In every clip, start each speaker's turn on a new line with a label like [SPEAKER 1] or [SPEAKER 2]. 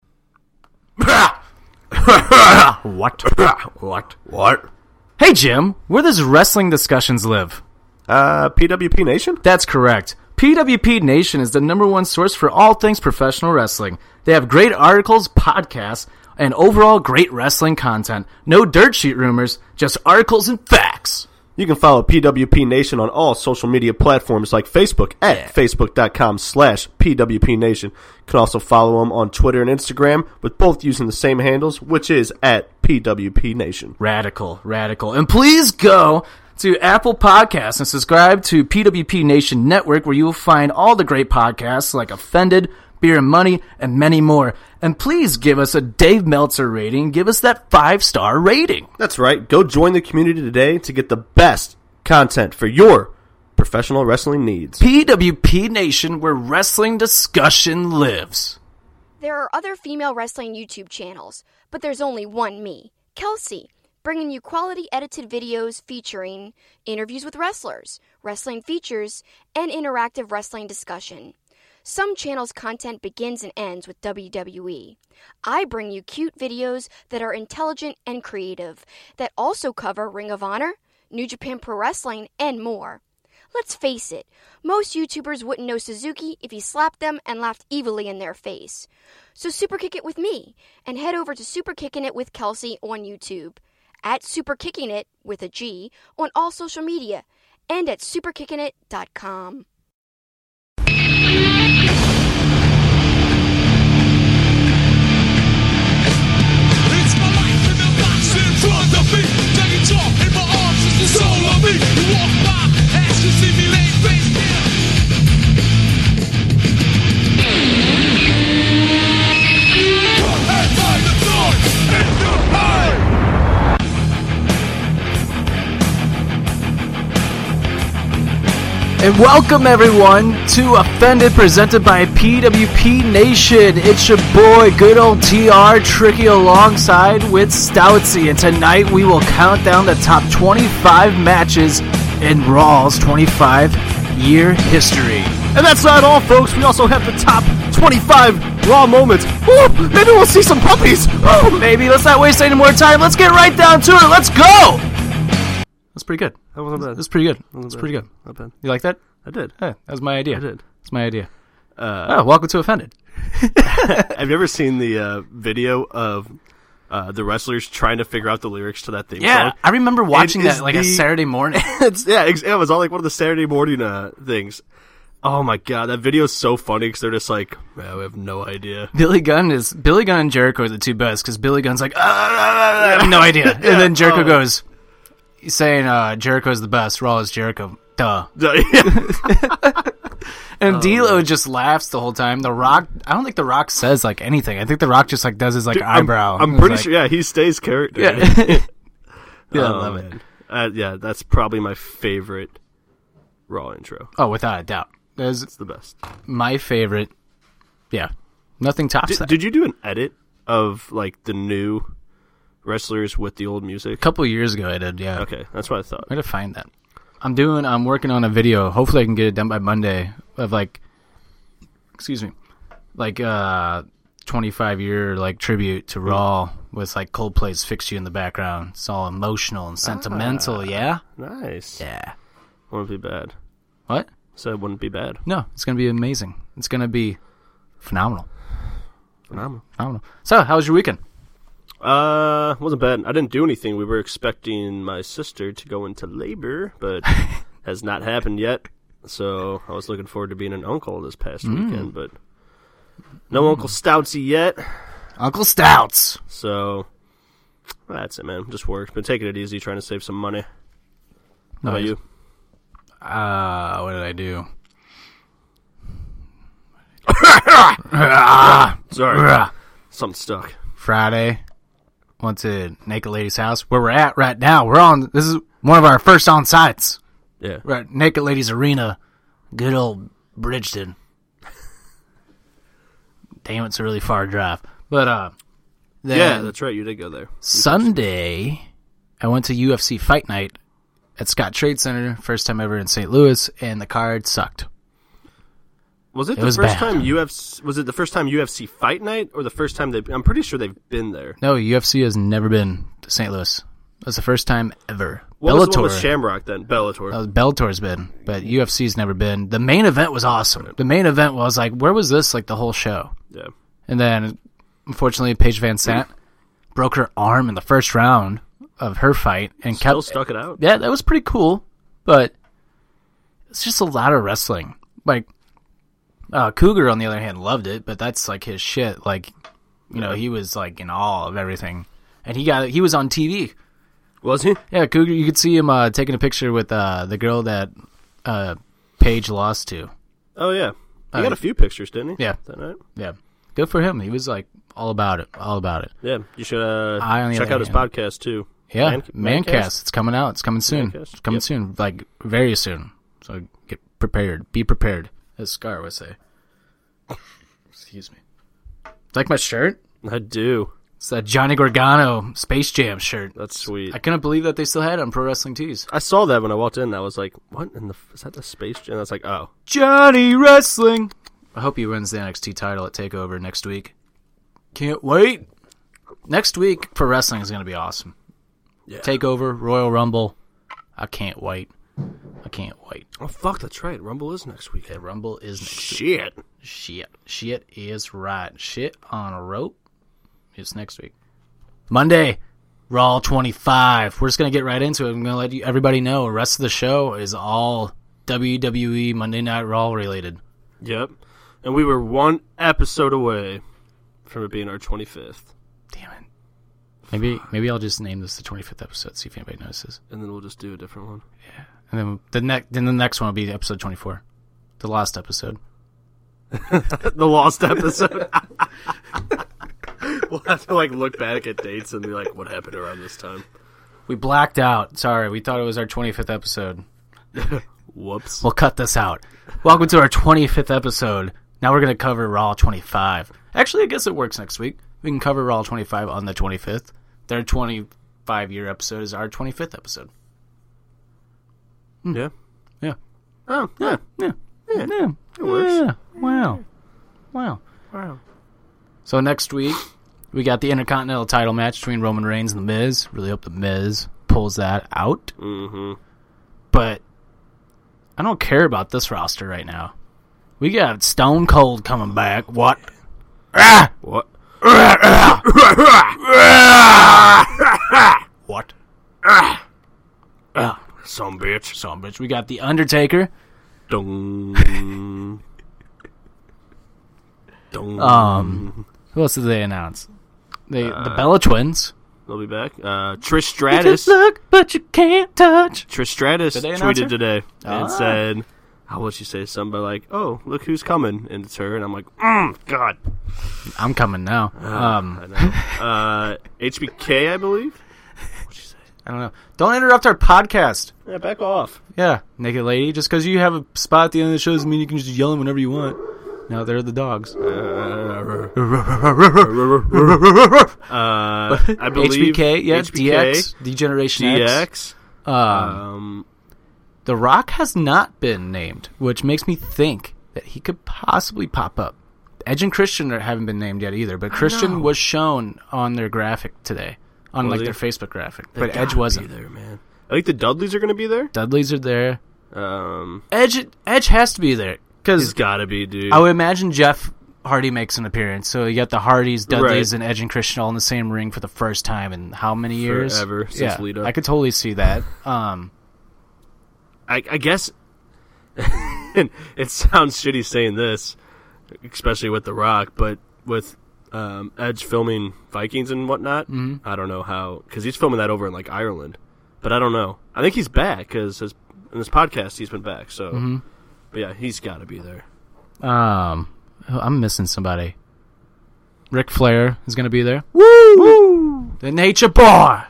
[SPEAKER 1] what? what?
[SPEAKER 2] What?
[SPEAKER 1] Hey, Jim, where does wrestling discussions live?
[SPEAKER 2] Uh, PWP Nation?
[SPEAKER 1] That's correct. PWP Nation is the number one source for all things professional wrestling. They have great articles, podcasts, and overall great wrestling content. No dirt sheet rumors, just articles and facts.
[SPEAKER 2] You can follow PWP Nation on all social media platforms like Facebook at facebook.com slash PWP Nation. You can also follow them on Twitter and Instagram with both using the same handles, which is at PWP Nation.
[SPEAKER 1] Radical, radical. And please go to Apple Podcasts and subscribe to PWP Nation Network, where you will find all the great podcasts like Offended, Beer and Money, and many more. And please give us a Dave Meltzer rating. Give us that five star rating.
[SPEAKER 2] That's right. Go join the community today to get the best content for your professional wrestling needs.
[SPEAKER 1] PWP Nation, where wrestling discussion lives.
[SPEAKER 3] There are other female wrestling YouTube channels, but there's only one me, Kelsey, bringing you quality edited videos featuring interviews with wrestlers, wrestling features, and interactive wrestling discussion. Some channels' content begins and ends with WWE. I bring you cute videos that are intelligent and creative, that also cover Ring of Honor, New Japan Pro Wrestling, and more. Let's face it, most YouTubers wouldn't know Suzuki if he slapped them and laughed evilly in their face. So superkick it with me and head over to Superkicking It with Kelsey on YouTube, at Superkicking It with a G on all social media, and at superkickingit.com.
[SPEAKER 4] It's my life in the box in front of me. Taking off in my arms is the soul of me. You walk by, ask to see me laid face down. Come and find the joy in your heart.
[SPEAKER 1] And welcome everyone to Offended presented by PWP Nation. It's your boy, good old TR Tricky alongside with Stoutsy. And tonight we will count down the top 25 matches in Raw's 25 year history.
[SPEAKER 2] And that's not all, folks. We also have the top 25 raw moments. Ooh, maybe we'll see some puppies.
[SPEAKER 1] Oh, baby, let's not waste any more time. Let's get right down to it. Let's go! That's pretty good.
[SPEAKER 2] That wasn't bad.
[SPEAKER 1] That's pretty good. That's pretty good.
[SPEAKER 2] Not bad.
[SPEAKER 1] You like that?
[SPEAKER 2] I did.
[SPEAKER 1] Hey, that was my idea. I
[SPEAKER 2] did.
[SPEAKER 1] That's my idea. oh, welcome to Offended.
[SPEAKER 2] Have you ever seen the uh, video of uh, the wrestlers trying to figure out the lyrics to that theme
[SPEAKER 1] Yeah,
[SPEAKER 2] song?
[SPEAKER 1] I remember watching
[SPEAKER 2] is
[SPEAKER 1] that like a
[SPEAKER 2] the-
[SPEAKER 1] Saturday morning.
[SPEAKER 2] it's, yeah, ex- it was all like one of the Saturday morning uh, things. Oh my god, that video is so funny because they're just like, man, we have no idea.
[SPEAKER 1] Billy Gunn is Billy Gunn and Jericho are the two best because Billy Gunn's like, "Ah, ah, ah, I have no idea, and then Jericho
[SPEAKER 2] oh.
[SPEAKER 1] goes, he's saying uh, Jericho's the best, Raw is Jericho, duh.
[SPEAKER 2] Oh,
[SPEAKER 1] And D'Lo just laughs the whole time. The Rock, I don't think The Rock says like anything. I think The Rock just like does his like
[SPEAKER 2] I'm-
[SPEAKER 1] eyebrow.
[SPEAKER 2] I'm,
[SPEAKER 1] It's
[SPEAKER 2] pretty
[SPEAKER 1] like-
[SPEAKER 2] sure. Yeah, he stays character.
[SPEAKER 1] Yeah, yeah, I
[SPEAKER 2] Oh,
[SPEAKER 1] love it.
[SPEAKER 2] man. Uh, yeah, that's probably my favorite Raw intro.
[SPEAKER 1] Oh, without a doubt, that's
[SPEAKER 2] It's the best.
[SPEAKER 1] my favorite. Yeah, nothing tops
[SPEAKER 2] Did,
[SPEAKER 1] that.
[SPEAKER 2] did you do an edit of like the new wrestlers with the old music?
[SPEAKER 1] a couple years ago, I did. Yeah.
[SPEAKER 2] Okay, that's what I thought.
[SPEAKER 1] I gotta find that. I'm doing. I'm working on a video. Hopefully, I can get it done by Monday. Of like, excuse me, like uh, 25 year like tribute to Raw with like Coldplay's "Fix You" in the background. It's all emotional and sentimental. Yeah.
[SPEAKER 2] Nice.
[SPEAKER 1] Ah. Yeah.
[SPEAKER 2] Wouldn't be bad.
[SPEAKER 1] What?
[SPEAKER 2] So it wouldn't be bad.
[SPEAKER 1] No, it's gonna be amazing. It's gonna be phenomenal.
[SPEAKER 2] Phenomenal.
[SPEAKER 1] Phenomenal. So, how was your weekend?
[SPEAKER 2] Uh, wasn't bad. I didn't do anything. We were expecting my sister to go into labor, but has not happened yet. So I was looking forward to being an uncle this past
[SPEAKER 1] Mm.
[SPEAKER 2] weekend, but no Uncle Stoutsy yet.
[SPEAKER 1] Uncle Stouts.
[SPEAKER 2] So that's it, man. Just work. Been taking it easy, trying to save some money. How about
[SPEAKER 1] Nice.
[SPEAKER 2] you?
[SPEAKER 1] Uh, what did I do?
[SPEAKER 2] Sorry, something stuck.
[SPEAKER 1] Friday. Went to Naked Lady's house where we're at right now. We're on this is one of our first on sites.
[SPEAKER 2] Yeah.
[SPEAKER 1] We're at Naked Ladies Arena. Good old Bridgeton. Damn, it's a really far drive. But uh then
[SPEAKER 2] Yeah, that's right. You did go there.
[SPEAKER 1] Sunday I went to UFC Fight Night at Scott Trade Center, first time ever in St. Louis, and the card sucked.
[SPEAKER 2] Was it,
[SPEAKER 1] It
[SPEAKER 2] the
[SPEAKER 1] was
[SPEAKER 2] first
[SPEAKER 1] bad.
[SPEAKER 2] time UFC? Was it the first time UFC Fight Night or the first time they? I'm pretty sure they've been there.
[SPEAKER 1] No, UFC has never been to St. Louis. That's the first time ever.
[SPEAKER 2] What was the one with
[SPEAKER 1] Bellator.
[SPEAKER 2] Shamrock then? Bellator.
[SPEAKER 1] That was- uh, Bellator's been, but UFC's never been. The main event was awesome. The main event was like, where was this like the whole show?
[SPEAKER 2] yeah.
[SPEAKER 1] And then, unfortunately, Paige Van Sant broke her arm in the first round of her fight and
[SPEAKER 2] Still
[SPEAKER 1] kept.
[SPEAKER 2] stuck it out.
[SPEAKER 1] yeah, that was pretty cool, but it's just a lot of wrestling. Like uh, Cougar, on the other hand, loved it, but that's like his shit. Like, you know, he was like in awe of everything, and he got he was on TV.
[SPEAKER 2] Was he?
[SPEAKER 1] Yeah, Cougar, you could see him uh, taking a picture with uh, the girl that uh, Paige lost to.
[SPEAKER 2] Oh yeah. He got a few pictures, didn't he?
[SPEAKER 1] Uh, yeah.
[SPEAKER 2] That night.
[SPEAKER 1] Yeah, good for him. He was like all about it, all about it.
[SPEAKER 2] Yeah. You should uh,
[SPEAKER 1] I, on the
[SPEAKER 2] check
[SPEAKER 1] other
[SPEAKER 2] out his
[SPEAKER 1] hand-
[SPEAKER 2] podcast too.
[SPEAKER 1] Yeah,
[SPEAKER 2] Man-
[SPEAKER 1] Mancast.
[SPEAKER 2] Mancast.
[SPEAKER 1] It's coming out. It's coming soon.
[SPEAKER 2] Mancast,
[SPEAKER 1] It's coming
[SPEAKER 2] yep.
[SPEAKER 1] soon, like very soon. So get prepared. Be prepared, as Scar would say. Excuse me. It's like my shirt.
[SPEAKER 2] I do.
[SPEAKER 1] It's that Johnny Gargano Space Jam shirt.
[SPEAKER 2] That's sweet.
[SPEAKER 1] I couldn't believe that they still had it on Pro Wrestling Tees.
[SPEAKER 2] I saw that when I walked in. and I was like, "What in the? f- Is that the space?" Jam? And I was like, "Oh,
[SPEAKER 1] Johnny Wrestling. I hope he wins the NXT title at Takeover next week. Can't wait. Next week for wrestling is going to be awesome.
[SPEAKER 2] Yeah.
[SPEAKER 1] Takeover, Royal Rumble. I can't wait. I can't wait.
[SPEAKER 2] oh fuck, that's right. Rumble is next weekend."
[SPEAKER 1] The Rumble is next.
[SPEAKER 2] Shit.
[SPEAKER 1] Shit. Shit is right. Shit on a rope It's next week. Monday, Raw 25. We're just going to get right into it. I'm going to let you, everybody know the rest of the show is all WWE Monday Night Raw related.
[SPEAKER 2] Yep. And we were one episode away from it being our 25th.
[SPEAKER 1] Damn it. Maybe maybe I'll just name this the 25th episode. See if anybody notices.
[SPEAKER 2] And then we'll just do a different one.
[SPEAKER 1] And then the next then the next one will be episode 24, the last episode.
[SPEAKER 2] the lost episode. we'll have to like look back at dates and be like, what happened around this time?
[SPEAKER 1] We blacked out. Sorry, we thought it was our 25th episode.
[SPEAKER 2] Whoops.
[SPEAKER 1] We'll cut this out. Welcome to our 25th episode. Now we're gonna cover Raw 25. Actually, I guess it works next week. We can cover Raw 25 on the 25th. Their 25 year episode is our 25th episode.
[SPEAKER 2] Yeah.
[SPEAKER 1] Yeah.
[SPEAKER 2] Oh, yeah.
[SPEAKER 1] Yeah. Yeah. It works. Wow. Wow.
[SPEAKER 2] Wow.
[SPEAKER 1] So next week, we got the Intercontinental title match between Roman Reigns and The Miz. Really hope The Miz pulls that out.
[SPEAKER 2] Mm-hmm.
[SPEAKER 1] But I don't care about this roster right now. We got Stone Cold coming back. What?
[SPEAKER 2] What?
[SPEAKER 1] What?
[SPEAKER 2] Some bitch.
[SPEAKER 1] Son of a bitch. We got The Undertaker.
[SPEAKER 2] Dung. Dung.
[SPEAKER 1] Um, who else did they announce? They, the Bella Twins.
[SPEAKER 2] They'll be back. Uh, Trish Stratus.
[SPEAKER 1] look, but you can't touch.
[SPEAKER 2] Trish Stratus
[SPEAKER 1] Did they announce
[SPEAKER 2] tweeted
[SPEAKER 1] her?
[SPEAKER 2] today
[SPEAKER 1] Ah.
[SPEAKER 2] and said, "How would she say something like, oh, look who's coming?" And it's her, and I'm like, mm, "God."
[SPEAKER 1] I'm coming now. Um,
[SPEAKER 2] I know. uh, HBK, I believe.
[SPEAKER 1] I don't know. Don't interrupt our podcast.
[SPEAKER 2] Yeah, back off.
[SPEAKER 1] Yeah, naked lady. Just because you have a spot at the end of the show doesn't mean you can just yell them whenever you want. Now they're the dogs.
[SPEAKER 2] Uh, I believe
[SPEAKER 1] HBK, yeah,
[SPEAKER 2] HBK,
[SPEAKER 1] DX, Degeneration X.
[SPEAKER 2] DX. Um,
[SPEAKER 1] The Rock has not been named, which makes me think that he could possibly pop up. Edge and Christian are- haven't been named yet either, but Christian was shown on their graphic today, on like
[SPEAKER 2] he?
[SPEAKER 1] their Facebook graphic, but
[SPEAKER 2] gotta
[SPEAKER 1] Edge wasn't.
[SPEAKER 2] be there, man. I think the Dudleys are going to be there.
[SPEAKER 1] Dudleys are there.
[SPEAKER 2] Um,
[SPEAKER 1] Edge, Edge has to be there because
[SPEAKER 2] he's got to be, dude.
[SPEAKER 1] I would imagine Jeff Hardy makes an appearance. So you got the Hardys, Dudleys,
[SPEAKER 2] Right.
[SPEAKER 1] and Edge and Christian all in the same ring for the first time in how many years?
[SPEAKER 2] Forever, since
[SPEAKER 1] yeah,
[SPEAKER 2] Lita.
[SPEAKER 1] I could totally see that. Um,
[SPEAKER 2] I, I guess it sounds shitty saying this, especially with The Rock, but with um, Edge filming Vikings and whatnot,
[SPEAKER 1] Mm-hmm.
[SPEAKER 2] I don't know how because he's filming that over in like Ireland, but I don't know. I think he's back because his in this podcast he's been back, so
[SPEAKER 1] Mm-hmm.
[SPEAKER 2] but yeah, he's got to be there.
[SPEAKER 1] um, oh, I'm missing somebody. Ric Flair is going to be there.
[SPEAKER 2] Woo!
[SPEAKER 1] The Nature Boy.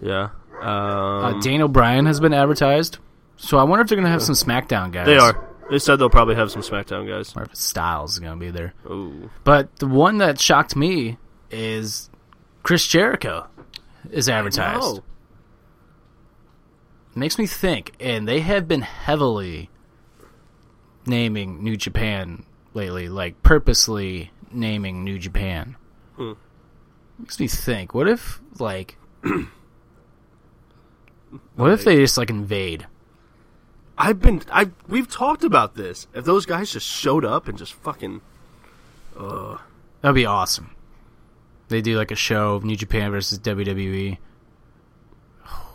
[SPEAKER 2] Yeah,
[SPEAKER 1] Uh,
[SPEAKER 2] um,
[SPEAKER 1] Daniel Bryan has been advertised. So I wonder if they're going to have some SmackDown guys.
[SPEAKER 2] they are. They said they'll probably have some SmackDown guys.
[SPEAKER 1] Or if it's Styles is going to be there.
[SPEAKER 2] Ooh.
[SPEAKER 1] But the one that shocked me is Chris Jericho is advertised.
[SPEAKER 2] No.
[SPEAKER 1] makes me think, and they have been heavily naming New Japan lately, like purposely naming New Japan. Makes me think. What if like, what if they just like invade?
[SPEAKER 2] I've been I we've talked about this. If those guys just showed up and just fucking
[SPEAKER 1] That'd be awesome. They do like a show of New Japan versus E. WWE. Oh,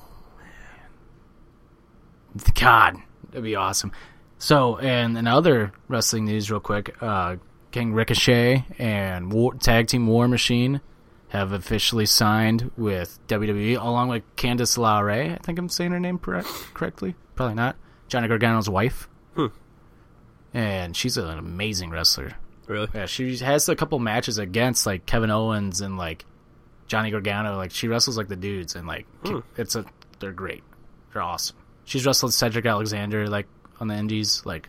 [SPEAKER 1] God, that'd be awesome. So, and in other wrestling news, real quick, uh, King Ricochet and War, Tag Team War Machine have officially signed with WWE, along with Candice LeRae. I think I'm saying her name correct, correctly. Probably not. Johnny Gargano's wife. And she's an amazing wrestler.
[SPEAKER 2] really
[SPEAKER 1] Yeah, she has a couple matches against like Kevin Owens and like Johnny Gargano. Like she wrestles like the dudes, and like it's a they're great. They're awesome. She's wrestled Cedric Alexander like on the Indies, like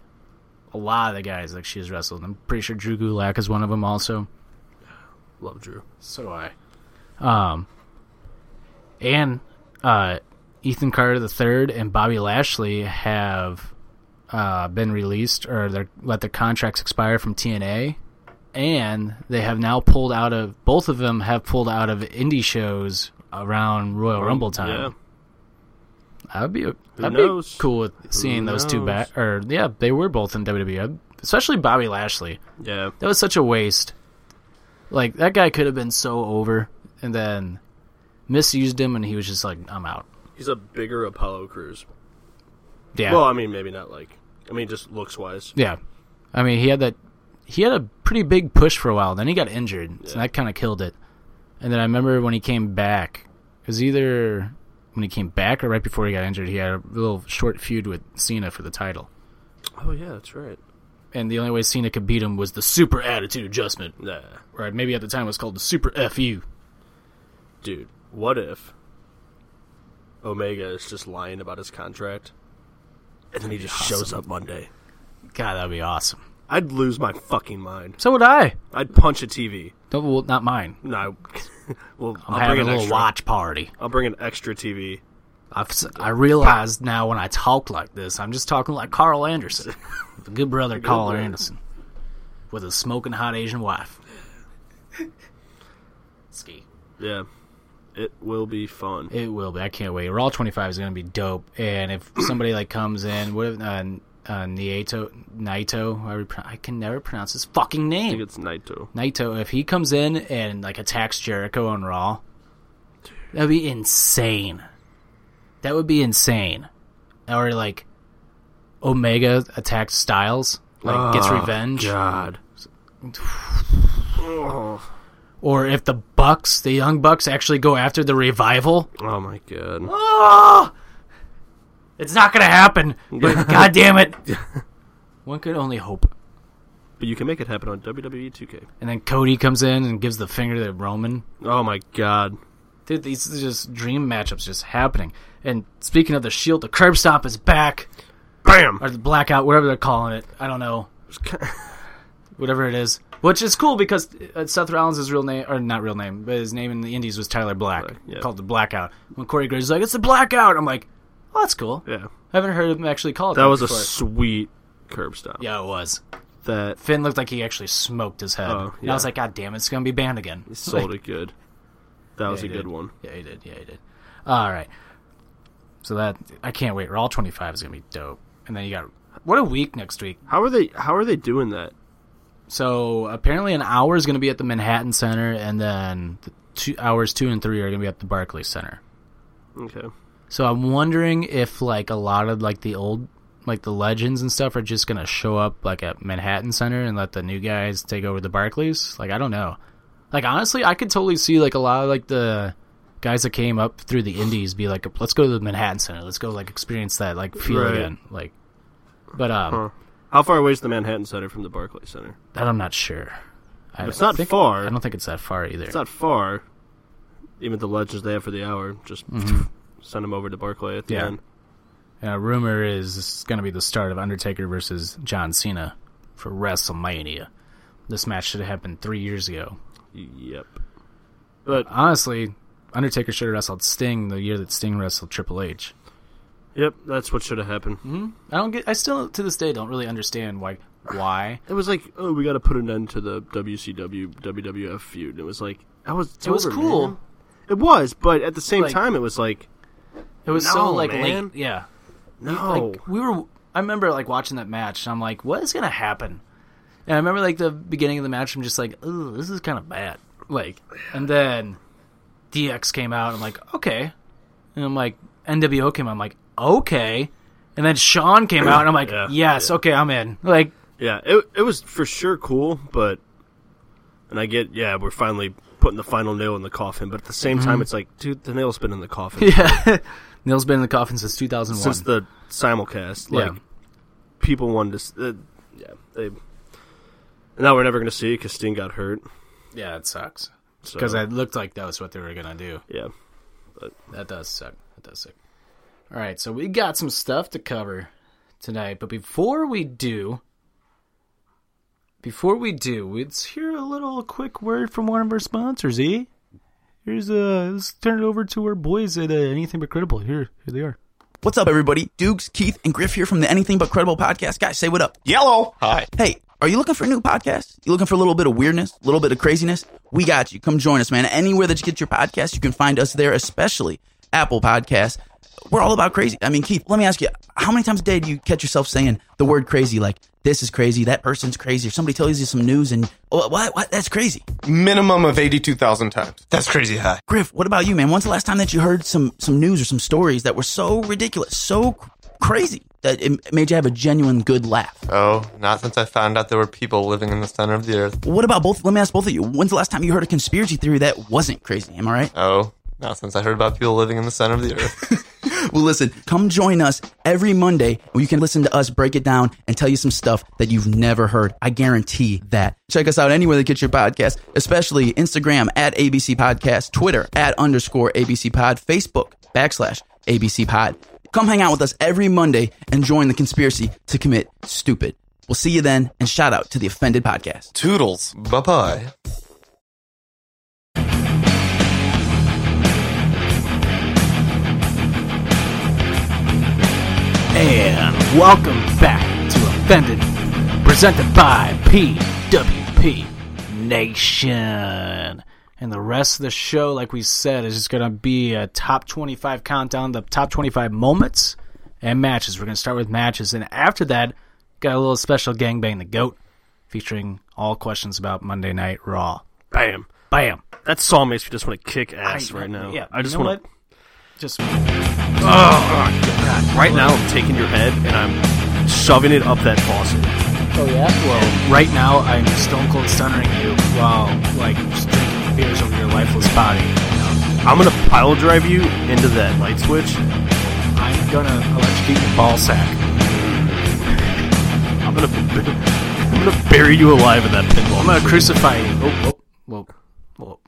[SPEAKER 1] a lot of the guys like she's wrestled. I'm pretty sure Drew Gulak is one of them also.
[SPEAKER 2] love Drew.
[SPEAKER 1] So do I. Um, and uh, Ethan Carter the third and Bobby Lashley have uh, been released or they let their contracts expire from TNA, and they have now pulled out of both of them have pulled out of indie shows around Royal Rumble
[SPEAKER 2] Oh, Yeah.
[SPEAKER 1] time. I'd be I'd
[SPEAKER 2] knows?
[SPEAKER 1] be cool with seeing those two
[SPEAKER 2] knows?
[SPEAKER 1] back. Or yeah, they were both in WWE, especially Bobby Lashley.
[SPEAKER 2] Yeah.
[SPEAKER 1] That was such a waste. Like that guy could have been so over, and then misused him, and he was just like, "I'm out."
[SPEAKER 2] He's a bigger Apollo Crews.
[SPEAKER 1] Yeah,
[SPEAKER 2] Well, I mean maybe not like I mean just looks wise.
[SPEAKER 1] yeah. I mean, he had that. He had a pretty big push for a while. Then he got injured, so that kind of killed it. And then I remember when he came back, it was either when he came back or right before he got injured. He had a little short feud with Cena for the title,
[SPEAKER 2] Oh yeah, that's right.
[SPEAKER 1] and the only way Cena could beat him was the Super Attitude Adjustment,
[SPEAKER 2] Nah.
[SPEAKER 1] or maybe at the time it was called the Super FU.
[SPEAKER 2] Dude, what if Omega is just lying about his contract and then he just shows up Monday?
[SPEAKER 1] God, that'd be awesome.
[SPEAKER 2] I'd lose my fucking mind.
[SPEAKER 1] So would I.
[SPEAKER 2] I'd punch a TV.
[SPEAKER 1] No, well, not mine.
[SPEAKER 2] No, I, well,
[SPEAKER 1] I'm
[SPEAKER 2] will bring
[SPEAKER 1] having a
[SPEAKER 2] an
[SPEAKER 1] little
[SPEAKER 2] extra,
[SPEAKER 1] watch party.
[SPEAKER 2] I'll bring an extra TV.
[SPEAKER 1] I've, si realize now when I talk like this, I'm just talking like Carl Anderson, the good brother Carl
[SPEAKER 2] brother.
[SPEAKER 1] Anderson, with a smoking hot Asian wife. Ski.
[SPEAKER 2] Yeah, it will be fun.
[SPEAKER 1] It will be. I can't wait. Raw 25 is going to be dope. And if somebody like comes in, what if uh, uh, Nieto, Naito? however you pro- I can never pronounce his fucking
[SPEAKER 2] I think
[SPEAKER 1] name.
[SPEAKER 2] it's Naito.
[SPEAKER 1] Naito. If he comes in and like attacks Jericho on Raw, that'd be insane. That would be insane. Or like Omega attacks Styles, like gets revenge.
[SPEAKER 2] Ah, Oh, God. Oh,
[SPEAKER 1] Or if the Bucks, the Young Bucks, actually go after the revival.
[SPEAKER 2] Oh my God.
[SPEAKER 1] Oh, it's not gonna happen. But God damn it, one could only hope.
[SPEAKER 2] But you can make it happen on E WWE 2K.
[SPEAKER 1] And then Cody comes in and gives the finger to Roman.
[SPEAKER 2] Oh my God.
[SPEAKER 1] Dude, these are just dream matchups just happening. And speaking of the Shield, the curb stop is back,
[SPEAKER 2] Bam.
[SPEAKER 1] or the blackout, whatever they're calling it. I don't know, whatever it is. Which is cool because uh, Seth Rollins' real name, or not real name, but his name in the Indies was Tyler Black,
[SPEAKER 2] yeah.
[SPEAKER 1] called the Blackout. When Corey Graves is like, "It's the Blackout," I'm like, "Oh, that's cool."
[SPEAKER 2] yeah,
[SPEAKER 1] I haven't heard him actually call it.
[SPEAKER 2] that was a
[SPEAKER 1] before.
[SPEAKER 2] sweet curb stop.
[SPEAKER 1] yeah, it was.
[SPEAKER 2] that
[SPEAKER 1] Finn looked like he actually smoked his head.
[SPEAKER 2] Oh,
[SPEAKER 1] And I was
[SPEAKER 2] yeah.
[SPEAKER 1] like, God damn, it's gonna be banned again.
[SPEAKER 2] sold it good. That was
[SPEAKER 1] he
[SPEAKER 2] a good
[SPEAKER 1] did.
[SPEAKER 2] one.
[SPEAKER 1] Yeah, he did. Yeah, he did. All right. So that I can't wait. Raw 25 is gonna be dope. And then you got what a week next week.
[SPEAKER 2] How are they? How are they doing that?
[SPEAKER 1] So apparently an hour is gonna be at the Manhattan Center, and then the two hours two and three are gonna be at the Barclays Center.
[SPEAKER 2] Okay.
[SPEAKER 1] So I'm wondering if like a lot of like the old like the legends and stuff are just gonna show up like at Manhattan Center and let the new guys take over the Barclays. Like I don't know. Like honestly, I could totally see like a lot of like the guys that came up through the Indies be like, let's go to the Manhattan Center. Let's go like experience that like feel
[SPEAKER 2] Right.
[SPEAKER 1] again. Like, but um,
[SPEAKER 2] How far away is the Manhattan Center from the Barclays Center?
[SPEAKER 1] that I'm not sure. I
[SPEAKER 2] It's
[SPEAKER 1] don't
[SPEAKER 2] not
[SPEAKER 1] think-
[SPEAKER 2] far.
[SPEAKER 1] I don't think it's that far either.
[SPEAKER 2] It's not far. Even the legends they have for the hour, just send them over to Barclay at the
[SPEAKER 1] Mm-hmm. Yeah.
[SPEAKER 2] end.
[SPEAKER 1] Uh, rumor is this is going to be the start of Undertaker versus John Cena for WrestleMania. This match should have happened three years ago.
[SPEAKER 2] Yep. But
[SPEAKER 1] Honestly, Undertaker should have wrestled Sting the year that Sting wrestled Triple H.
[SPEAKER 2] yep, that's what should have happened.
[SPEAKER 1] Mm-hmm. I don't get. I still to this day don't really understand why why.
[SPEAKER 2] It was like, oh, we got to put an end to the WCW WWF feud. It was like, I was. It
[SPEAKER 1] was cool.
[SPEAKER 2] It was, but at the same
[SPEAKER 1] Like-
[SPEAKER 2] time, it was like,
[SPEAKER 1] It was
[SPEAKER 2] No,
[SPEAKER 1] so like
[SPEAKER 2] man.
[SPEAKER 1] late. Yeah.
[SPEAKER 2] no,
[SPEAKER 1] Like we were I remember like watching that match and I'm like, what is gonna happen? And I remember like the beginning of the match, I'm just like, Ugh, this is kinda bad. Like and then DX came out, I'm like, okay. And I'm like NWO came out, I'm like, okay. And then Sean came out and I'm like,
[SPEAKER 2] Yeah,
[SPEAKER 1] Yes, okay, I'm in. Like
[SPEAKER 2] yeah, it it was for sure cool, but and I get, yeah, we're finally putting the final nail in the coffin, but at the same time, it's like, dude, the nail's been in the coffin
[SPEAKER 1] Mm-hmm. Yeah. Neil's been in the coffin since two thousand one.
[SPEAKER 2] since the simulcast.
[SPEAKER 1] Yeah.
[SPEAKER 2] Like, people wanted to, s- uh, yeah, they. Now we're never gonna see because Sting got hurt.
[SPEAKER 1] yeah, it sucks.
[SPEAKER 2] so-
[SPEAKER 1] Because it looked like that was what they were gonna do.
[SPEAKER 2] yeah,
[SPEAKER 1] That does suck. That does suck. All right, so we got some stuff to cover tonight, but before we do, before we do, let's hear a little quick word from one of our sponsors. Eh? Here's uh, let's turn it over to our boys at uh, Anything But Credible. Here, here they are.
[SPEAKER 5] What's up, everybody? Dukes, Keith, and Griff here from the Anything But Credible podcast. Guys, say what up.
[SPEAKER 6] Yellow. Hi.
[SPEAKER 5] Hey, are you looking for a new podcast? You looking for a little bit of weirdness, a little bit of craziness? We got you. Come join us, man. Anywhere that you get your podcast, you can find us there, especially Apple Podcasts. We're all about crazy. I mean, Keith, let me ask you, how many times a day do you catch yourself saying the word crazy? Like, this is crazy, that person's crazy, or somebody tells you some news and, oh, what, what? That's crazy.
[SPEAKER 6] Minimum of 82,000 times. That's crazy high.
[SPEAKER 5] Griff, what about you, man? When's the last time that you heard some some news or some stories that were so ridiculous, so cr- crazy that it made you have a genuine good laugh?
[SPEAKER 6] Oh, not since I found out there were people living in the center of the earth.
[SPEAKER 5] What about both? Let me ask both of you. When's the last time you heard a conspiracy theory that wasn't crazy? Am I right?
[SPEAKER 6] Oh, not since I heard about people living in the center of the earth.
[SPEAKER 5] Well, listen, come join us every Monday where you can listen to us break it down and tell you some stuff that you've never heard. I guarantee that. Check us out anywhere that gets your podcast, especially Instagram at ABC Podcast, Twitter at underscore ABC Pod, Facebook backslash ABC Pod. Come hang out with us every Monday and join the conspiracy to commit stupid. We'll see you then, and shout out to the Offended Podcast.
[SPEAKER 6] Toodles. Bye bye.
[SPEAKER 1] And welcome back to Offended, presented by PWP Nation. And the rest of the show, like we said, is just going to be a top 25 countdown, the top 25 moments and matches. We're going to start with matches. And after that, got a little special Gangbang the Goat featuring all questions about Monday Night Raw.
[SPEAKER 2] bam.
[SPEAKER 1] Bam.
[SPEAKER 2] That song makes me just want to kick ass right now.
[SPEAKER 1] Yeah.
[SPEAKER 2] I just
[SPEAKER 1] you know
[SPEAKER 2] want to.
[SPEAKER 1] what? Just.
[SPEAKER 2] Right now, I'm taking your head and I'm shoving it up that faucet.
[SPEAKER 1] Oh yeah. Well, right now I'm stone cold stunnering you while like just drinking beers over your lifeless body.
[SPEAKER 2] I'm gonna pile drive you into that light switch.
[SPEAKER 1] I'm gonna electrocute your ball sack.
[SPEAKER 2] I'm gonna, I'm gonna bury you alive in that pinball.
[SPEAKER 1] I'm gonna crucify you. Oh, whoa, whoa, whoa.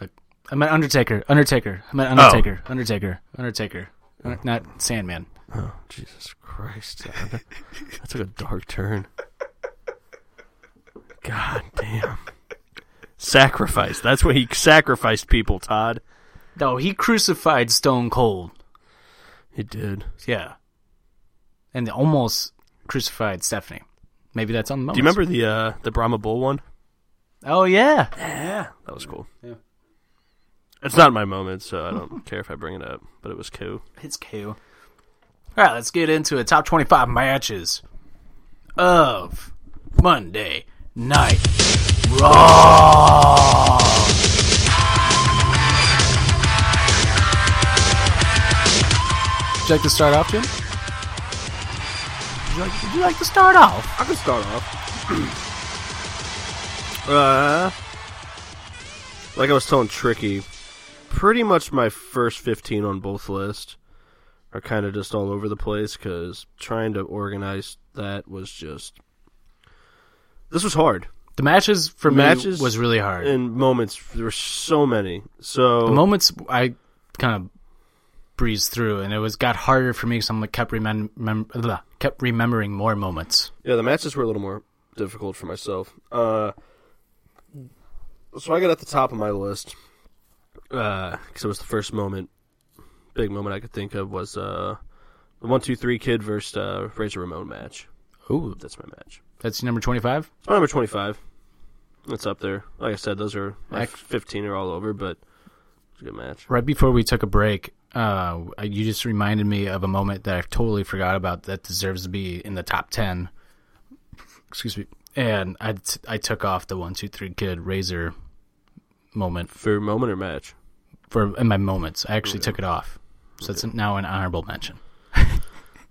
[SPEAKER 1] I- I'm an Undertaker. Undertaker. I'm an Undertaker. Undertaker. Undertaker. Un- Not Sandman.
[SPEAKER 2] Oh, Jesus Christ! That that took a dark turn. God damn. Sacrifice. That's what he sacrificed people. Todd.
[SPEAKER 1] No, he crucified Stone Cold.
[SPEAKER 2] He did.
[SPEAKER 1] Yeah, and almost crucified Stephanie. Maybe that's on the
[SPEAKER 2] Do you remember the uh, the Brahma Bull one?
[SPEAKER 1] Oh yeah.
[SPEAKER 2] That was cool. Yeah. It's not my moment, so I don't care if I bring it up. But it was cool.
[SPEAKER 1] It's KO. All right, let's get into it. Top 25 matches of Monday Night Raw. Would you like to start off, Jim? Would you like, would you like to start off?
[SPEAKER 2] I can start off. uh, like I was telling Tricky, pretty much my first 15 on both lists are kind of just all over the place because trying to organize that was just. This was hard.
[SPEAKER 1] The matches for
[SPEAKER 2] Matches
[SPEAKER 1] me was really hard.
[SPEAKER 2] In moments, there were so many. So
[SPEAKER 1] the moments I kind of breezed through, and it was got harder for me because I kept, remem- mem- blah, kept remembering more moments.
[SPEAKER 2] Yeah, the matches were a little more difficult for myself. Uh, so I got at the top of my list because it was the first moment, big moment I could think of was uh, the one two three kid versus uh, Razor Ramon match.
[SPEAKER 1] Ooh,
[SPEAKER 2] That's my match.
[SPEAKER 1] That's number 25?
[SPEAKER 2] Oh, number 25. It's up there. Like I said, those are like
[SPEAKER 1] Ac-
[SPEAKER 2] 15 are all over, but it's a good match.
[SPEAKER 1] Right before we took a break, uh, you just reminded me of a moment that I totally forgot about that deserves to be in the top 10. Excuse me. And I, t- I took off the one, two, three kid razor moment
[SPEAKER 2] For moment or match?
[SPEAKER 1] for in my moments. I actually took it off. So it's now an honorable mention.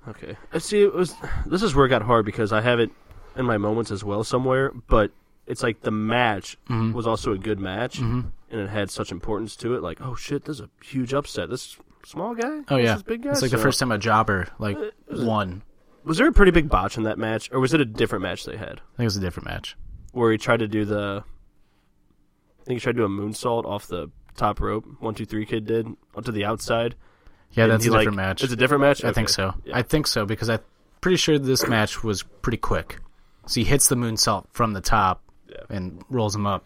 [SPEAKER 2] Okay. Uh, See, it was this is where it got hard because I have it in my moments as well somewhere, but it's like the match
[SPEAKER 1] Mm-hmm.
[SPEAKER 2] was also a good match, and it had such importance to it. Like, oh shit, this is a huge upset. This small guy.
[SPEAKER 1] Oh, yeah.
[SPEAKER 2] This is big Uh, guy.
[SPEAKER 1] it's like the
[SPEAKER 2] So-
[SPEAKER 1] first time a jobber like won.
[SPEAKER 2] Was there a pretty big botch in that match, or was it a different match they had
[SPEAKER 1] I think it was a different match.
[SPEAKER 2] where he tried to do the? I think he tried to do a moonsault off the top rope. One, two, three, kid did onto the outside.
[SPEAKER 1] Yeah,
[SPEAKER 2] and
[SPEAKER 1] that's
[SPEAKER 2] he,
[SPEAKER 1] a different
[SPEAKER 2] like-
[SPEAKER 1] match.
[SPEAKER 2] It's a different match.
[SPEAKER 1] I think
[SPEAKER 2] Okay.
[SPEAKER 1] so.
[SPEAKER 2] Yeah.
[SPEAKER 1] I think so because I'm pretty sure this match was pretty quick. So he hits the moonsault from the top and rolls him up.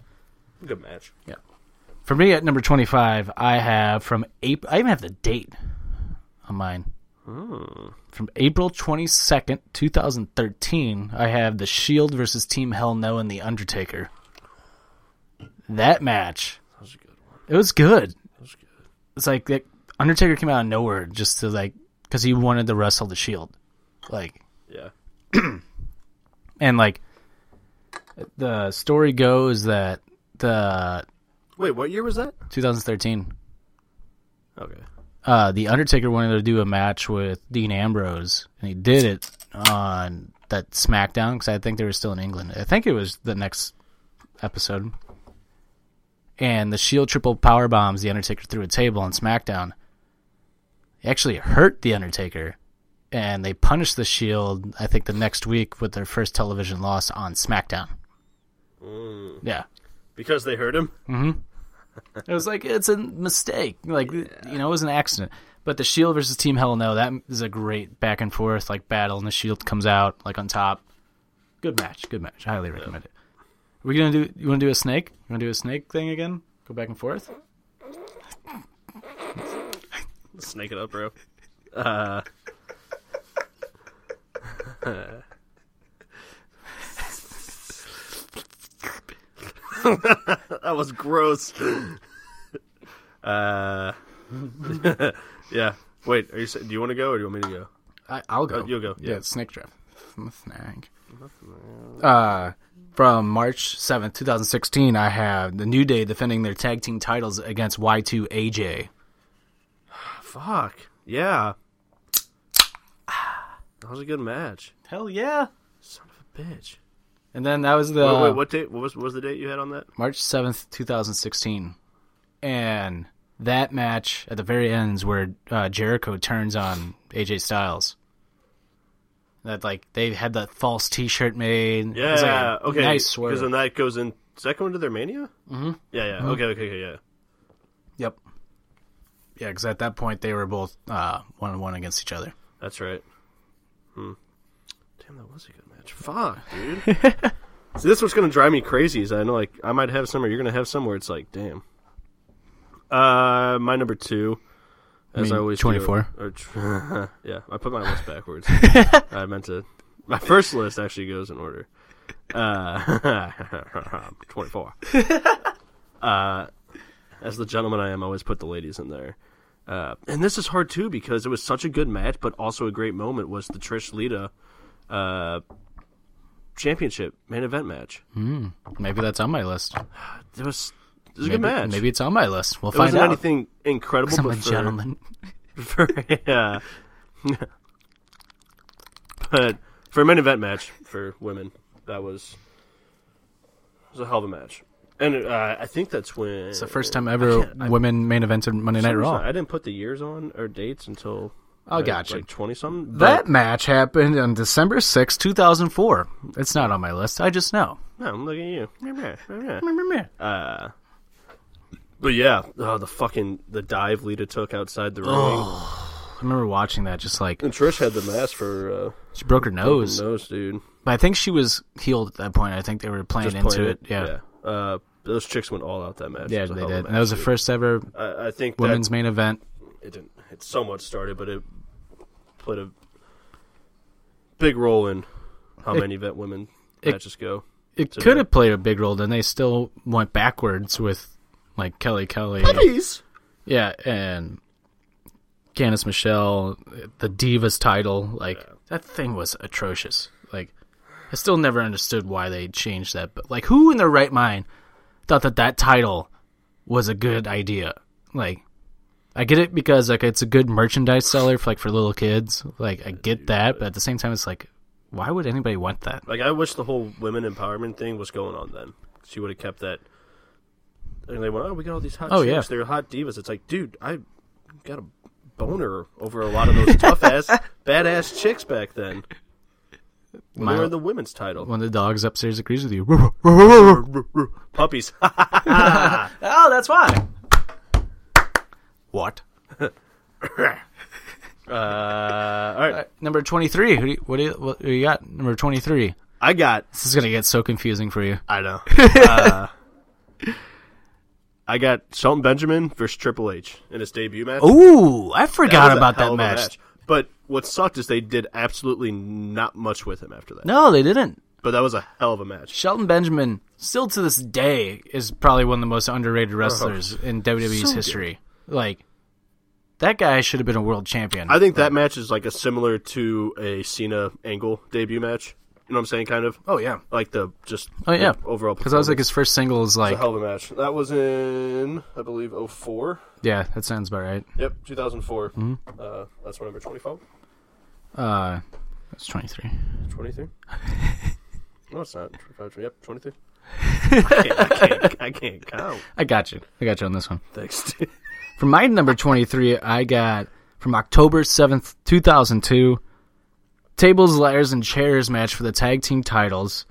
[SPEAKER 2] good match.
[SPEAKER 1] For me at number 25, I have from April. I even have the date on mine. From April 22nd, 2013, I have The Shield versus Team Hell No and The Undertaker. That match. That was
[SPEAKER 2] a good
[SPEAKER 1] one. It was good. It's like that Undertaker came out of nowhere just to like because he wanted to wrestle The Shield. Like,
[SPEAKER 2] Yeah.
[SPEAKER 1] and like the story goes that the uh,
[SPEAKER 2] Wait, what year was that?
[SPEAKER 1] 2013
[SPEAKER 2] Okay.
[SPEAKER 1] uh, the Undertaker wanted to do a match with Dean Ambrose, and he did it on that SmackDown because I think they were still in England. I think it was the next episode. And the Shield E triple power bombs the Undertaker through a table on SmackDown. It actually hurt the Undertaker, and they punished the Shield. I think the next week with their first television loss on SmackDown. Yeah.
[SPEAKER 2] Because they heard him.
[SPEAKER 1] It was like it's a mistake, like you know, it was an accident. But the Shield E versus Team Hell No, that is a great back and forth like battle, and the Shield E comes out like on top. Good match, good match. I highly recommend it. Are we gonna do? You want to do a snake? You want to do a snake thing again? Go back and forth.
[SPEAKER 2] Snake it up, bro. Uh, Uh. that was gross. Uh. yeah. Wait. Are you? sa- Do you want to go, or do you want me to go?
[SPEAKER 1] I, I'll go.
[SPEAKER 2] Oh, you'll go.
[SPEAKER 1] Yeah,
[SPEAKER 2] Yeah.
[SPEAKER 1] it's snake draft. Snag. Uh, from March seventh, two thousand sixteen, I have the New Day defending their tag team titles against Y two AJ.
[SPEAKER 2] Ah, Fuck. Yeah. That was a good match.
[SPEAKER 1] Hell yeah!
[SPEAKER 2] Son of a bitch.
[SPEAKER 1] And then that was the
[SPEAKER 2] wait, wait. What date? What was? What was the date you had on that?
[SPEAKER 1] March 7th, 2016. And that match at the very end is where uh, Jericho turns on AJ Styles. That like they had that false T-shirt made. It
[SPEAKER 2] Yeah.
[SPEAKER 1] was like a
[SPEAKER 2] okay.
[SPEAKER 1] Nice swerve.
[SPEAKER 2] Because then that goes in. Does that go into their mania? Mm-hmm. Yeah. Yeah. Okay. Okay. Okay. Yeah.
[SPEAKER 1] yep. Yeah, because at that point they were both uh, one on one against each other.
[SPEAKER 2] That's right. Hmm. Damn, that was a good match. Fuck, dude. See, this is what's gonna drive me crazy. Is I know, like, I might have some, or you're gonna have some, where it's like, damn. Uh, my number two, as
[SPEAKER 1] mean
[SPEAKER 2] I always do-
[SPEAKER 1] 24?
[SPEAKER 2] or tr- yeah, I put my list backwards. I meant to. My first list actually goes in order. Uh, twenty-four. uh, as the gentleman I am, I always put the ladies in there. Uh, and this is hard too because it was such a good match, but also a great moment was the Trish Lita uh, championship main event match.
[SPEAKER 1] Maybe that's on my list.
[SPEAKER 2] It was it was a
[SPEAKER 1] maybe,
[SPEAKER 2] good match.
[SPEAKER 1] Maybe it's on my list. We'll
[SPEAKER 2] it
[SPEAKER 1] find
[SPEAKER 2] wasn't
[SPEAKER 1] out.
[SPEAKER 2] anything incredible,
[SPEAKER 1] I'm a
[SPEAKER 2] but for,
[SPEAKER 1] gentleman.
[SPEAKER 2] for yeah, but for a main event match for women, that was it was a hell of a match. And uh, I think that's when
[SPEAKER 1] It's the first time ever women main evented Monday Night Raw.
[SPEAKER 2] I didn't put the years on or dates until
[SPEAKER 1] Oh,
[SPEAKER 2] like-
[SPEAKER 1] gotcha.
[SPEAKER 2] like twenty something.
[SPEAKER 1] That match happened on December sixth, two 2004. It's not on my list. I just know.
[SPEAKER 2] No, I'm looking at you. Uh, but yeah, oh, the fucking the dive Lita took outside the ring.
[SPEAKER 1] I remember watching that just like
[SPEAKER 2] Oh. And Trish had the mask for uh,
[SPEAKER 1] she broke her nose.
[SPEAKER 2] nose. dude.
[SPEAKER 1] But I think she was healed at that point. I think they were playing
[SPEAKER 2] Just
[SPEAKER 1] into
[SPEAKER 2] playing
[SPEAKER 1] it. Yeah. Yeah,
[SPEAKER 2] Uh, those chicks went all out that match. It was a
[SPEAKER 1] they
[SPEAKER 2] hell of
[SPEAKER 1] did.
[SPEAKER 2] a
[SPEAKER 1] And
[SPEAKER 2] match,
[SPEAKER 1] that was the
[SPEAKER 2] dude.
[SPEAKER 1] first ever
[SPEAKER 2] I, I think
[SPEAKER 1] women's
[SPEAKER 2] that
[SPEAKER 1] main event.
[SPEAKER 2] it didn't. It somewhat started, but it played a big role in how many vet women it, matches go.
[SPEAKER 1] It could have played a big role, then they still went backwards with like Kelly Kelly.
[SPEAKER 2] Puppies.
[SPEAKER 1] Yeah, and Candice Michelle, the Divas title, like that thing was atrocious. Like I still never understood why they changed that, but like who in their right mind thought that that title was a good idea? Like I get it because like it's a good merchandise seller for like for little kids. Like I get that, but at the same time it's like why would anybody want that?
[SPEAKER 2] Like I wish the whole women empowerment thing was going on then. She would have kept that. And they went, oh, we got all these hot
[SPEAKER 1] Oh,
[SPEAKER 2] chicks.
[SPEAKER 1] yeah.
[SPEAKER 2] They're hot divas. It's like, dude, I got a boner over a lot of those tough ass, badass chicks back then. When
[SPEAKER 1] My-
[SPEAKER 2] they were in the women's title.
[SPEAKER 1] One of the dogs upstairs agrees with you. oh,
[SPEAKER 2] Puppies.
[SPEAKER 1] that's why. What?
[SPEAKER 2] Uh, all right.
[SPEAKER 1] Number 23. Who do you, what, do you, what do you got? Number 23.
[SPEAKER 2] I got.
[SPEAKER 1] This is going to get so confusing for you.
[SPEAKER 2] I know. Uh, I got Shelton Benjamin versus Triple H in his debut match.
[SPEAKER 1] Ooh, I Oh, forgot
[SPEAKER 2] was a
[SPEAKER 1] about
[SPEAKER 2] hell
[SPEAKER 1] that
[SPEAKER 2] of a
[SPEAKER 1] match.
[SPEAKER 2] But what sucked is they did absolutely not much with him after that.
[SPEAKER 1] No, they didn't.
[SPEAKER 2] But that was a hell of a match.
[SPEAKER 1] Shelton Benjamin, still to this day, is probably one of the most underrated wrestlers in WWE's history. Like, that guy should have been a world champion.
[SPEAKER 2] I think that match is like a similar to a Cena Angle debut match. You know what I'm saying? Kind of.
[SPEAKER 1] oh, yeah.
[SPEAKER 2] Like the just
[SPEAKER 1] Oh, yeah.
[SPEAKER 2] the overall
[SPEAKER 1] Because that was like
[SPEAKER 2] performance.
[SPEAKER 1] his first single is
[SPEAKER 2] It's a
[SPEAKER 1] like,
[SPEAKER 2] hell of a match. That was in I believe 04.
[SPEAKER 1] yeah, that sounds about right.
[SPEAKER 2] Yep, 2004.
[SPEAKER 1] Mm-hmm.
[SPEAKER 2] Uh, that's my number 25.
[SPEAKER 1] Uh, that's 23.
[SPEAKER 2] 23? no, it's not. 25, yep, 23. I can't, I, can't, I can't count.
[SPEAKER 1] I got you. I got you on this one.
[SPEAKER 2] Thanks.
[SPEAKER 1] For my number 23, I got from October 7th, 2002, tables, ladders, and chairs match for the tag team titles.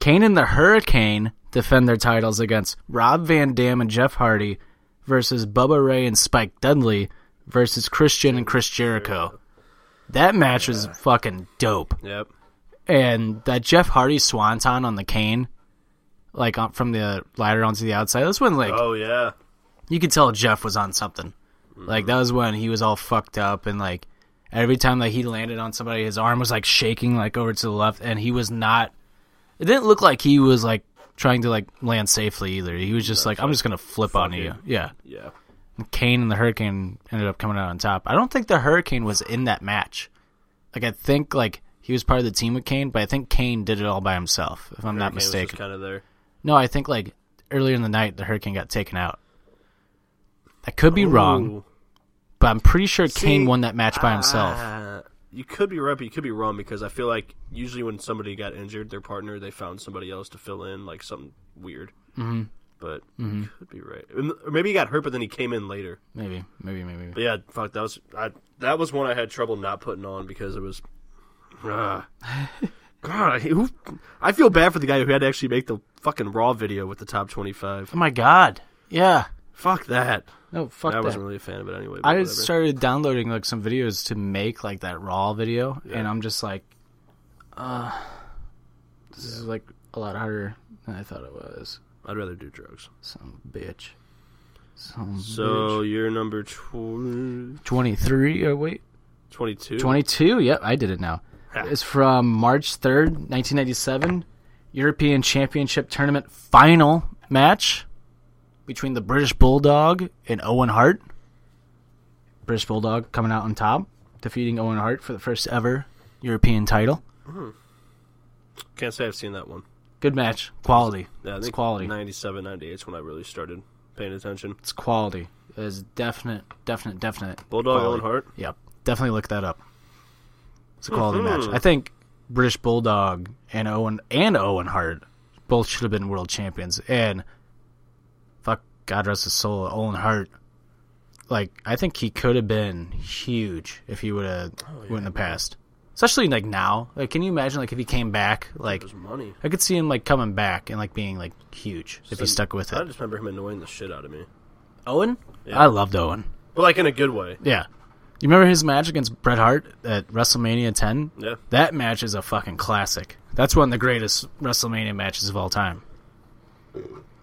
[SPEAKER 1] Kane and the Hurricane defend their titles against Rob Van Dam and Jeff Hardy versus Bubba Ray and Spike Dudley versus Christian and Chris Jericho. That match was fucking dope.
[SPEAKER 2] yep.
[SPEAKER 1] And that Jeff Hardy swanton on the cane, like on- from the ladder onto the outside, this one like
[SPEAKER 2] Oh, yeah.
[SPEAKER 1] you could tell Jeff was on something. Like that was when he was all fucked up and like every time that he landed on somebody his arm was like shaking like over to the left and he was not it didn't look like he was like trying to like land safely either. He was just like I'm just going to flip on you. Yeah.
[SPEAKER 2] Yeah.
[SPEAKER 1] Kane and the Hurricane ended up coming out on top. I don't think the Hurricane was in that match. Like I think like he was part of the team with Kane, but I think Kane did it all by himself if I'm not mistaken.
[SPEAKER 2] kind of there.
[SPEAKER 1] No, I think like earlier in the night the Hurricane got taken out. I could be wrong,
[SPEAKER 2] Ooh.
[SPEAKER 1] but I'm pretty sure Kane
[SPEAKER 2] See,
[SPEAKER 1] won that match by himself.
[SPEAKER 2] Uh, you could be right, but you could be wrong because I feel like usually when somebody got injured, their partner, they found somebody else to fill in, like something weird. Mm-hmm. But
[SPEAKER 1] Mm-hmm.
[SPEAKER 2] you could be right. And- Or maybe he got hurt, but then he came in later.
[SPEAKER 1] maybe, maybe, maybe.
[SPEAKER 2] But yeah, fuck, that was I, that was one I had trouble not putting on because it was. ah. God, I, who, I feel bad for the guy who had to actually make the fucking Raw video with the top twenty-five.
[SPEAKER 1] Oh my god! Yeah.
[SPEAKER 2] Fuck that.
[SPEAKER 1] No, fuck
[SPEAKER 2] I
[SPEAKER 1] that.
[SPEAKER 2] wasn't really a fan of it anyway. but
[SPEAKER 1] I
[SPEAKER 2] whatever.
[SPEAKER 1] just started downloading like some videos to make like that raw video, and I'm just like, uh, this is like a lot harder than I thought it was.
[SPEAKER 2] I'd rather do drugs.
[SPEAKER 1] Some bitch. Some
[SPEAKER 2] So you're number tw-
[SPEAKER 1] twenty three. Oh wait.
[SPEAKER 2] 22.
[SPEAKER 1] 22. Yep, I did it now.
[SPEAKER 2] Yeah.
[SPEAKER 1] It's from March 3rd, 1997, European Championship Tournament final match between the British Bulldog and Owen Hart. British Bulldog coming out on top, defeating Owen Hart for the first ever European title.
[SPEAKER 2] Can't say I've seen that one.
[SPEAKER 1] Good match, quality.
[SPEAKER 2] Yeah, I
[SPEAKER 1] it's
[SPEAKER 2] think
[SPEAKER 1] quality.
[SPEAKER 2] 97, 98 is when I really started paying attention.
[SPEAKER 1] It's quality. It's definite, definite, definite.
[SPEAKER 2] Bulldog
[SPEAKER 1] quality.
[SPEAKER 2] Owen Hart.
[SPEAKER 1] Yep. Definitely look that up. It's a quality match. I think British Bulldog and Owen and Owen Hart both should have been world champions. And fuck God rest his soul, Owen Hart. Like I think he could have been huge if he would have went in the past. Especially like now. Like can you imagine like if he came back like
[SPEAKER 2] There's money.
[SPEAKER 1] I could see him like coming back and like being like huge if he stuck with
[SPEAKER 2] I
[SPEAKER 1] it.
[SPEAKER 2] just remember him annoying the shit out of me.
[SPEAKER 1] Owen? I loved Owen.
[SPEAKER 2] But like in a good way.
[SPEAKER 1] Yeah. You remember his match against Bret Hart at WrestleMania 10?
[SPEAKER 2] Yeah.
[SPEAKER 1] That match is a fucking classic. That's one of the greatest WrestleMania matches of all time.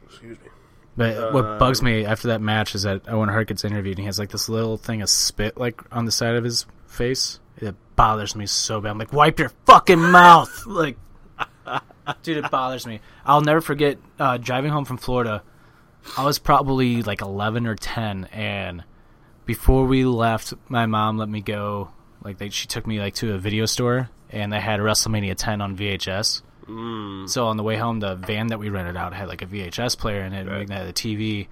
[SPEAKER 2] Excuse me. Uh,
[SPEAKER 1] But what bugs me after that match is that Owen Hart gets interviewed and he has like this little thing of spit like on the side of his face. It bothers me so bad. I'm like, wipe your fucking mouth. Like, dude, it bothers me. I'll never forget uh, driving home from Florida. I was probably like 11 or 10, and before we left, my mom let me go. Like they, she took me like to a video store, and they had WrestleMania 10 on VHS. Mm. So on the way home, the van that we rented out had like a VHS player in it, and we had a TV,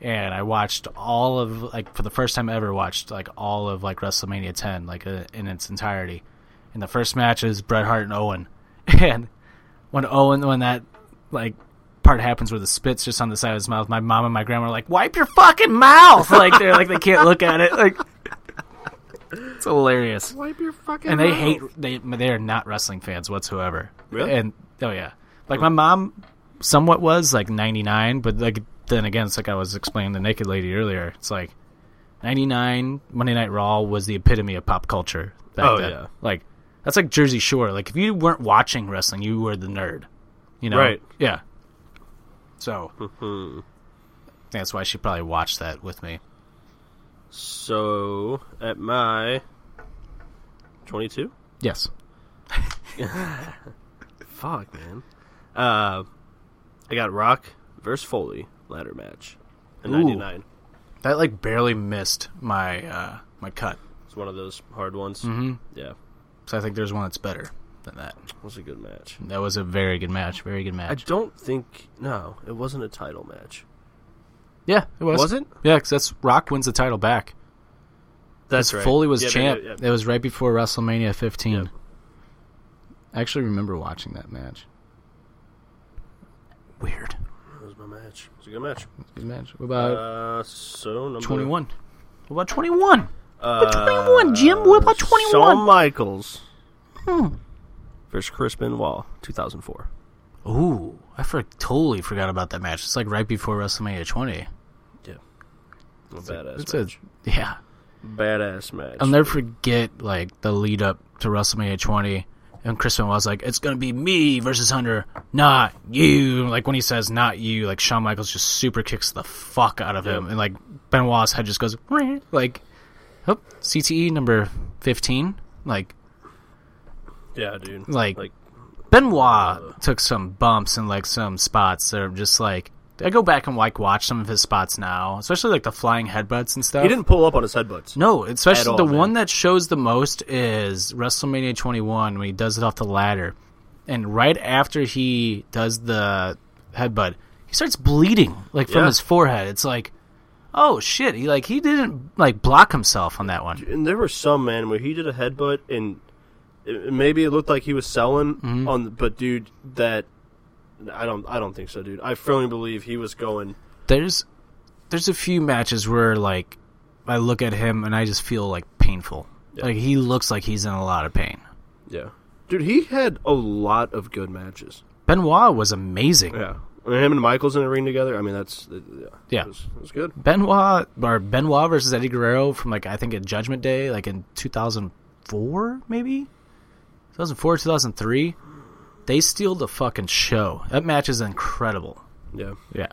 [SPEAKER 1] and I watched all of like for the first time ever watched like all of like WrestleMania 10 like uh, in its entirety. And the first match is Bret Hart and Owen, and when Owen when that like part happens where the spits just on the side of his mouth, my mom and my grandma are like, "Wipe your fucking mouth!" Like they're like they can't look at it. Like it's hilarious. Wipe your fucking. And they hate they they are not wrestling fans whatsoever.
[SPEAKER 2] Really?
[SPEAKER 1] And oh yeah, like my mom somewhat was like ninety nine, but like then again, it's like I was explaining the naked lady earlier. It's like ninety nine Monday Night Raw was the epitome of pop culture. back
[SPEAKER 2] Oh,
[SPEAKER 1] then.
[SPEAKER 2] yeah.
[SPEAKER 1] Like that's like Jersey Shore. Like if you weren't watching wrestling, you were the nerd. You know?
[SPEAKER 2] Right.
[SPEAKER 1] Yeah. So that's why she probably watched that with me.
[SPEAKER 2] So at my twenty-two.
[SPEAKER 1] Yes.
[SPEAKER 2] Fuck, man. Uh, I got Rock versus Foley ladder match in
[SPEAKER 1] Ooh.
[SPEAKER 2] '99.
[SPEAKER 1] That like barely missed my uh my cut.
[SPEAKER 2] It's one of those hard ones.
[SPEAKER 1] Mm.
[SPEAKER 2] Mm-hmm. Yeah,
[SPEAKER 1] So I think there's one that's better than that.
[SPEAKER 2] it was a good match.
[SPEAKER 1] That was a very good match. Very good
[SPEAKER 2] I
[SPEAKER 1] match.
[SPEAKER 2] don't think no, it wasn't a title match.
[SPEAKER 1] yeah, it was.
[SPEAKER 2] Was it?
[SPEAKER 1] Yeah, because that's Rock wins the title back.
[SPEAKER 2] That's
[SPEAKER 1] Foley was
[SPEAKER 2] Yeah,
[SPEAKER 1] champ.
[SPEAKER 2] yeah, yeah.
[SPEAKER 1] It was right before WrestleMania 15. I actually remember watching that match. Weird.
[SPEAKER 2] That was my match. It was a good match.
[SPEAKER 1] Good match. What about
[SPEAKER 2] Uh, so number
[SPEAKER 1] 21? What about 21?
[SPEAKER 2] Uh,
[SPEAKER 1] One, Jim. What about Hmm. 21?
[SPEAKER 2] Shawn Michaels versus Chris Benoit, 2004.
[SPEAKER 1] Ooh, I for- totally forgot about that match. It's like right before WrestleMania 20.
[SPEAKER 2] Yeah, a badass
[SPEAKER 1] It's a
[SPEAKER 2] match.
[SPEAKER 1] yeah.
[SPEAKER 2] badass match.
[SPEAKER 1] I'll never forget like the lead up to WrestleMania 20, and Chris Benoit was like, "It's gonna be me versus Hunter, not you." Like when he says "not you," like Shawn Michaels just super kicks the fuck out of him, and like Benoit's head just goes "Wah," like, oh, CTE number 15, like
[SPEAKER 2] yeah, dude.
[SPEAKER 1] like-
[SPEAKER 2] like uh,
[SPEAKER 1] Benoit took some bumps and like some spots that are just like I go back and like watch some of his spots now, especially like the flying headbutts and stuff.
[SPEAKER 2] he didn't pull up on his headbutts.
[SPEAKER 1] No, especially
[SPEAKER 2] all,
[SPEAKER 1] the
[SPEAKER 2] man.
[SPEAKER 1] one that shows the most is WrestleMania 21 when he does it off the ladder, and right after he does the headbutt, he starts bleeding like from
[SPEAKER 2] Yeah.
[SPEAKER 1] his forehead. It's like, oh shit! He like he didn't like block himself on that one.
[SPEAKER 2] and there were some man where he did a headbutt and it- it- maybe it looked like he was selling
[SPEAKER 1] Mm-hmm.
[SPEAKER 2] on the, but dude that I don't I don't think so dude I firmly believe he was going
[SPEAKER 1] There's there's a few matches where like I look at him and I just feel like painful. Like he looks like he's in a lot of pain.
[SPEAKER 2] yeah dude he had a lot of good matches
[SPEAKER 1] Benoit was amazing.
[SPEAKER 2] yeah I mean, him and Michaels in the ring together I mean that's uh, yeah,
[SPEAKER 1] Yeah.
[SPEAKER 2] It, was, it was good
[SPEAKER 1] Benoit or Benoit versus Eddie Guerrero from like I think at Judgment Day, like in 2004, maybe 2004, 2003. They steal the fucking show. That match is incredible.
[SPEAKER 2] yeah
[SPEAKER 1] Yeah.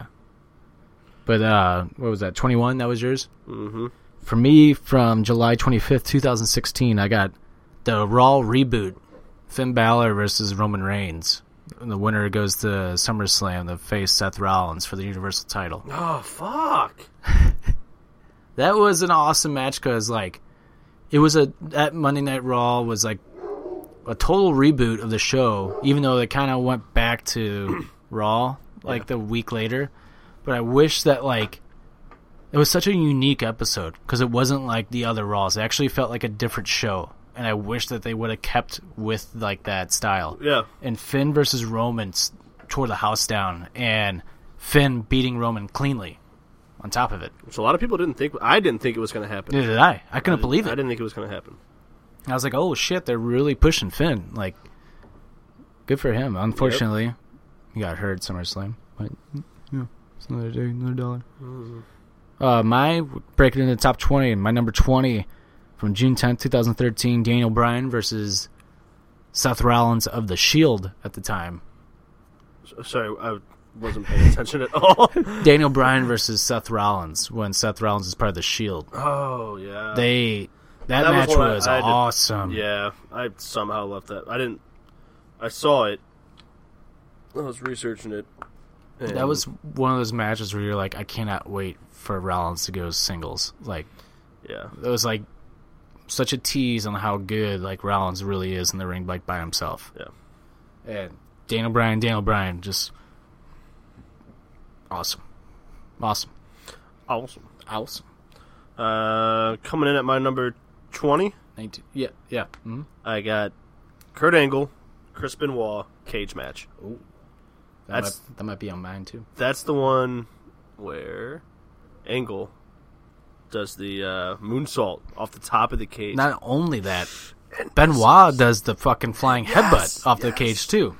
[SPEAKER 1] But uh, what was that? 21. That was yours. Mm-hmm. For me, from July 25th, 2016, I got the Raw reboot: Finn Balor versus Roman Reigns. And the winner goes to SummerSlam to face Seth Rollins for the Universal title.
[SPEAKER 2] oh fuck
[SPEAKER 1] That was an awesome match because like it was a that Monday Night Raw was like a total reboot of the show, even though it kind of went back to Raw like the week later. But I wish that like it was such a unique episode because it wasn't like the other Raws. It actually felt like a different show, and I wish that they would have kept with like that style
[SPEAKER 2] yeah
[SPEAKER 1] and Finn versus Roman s- tore the house down, and Finn beating Roman cleanly on top of it.
[SPEAKER 2] which a lot of people didn't think I didn't think it was gonna happen
[SPEAKER 1] Neither did I. I couldn't believe it.
[SPEAKER 2] I didn't think it was gonna happen
[SPEAKER 1] I was like, oh shit, they're really pushing Finn. Like, good for him. Unfortunately, he got hurt at SummerSlam. But, yeah, it's another day, another dollar. Uh, my breaking into the top 20, my number 20 from June 10th, 2013, Daniel Bryan versus Seth Rollins of The Shield at the time.
[SPEAKER 2] So- sorry I wasn't paying attention at all
[SPEAKER 1] Daniel Bryan versus Seth Rollins when Seth Rollins is part of The Shield.
[SPEAKER 2] oh yeah
[SPEAKER 1] They. That,
[SPEAKER 2] That was
[SPEAKER 1] match was,
[SPEAKER 2] one I- I did-
[SPEAKER 1] awesome.
[SPEAKER 2] Yeah, I somehow left that. I didn't. I saw it, I was researching it.
[SPEAKER 1] That was one of those matches where you're like, I cannot wait for Rollins to go singles. Like
[SPEAKER 2] yeah.
[SPEAKER 1] it was like such a tease on how good like Rollins really is in the ring, like by himself.
[SPEAKER 2] Yeah.
[SPEAKER 1] And Daniel Bryan, Daniel Bryan, just awesome, awesome,
[SPEAKER 2] Awesome.
[SPEAKER 1] awesome.
[SPEAKER 2] Uh, coming in at my number twenty,
[SPEAKER 1] Nineteen, yeah, yeah. Mm-hmm.
[SPEAKER 2] I got Kurt Angle, Chris Benoit cage match.
[SPEAKER 1] That,
[SPEAKER 2] That's-
[SPEAKER 1] might, that might be on mine too.
[SPEAKER 2] That's the one where Angle does the uh, moonsault off the top of the cage.
[SPEAKER 1] Not only that, Benoit does the fucking flying headbutt off the cage too.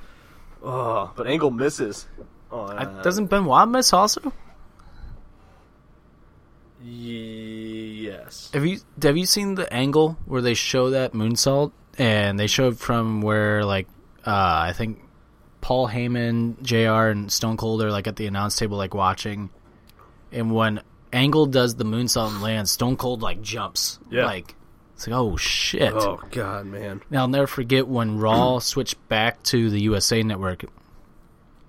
[SPEAKER 2] oh, but Angle misses. on-
[SPEAKER 1] I- Doesn't Benoit miss also?
[SPEAKER 2] yes.
[SPEAKER 1] Have you have you seen the angle where they show that moonsault and they show it from where like uh, I think Paul Heyman, Jr. and Stone Cold are like at the announce table like watching, and when Angle does the moonsault and lands, Stone Cold like jumps
[SPEAKER 2] Yeah.
[SPEAKER 1] like it's like oh shit.
[SPEAKER 2] Oh God, man.
[SPEAKER 1] Now I'll never forget when Raw switched back to the USA Network.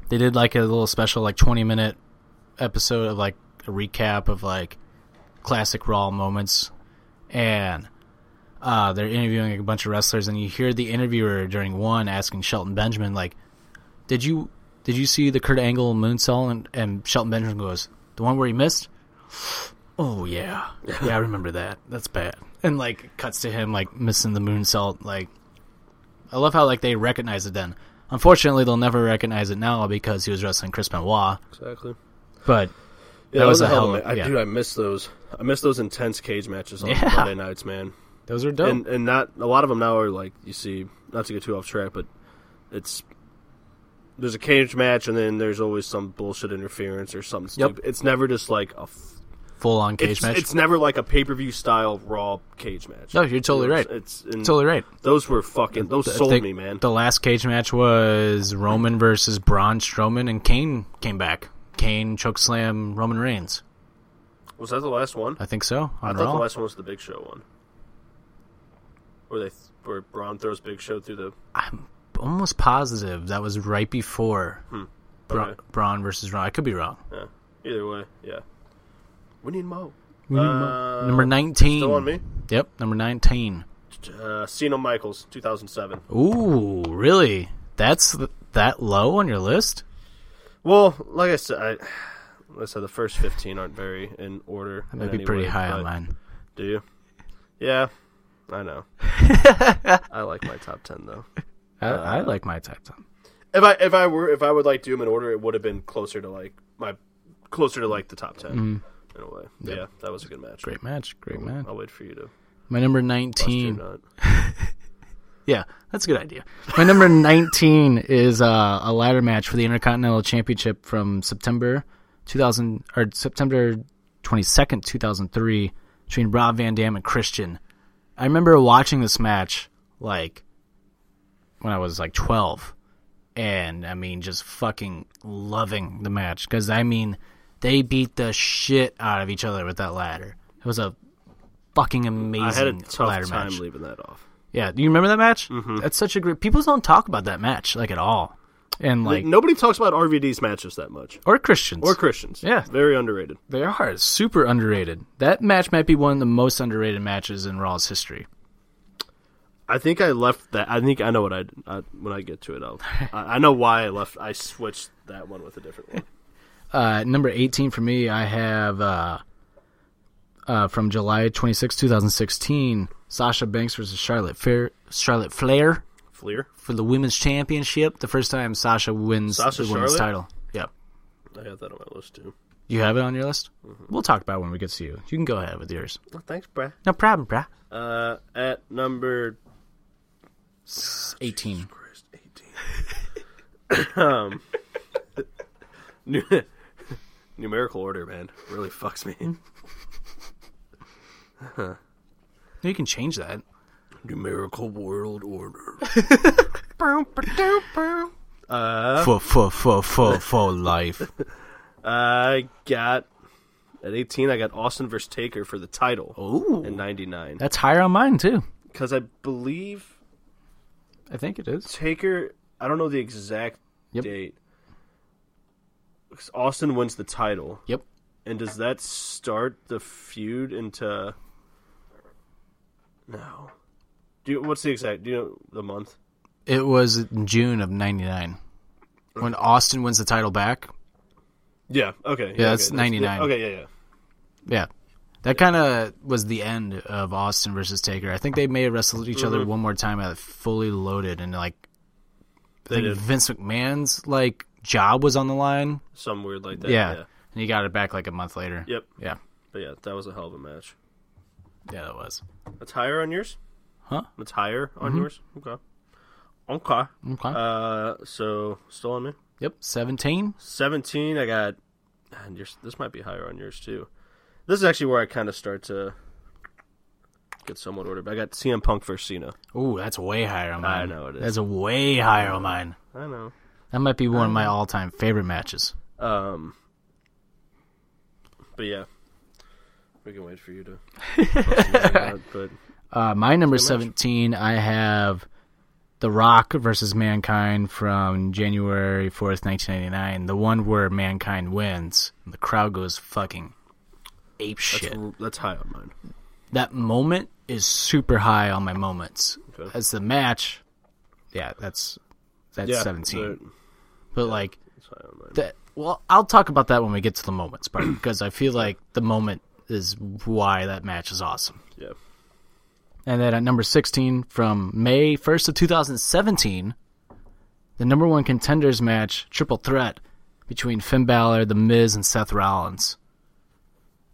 [SPEAKER 1] They did like a little special, like twenty minute episode of like a recap of like classic Raw moments, and uh, they're interviewing a bunch of wrestlers, and you hear the interviewer during one asking Shelton Benjamin, like, "Did you did you see the Kurt Angle moonsault?" And, and Shelton Benjamin goes, "The one where he missed." Oh yeah, yeah, I remember that. That's bad. And like cuts to him like missing the moonsault. Like, I love how like they recognize it then. Unfortunately, they'll never recognize it now because he was wrestling Chris Benoit.
[SPEAKER 2] Exactly.
[SPEAKER 1] But
[SPEAKER 2] Yeah,
[SPEAKER 1] That was a
[SPEAKER 2] hell
[SPEAKER 1] hell
[SPEAKER 2] of
[SPEAKER 1] of a-
[SPEAKER 2] I,
[SPEAKER 1] yeah.
[SPEAKER 2] Dude, I miss those. I miss those intense cage matches on
[SPEAKER 1] Yeah.
[SPEAKER 2] Monday nights, man.
[SPEAKER 1] those are dope.
[SPEAKER 2] And and not a lot of them now are like you see. Not to get too off track, but it's there's a cage match, and then there's always some bullshit interference or something
[SPEAKER 1] Yep.
[SPEAKER 2] stupid. It's never just like a. f-
[SPEAKER 1] Full on cage
[SPEAKER 2] it's,
[SPEAKER 1] match.
[SPEAKER 2] it's never like a pay per view style raw cage match.
[SPEAKER 1] No, you're totally
[SPEAKER 2] You know,
[SPEAKER 1] right.
[SPEAKER 2] It's, it's and
[SPEAKER 1] totally right.
[SPEAKER 2] Those were fucking. Those sold
[SPEAKER 1] the,
[SPEAKER 2] me, man.
[SPEAKER 1] The last cage match was Roman versus Braun Strowman, and Kane came back. Kane chokeslam Roman Reigns.
[SPEAKER 2] was that the last one?
[SPEAKER 1] I think so.
[SPEAKER 2] I
[SPEAKER 1] On
[SPEAKER 2] thought
[SPEAKER 1] Uh, Raw.
[SPEAKER 2] the last one was the Big Show one, where they th- where Braun throws Big Show through the
[SPEAKER 1] I'm almost positive that was right before Bra-
[SPEAKER 2] Hmm. Okay.
[SPEAKER 1] Braun versus Raw. I could be wrong.
[SPEAKER 2] Yeah. Either way, yeah. We need Mo. Uh,
[SPEAKER 1] number nineteen.
[SPEAKER 2] Still on me?
[SPEAKER 1] Yep, number nineteen.
[SPEAKER 2] Uh, Cena Michaels, 2007.
[SPEAKER 1] Ooh, really? That's th- that low on your list?
[SPEAKER 2] Well, like I said, I, like I said the first 15 aren't very in order.
[SPEAKER 1] That might
[SPEAKER 2] in
[SPEAKER 1] be
[SPEAKER 2] any
[SPEAKER 1] pretty
[SPEAKER 2] way,
[SPEAKER 1] high on
[SPEAKER 2] but-
[SPEAKER 1] mine.
[SPEAKER 2] Do you? Yeah, I know. I like my top 10 though.
[SPEAKER 1] I, Uh, I like my type. ten.
[SPEAKER 2] If I if I were if I would like do them in order, it would have been closer to like my closer to like the top 10 in a way. But Yeah, that was a good match.
[SPEAKER 1] Mm-hmm. Great match, great match.
[SPEAKER 2] I'll wait for you to
[SPEAKER 1] My number
[SPEAKER 2] do
[SPEAKER 1] nineteen.
[SPEAKER 2] not.
[SPEAKER 1] Yeah, that's a good idea. My number 19 is uh, a ladder match for the Intercontinental Championship from September 2000 or September 22nd, 2003 between Rob Van Dam and Christian. I remember watching this match like when I was like 12 and I mean just fucking loving the match cuz I mean they beat the shit out of each other with that ladder. It was a fucking amazing
[SPEAKER 2] I had a tough
[SPEAKER 1] ladder
[SPEAKER 2] time
[SPEAKER 1] match.
[SPEAKER 2] leaving that off.
[SPEAKER 1] Yeah, do you remember that match? That's such a great. People don't talk about that match like at all, and like
[SPEAKER 2] Nobody talks about RVD's matches that much.
[SPEAKER 1] or Christians
[SPEAKER 2] Or Christians.
[SPEAKER 1] Yeah.
[SPEAKER 2] Very underrated.
[SPEAKER 1] They are super underrated. That match might be one of the most underrated matches in Raw's history.
[SPEAKER 2] I think I left that. I think I know what I, I when I get to it. I'll, I, I know why I left. I switched that one with a different one.
[SPEAKER 1] Uh, number eighteen for me, I have uh, uh, from July twenty six, two thousand sixteen, Sasha Banks versus Charlotte Fair, Charlotte Flair
[SPEAKER 2] Fleer.
[SPEAKER 1] for the women's championship. The first time Sasha wins
[SPEAKER 2] Sasha
[SPEAKER 1] the women's
[SPEAKER 2] Charlotte?
[SPEAKER 1] title. Yeah,
[SPEAKER 2] I got that on my list too.
[SPEAKER 1] you have it on your list. We'll talk about it when we get to you. You can go ahead with yours.
[SPEAKER 2] Well, thanks, Brad.
[SPEAKER 1] No problem, bruh.
[SPEAKER 2] Uh, at number
[SPEAKER 1] 18.
[SPEAKER 2] Um, nu- numerical order, man, really fucks me.
[SPEAKER 1] You can change that.
[SPEAKER 2] numerical world order.
[SPEAKER 1] for for for for for life.
[SPEAKER 2] I got at eighteen. I got Austin versus Taker for the title in
[SPEAKER 1] Ooh,
[SPEAKER 2] '99
[SPEAKER 1] that's higher on mine too.
[SPEAKER 2] because I believe
[SPEAKER 1] I think it is.
[SPEAKER 2] Taker. I don't know the exact
[SPEAKER 1] Yep.
[SPEAKER 2] date, Austin wins the title,
[SPEAKER 1] Yep.
[SPEAKER 2] and does that start the feud into? No. Do you, what's the exact? Do you know the month?
[SPEAKER 1] It was in June of '99 when Austin wins the title back.
[SPEAKER 2] Yeah. Okay. Yeah,
[SPEAKER 1] that's
[SPEAKER 2] okay,
[SPEAKER 1] 99.
[SPEAKER 2] okay. Yeah. Yeah.
[SPEAKER 1] Yeah. That kind of was the end of Austin versus Taker. I think they may have wrestled each other
[SPEAKER 2] Mm-hmm.
[SPEAKER 1] one more time at fully loaded, and like I
[SPEAKER 2] They
[SPEAKER 1] think
[SPEAKER 2] did
[SPEAKER 1] Vince McMahon's like job was on the line.
[SPEAKER 2] some weird like that.
[SPEAKER 1] yeah.
[SPEAKER 2] yeah.
[SPEAKER 1] and he got it back like a month later.
[SPEAKER 2] Yep.
[SPEAKER 1] Yeah,
[SPEAKER 2] But yeah, that was a hell of a match.
[SPEAKER 1] yeah, that was
[SPEAKER 2] That's higher on yours?
[SPEAKER 1] Huh? Mm-hmm.
[SPEAKER 2] That's higher on yours? Okay. Okay.
[SPEAKER 1] okay.
[SPEAKER 2] Uh, so still on me.
[SPEAKER 1] yep, seventeen.
[SPEAKER 2] Seventeen. I got, and yours. This might be higher on yours too. This is actually where I kind of start to get somewhat ordered. But I got CM Punk versus Cena.
[SPEAKER 1] Ooh, that's way higher on mine.
[SPEAKER 2] I know it is.
[SPEAKER 1] That's a way higher on mine.
[SPEAKER 2] I know.
[SPEAKER 1] That might be one of my all-time favorite matches.
[SPEAKER 2] Um. But yeah, we can wait for you to. but
[SPEAKER 1] Uh, my number 17, I have The Rock versus Mankind from January 4th, 1999. The one where Mankind wins. And the crowd goes fucking ape shit.
[SPEAKER 2] that's high on mine.
[SPEAKER 1] That moment is super high on my moments. As the match, yeah, that's that's 17.
[SPEAKER 2] so
[SPEAKER 1] but like,
[SPEAKER 2] That's high on mine.
[SPEAKER 1] that, well, I'll talk about that when we get to the moments part because I feel like the moment is why that match is awesome.
[SPEAKER 2] Yeah.
[SPEAKER 1] And then at number 16 from May 1st of 2017, the number one contenders match, triple threat between Finn Balor, The Miz, and Seth Rollins.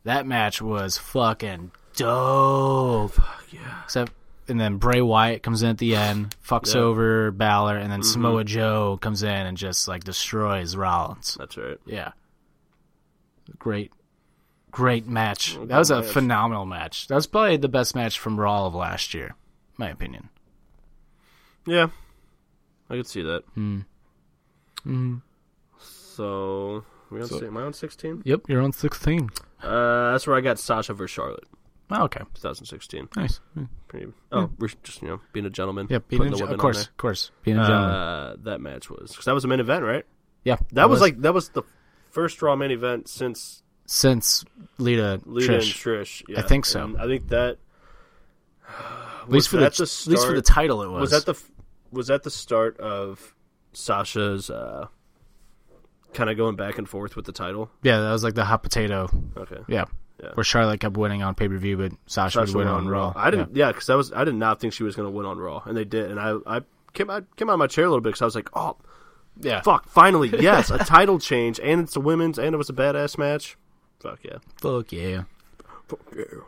[SPEAKER 1] That match was fucking dope. yeah. Except, and then Bray Wyatt comes in at the end, fucks over Balor, and then Samoa Joe comes in and just like destroys Rollins.
[SPEAKER 2] That's right.
[SPEAKER 1] Yeah. Great, great match. That was a
[SPEAKER 2] match.
[SPEAKER 1] phenomenal match. That was probably the best match from Raw of last year, in my opinion.
[SPEAKER 2] Yeah, I could see that. Hmm.
[SPEAKER 1] Mm-hmm.
[SPEAKER 2] So we on, si- am I on sixteen?
[SPEAKER 1] Yep, you're on 16.
[SPEAKER 2] Uh, that's where I got Sasha versus Charlotte,
[SPEAKER 1] Oh, okay.
[SPEAKER 2] 2016.
[SPEAKER 1] Nice.
[SPEAKER 2] Pretty. Oh, we're just you know being a gentleman.
[SPEAKER 1] Yep,
[SPEAKER 2] putting the
[SPEAKER 1] of
[SPEAKER 2] women
[SPEAKER 1] course,
[SPEAKER 2] on
[SPEAKER 1] of course. Being a
[SPEAKER 2] there.
[SPEAKER 1] gentleman.
[SPEAKER 2] Uh, that match was 'cause that was a main event, right?
[SPEAKER 1] yeah.
[SPEAKER 2] That was like that was the first Raw main event since
[SPEAKER 1] since Lita,
[SPEAKER 2] Lita and
[SPEAKER 1] Trish.
[SPEAKER 2] Trish. yeah.
[SPEAKER 1] think so.
[SPEAKER 2] And I think that
[SPEAKER 1] at least for the,
[SPEAKER 2] that
[SPEAKER 1] at
[SPEAKER 2] the
[SPEAKER 1] least for the
[SPEAKER 2] start-
[SPEAKER 1] title it was.
[SPEAKER 2] was that the f- was that the start of Sasha's uh, kind of going back and forth with the title.
[SPEAKER 1] yeah, that was like the hot potato.
[SPEAKER 2] Okay.
[SPEAKER 1] Yeah.
[SPEAKER 2] Yeah.
[SPEAKER 1] Where Charlotte kept winning on pay per view, but Sasha,
[SPEAKER 2] Sasha
[SPEAKER 1] would win
[SPEAKER 2] won
[SPEAKER 1] on Raw.
[SPEAKER 2] I didn't, yeah, because I was I did not think she was going to win on Raw, and they did. And I I came I came out of my chair a little bit because I was like, oh
[SPEAKER 1] Yeah. yeah.
[SPEAKER 2] fuck, finally, yes, a title change, and it's a women's, and it was a badass match. Fuck yeah,
[SPEAKER 1] Fuck yeah.
[SPEAKER 2] fuck yeah.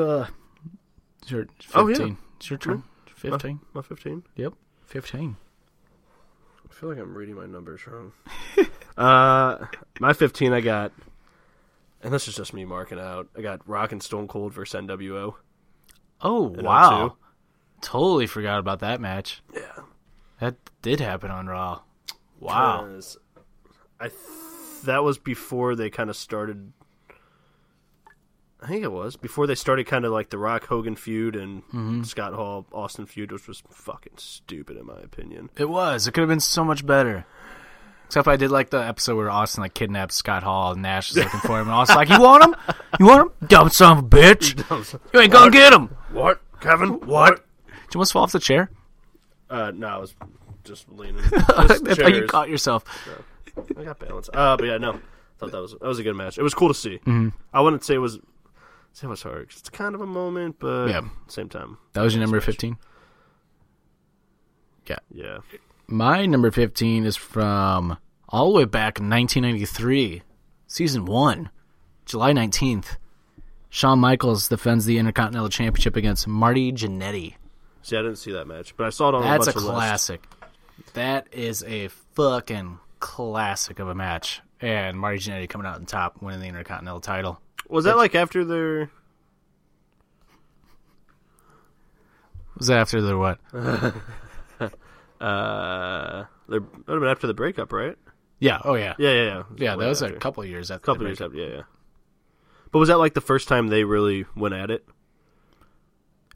[SPEAKER 1] Uh, it's your 15.
[SPEAKER 2] Oh, yeah.
[SPEAKER 1] It's your turn. 15.
[SPEAKER 2] My fifteen.
[SPEAKER 1] Yep. 15.
[SPEAKER 2] I feel like I'm reading my numbers wrong. uh, my fifteen, I got, and this is just me marking out. I got Rock and Stone Cold versus NWO.
[SPEAKER 1] Oh wow! Totally forgot about that match. Yeah, that did happen on Raw. Wow.
[SPEAKER 2] 'Cause I th- that was before they kind of started. I think it was before they started kind of like the Rock Hogan feud and
[SPEAKER 1] Mm-hmm.
[SPEAKER 2] Scott Hall Austin feud, which was fucking stupid in my opinion.
[SPEAKER 1] It was. It could have been so much better. Except I did like the episode where Austin like kidnapped Scott Hall and Nash is looking for him, and Austin's like, "You want him? You want him? Dumb son of a bitch! You ain't gonna get him."
[SPEAKER 2] What, Kevin? What?
[SPEAKER 1] Did you almost fall off the chair?
[SPEAKER 2] Uh, no, I was just leaning. Just
[SPEAKER 1] That's how you
[SPEAKER 2] chairs.
[SPEAKER 1] caught yourself.
[SPEAKER 2] I got balance. Uh, but yeah, no, thought that was that was a good match. It was cool to see.
[SPEAKER 1] Mm-hmm.
[SPEAKER 2] I wouldn't say it was say it was hard. 'cause It's kind of a moment, but
[SPEAKER 1] Yeah.
[SPEAKER 2] same time,
[SPEAKER 1] That was your number fifteen.
[SPEAKER 2] yeah.
[SPEAKER 1] My number fifteen is from all the way back in 1993, season one, July 19th. Shawn Michaels defends the Intercontinental Championship against Marty Jannetty.
[SPEAKER 2] See, I didn't see that match, but I saw it on
[SPEAKER 1] That's
[SPEAKER 2] a,
[SPEAKER 1] a
[SPEAKER 2] bunch of lists.
[SPEAKER 1] classic. That is a fucking classic of a match. And Marty Jannetty coming out on top, winning the Intercontinental title.
[SPEAKER 2] Was that like after their?
[SPEAKER 1] Was that after the what?
[SPEAKER 2] Uh, their, that would have been after the breakup, right?
[SPEAKER 1] Yeah. Oh yeah.
[SPEAKER 2] Yeah, yeah, yeah.
[SPEAKER 1] Yeah,
[SPEAKER 2] Way
[SPEAKER 1] that was a
[SPEAKER 2] after.
[SPEAKER 1] couple years after.
[SPEAKER 2] couple
[SPEAKER 1] the
[SPEAKER 2] years
[SPEAKER 1] breakup.
[SPEAKER 2] after. Yeah, yeah. But was that like the first time they really went at it?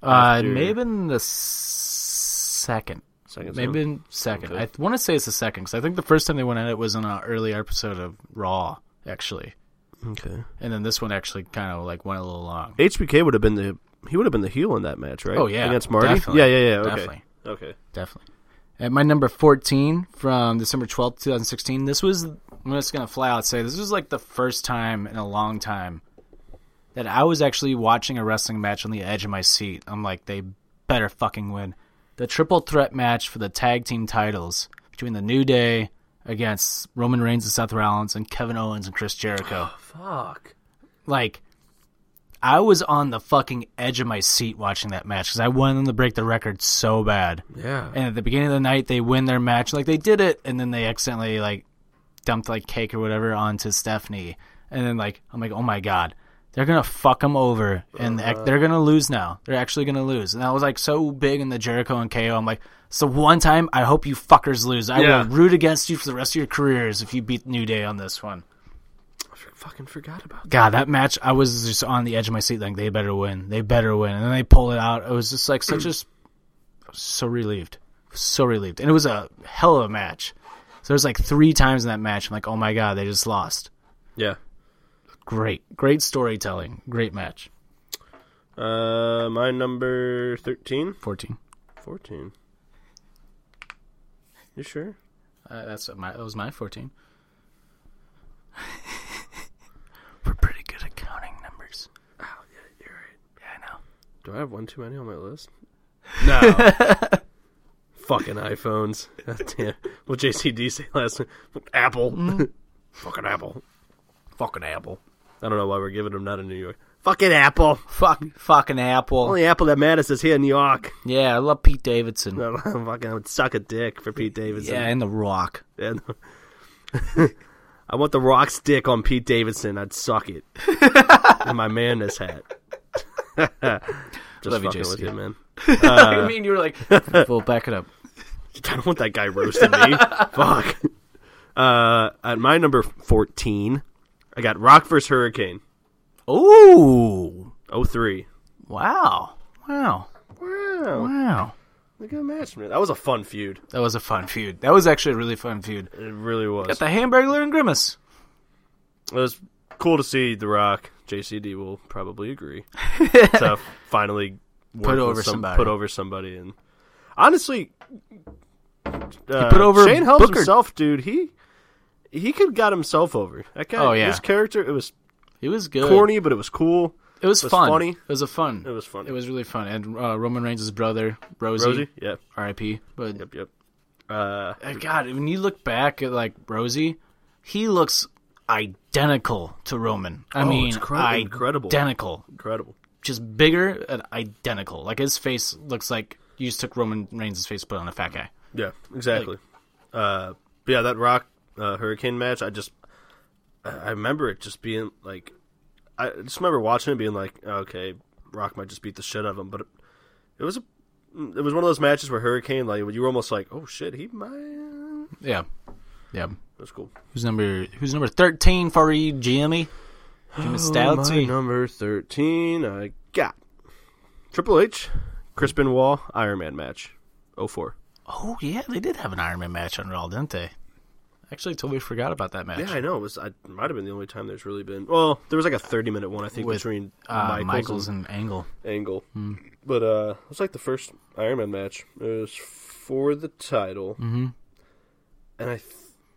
[SPEAKER 1] Uh,
[SPEAKER 2] after-
[SPEAKER 1] it may have been the second.
[SPEAKER 2] Second zone.
[SPEAKER 1] Maybe in second.
[SPEAKER 2] Okay.
[SPEAKER 1] I want to say it's the second because I think the first time they went at it was in an early episode of Raw, actually,
[SPEAKER 2] Okay.
[SPEAKER 1] and then this one actually kind of like went a little long.
[SPEAKER 2] HBK would have been the he would have been the heel in that match, right?
[SPEAKER 1] Oh, yeah.
[SPEAKER 2] against Marty.
[SPEAKER 1] Definitely.
[SPEAKER 2] Yeah, yeah, yeah. Okay.
[SPEAKER 1] Definitely.
[SPEAKER 2] Okay.
[SPEAKER 1] Definitely. At my number 14 from December 12th, 2016, this was, I'm just going to fly out and say, this was like the first time in a long time that I was actually watching a wrestling match on the edge of my seat. I'm like, they better fucking win. The triple threat match for the tag team titles between The New Day against Roman Reigns and Seth Rollins and Kevin Owens and Chris Jericho.
[SPEAKER 2] Fuck.
[SPEAKER 1] like, I was on the fucking edge of my seat watching that match because I wanted them to break the record so bad.
[SPEAKER 2] Yeah.
[SPEAKER 1] And at the beginning of the night, they win their match. Like they did it, and then they accidentally like dumped like cake or whatever onto Stephanie. And then like I'm like, oh my god, they're gonna fuck them over,
[SPEAKER 2] Oh,
[SPEAKER 1] and ac- they're gonna lose now. They're actually gonna lose. And I was like so big in the Jericho and KO. I'm like, so one time, I hope you fuckers lose. I
[SPEAKER 2] Yeah.
[SPEAKER 1] will root against you for the rest of your careers if you beat New Day on this one.
[SPEAKER 2] I f- fucking forgot about
[SPEAKER 1] God, that match, I was just on the edge of my seat. Like they better win. They better win. And then they pull it out. It was just like such a s- so relieved, so relieved. And it was a hell of a match. So there's like three times in that match. I'm like, oh my god, they just lost.
[SPEAKER 2] Yeah.
[SPEAKER 1] Great, great storytelling. Great match.
[SPEAKER 2] Uh, my number 13?
[SPEAKER 1] Fourteen.
[SPEAKER 2] 14. You sure?
[SPEAKER 1] Uh, that's my. That was my fourteen. We're pretty good at counting numbers.
[SPEAKER 2] You're right.
[SPEAKER 1] Yeah, I know.
[SPEAKER 2] Do I have one too many on my list? No. fucking iPhones. God damn. What JCD say last time? Apple. fucking Apple. Fucking Apple. I don't know why we're giving them not in New York. Fucking Apple.
[SPEAKER 1] Fuck, fucking Apple.
[SPEAKER 2] Only Apple that matters is here in New York.
[SPEAKER 1] yeah, I love Pete Davidson.
[SPEAKER 2] fucking I would suck a dick for Pete Davidson.
[SPEAKER 1] yeah, and The Rock.
[SPEAKER 2] And- I want the Rock's dick on Pete Davidson. I'd suck it. and my madness hat. Just
[SPEAKER 1] Love you,
[SPEAKER 2] fucking
[SPEAKER 1] JC.
[SPEAKER 2] with you, man.
[SPEAKER 1] I mean, you were like, well, back it up.
[SPEAKER 2] I don't want that guy roasting me. Fuck. Uh, at my number fourteen, I got Rock vs Hurricane
[SPEAKER 1] Ooh.
[SPEAKER 2] 03.
[SPEAKER 1] Wow. Wow.
[SPEAKER 2] Wow,
[SPEAKER 1] Wow.
[SPEAKER 2] a good match, man. That was a fun feud.
[SPEAKER 1] That was a fun feud. That was actually a really fun feud.
[SPEAKER 2] It really was.
[SPEAKER 1] Got the Hamburglar and Grimace.
[SPEAKER 2] It was cool to see The Rock. JCD will probably agree to finally work with
[SPEAKER 1] over
[SPEAKER 2] some-
[SPEAKER 1] somebody.
[SPEAKER 2] Put over somebody, and honestly, uh,
[SPEAKER 1] put over
[SPEAKER 2] Shane Helms
[SPEAKER 1] Booker.
[SPEAKER 2] himself, dude. He he could got himself over. That guy,
[SPEAKER 1] Oh, yeah.
[SPEAKER 2] his character. It was
[SPEAKER 1] It was good.
[SPEAKER 2] corny, but it was cool.
[SPEAKER 1] It was,
[SPEAKER 2] was
[SPEAKER 1] fun.
[SPEAKER 2] funny.
[SPEAKER 1] It was a fun.
[SPEAKER 2] It was funny.
[SPEAKER 1] It was really fun. And uh, Roman Reigns' brother, Rosie,
[SPEAKER 2] Rosie, yeah,
[SPEAKER 1] R.I.P. But
[SPEAKER 2] yep, yep. Uh,
[SPEAKER 1] uh, God, when you look back at like Rosie, he looks identical to Roman. I
[SPEAKER 2] Oh,
[SPEAKER 1] mean,
[SPEAKER 2] it's cra- incredible.
[SPEAKER 1] Identical.
[SPEAKER 2] incredible.
[SPEAKER 1] Just bigger and identical. Like his face looks like you just took Roman Reigns' face, put on a fat guy.
[SPEAKER 2] Yeah, exactly. uh, but yeah, that Rock uh, Hurricane match, I just I I remember it just being like, I just remember watching it being like, okay, Rock might just beat the shit out of him, but it, it was a it was one of those matches where Hurricane like you were almost like, oh shit, he might.
[SPEAKER 1] Yeah. Yeah.
[SPEAKER 2] That's cool.
[SPEAKER 1] Who's number Who's number thirteen for you, Jimmy? Jimmy
[SPEAKER 2] Oh, My
[SPEAKER 1] Stoutsy.
[SPEAKER 2] number thirteen, I got Triple H, Chris Benoit, Iron Man match, 04.
[SPEAKER 1] Oh yeah, they did have an Iron Man match on Raw, didn't they? Actually, totally forgot about that match.
[SPEAKER 2] Yeah, I know. It was I it might have been the only time there's really been. Well, there was like a 30 minute one I think
[SPEAKER 1] With,
[SPEAKER 2] between
[SPEAKER 1] uh,
[SPEAKER 2] Michaels,
[SPEAKER 1] Michaels
[SPEAKER 2] and
[SPEAKER 1] and Angle.
[SPEAKER 2] Angle.
[SPEAKER 1] Hmm.
[SPEAKER 2] But uh, it was like the first Iron Man match. It was for the title, mm-hmm. and I th-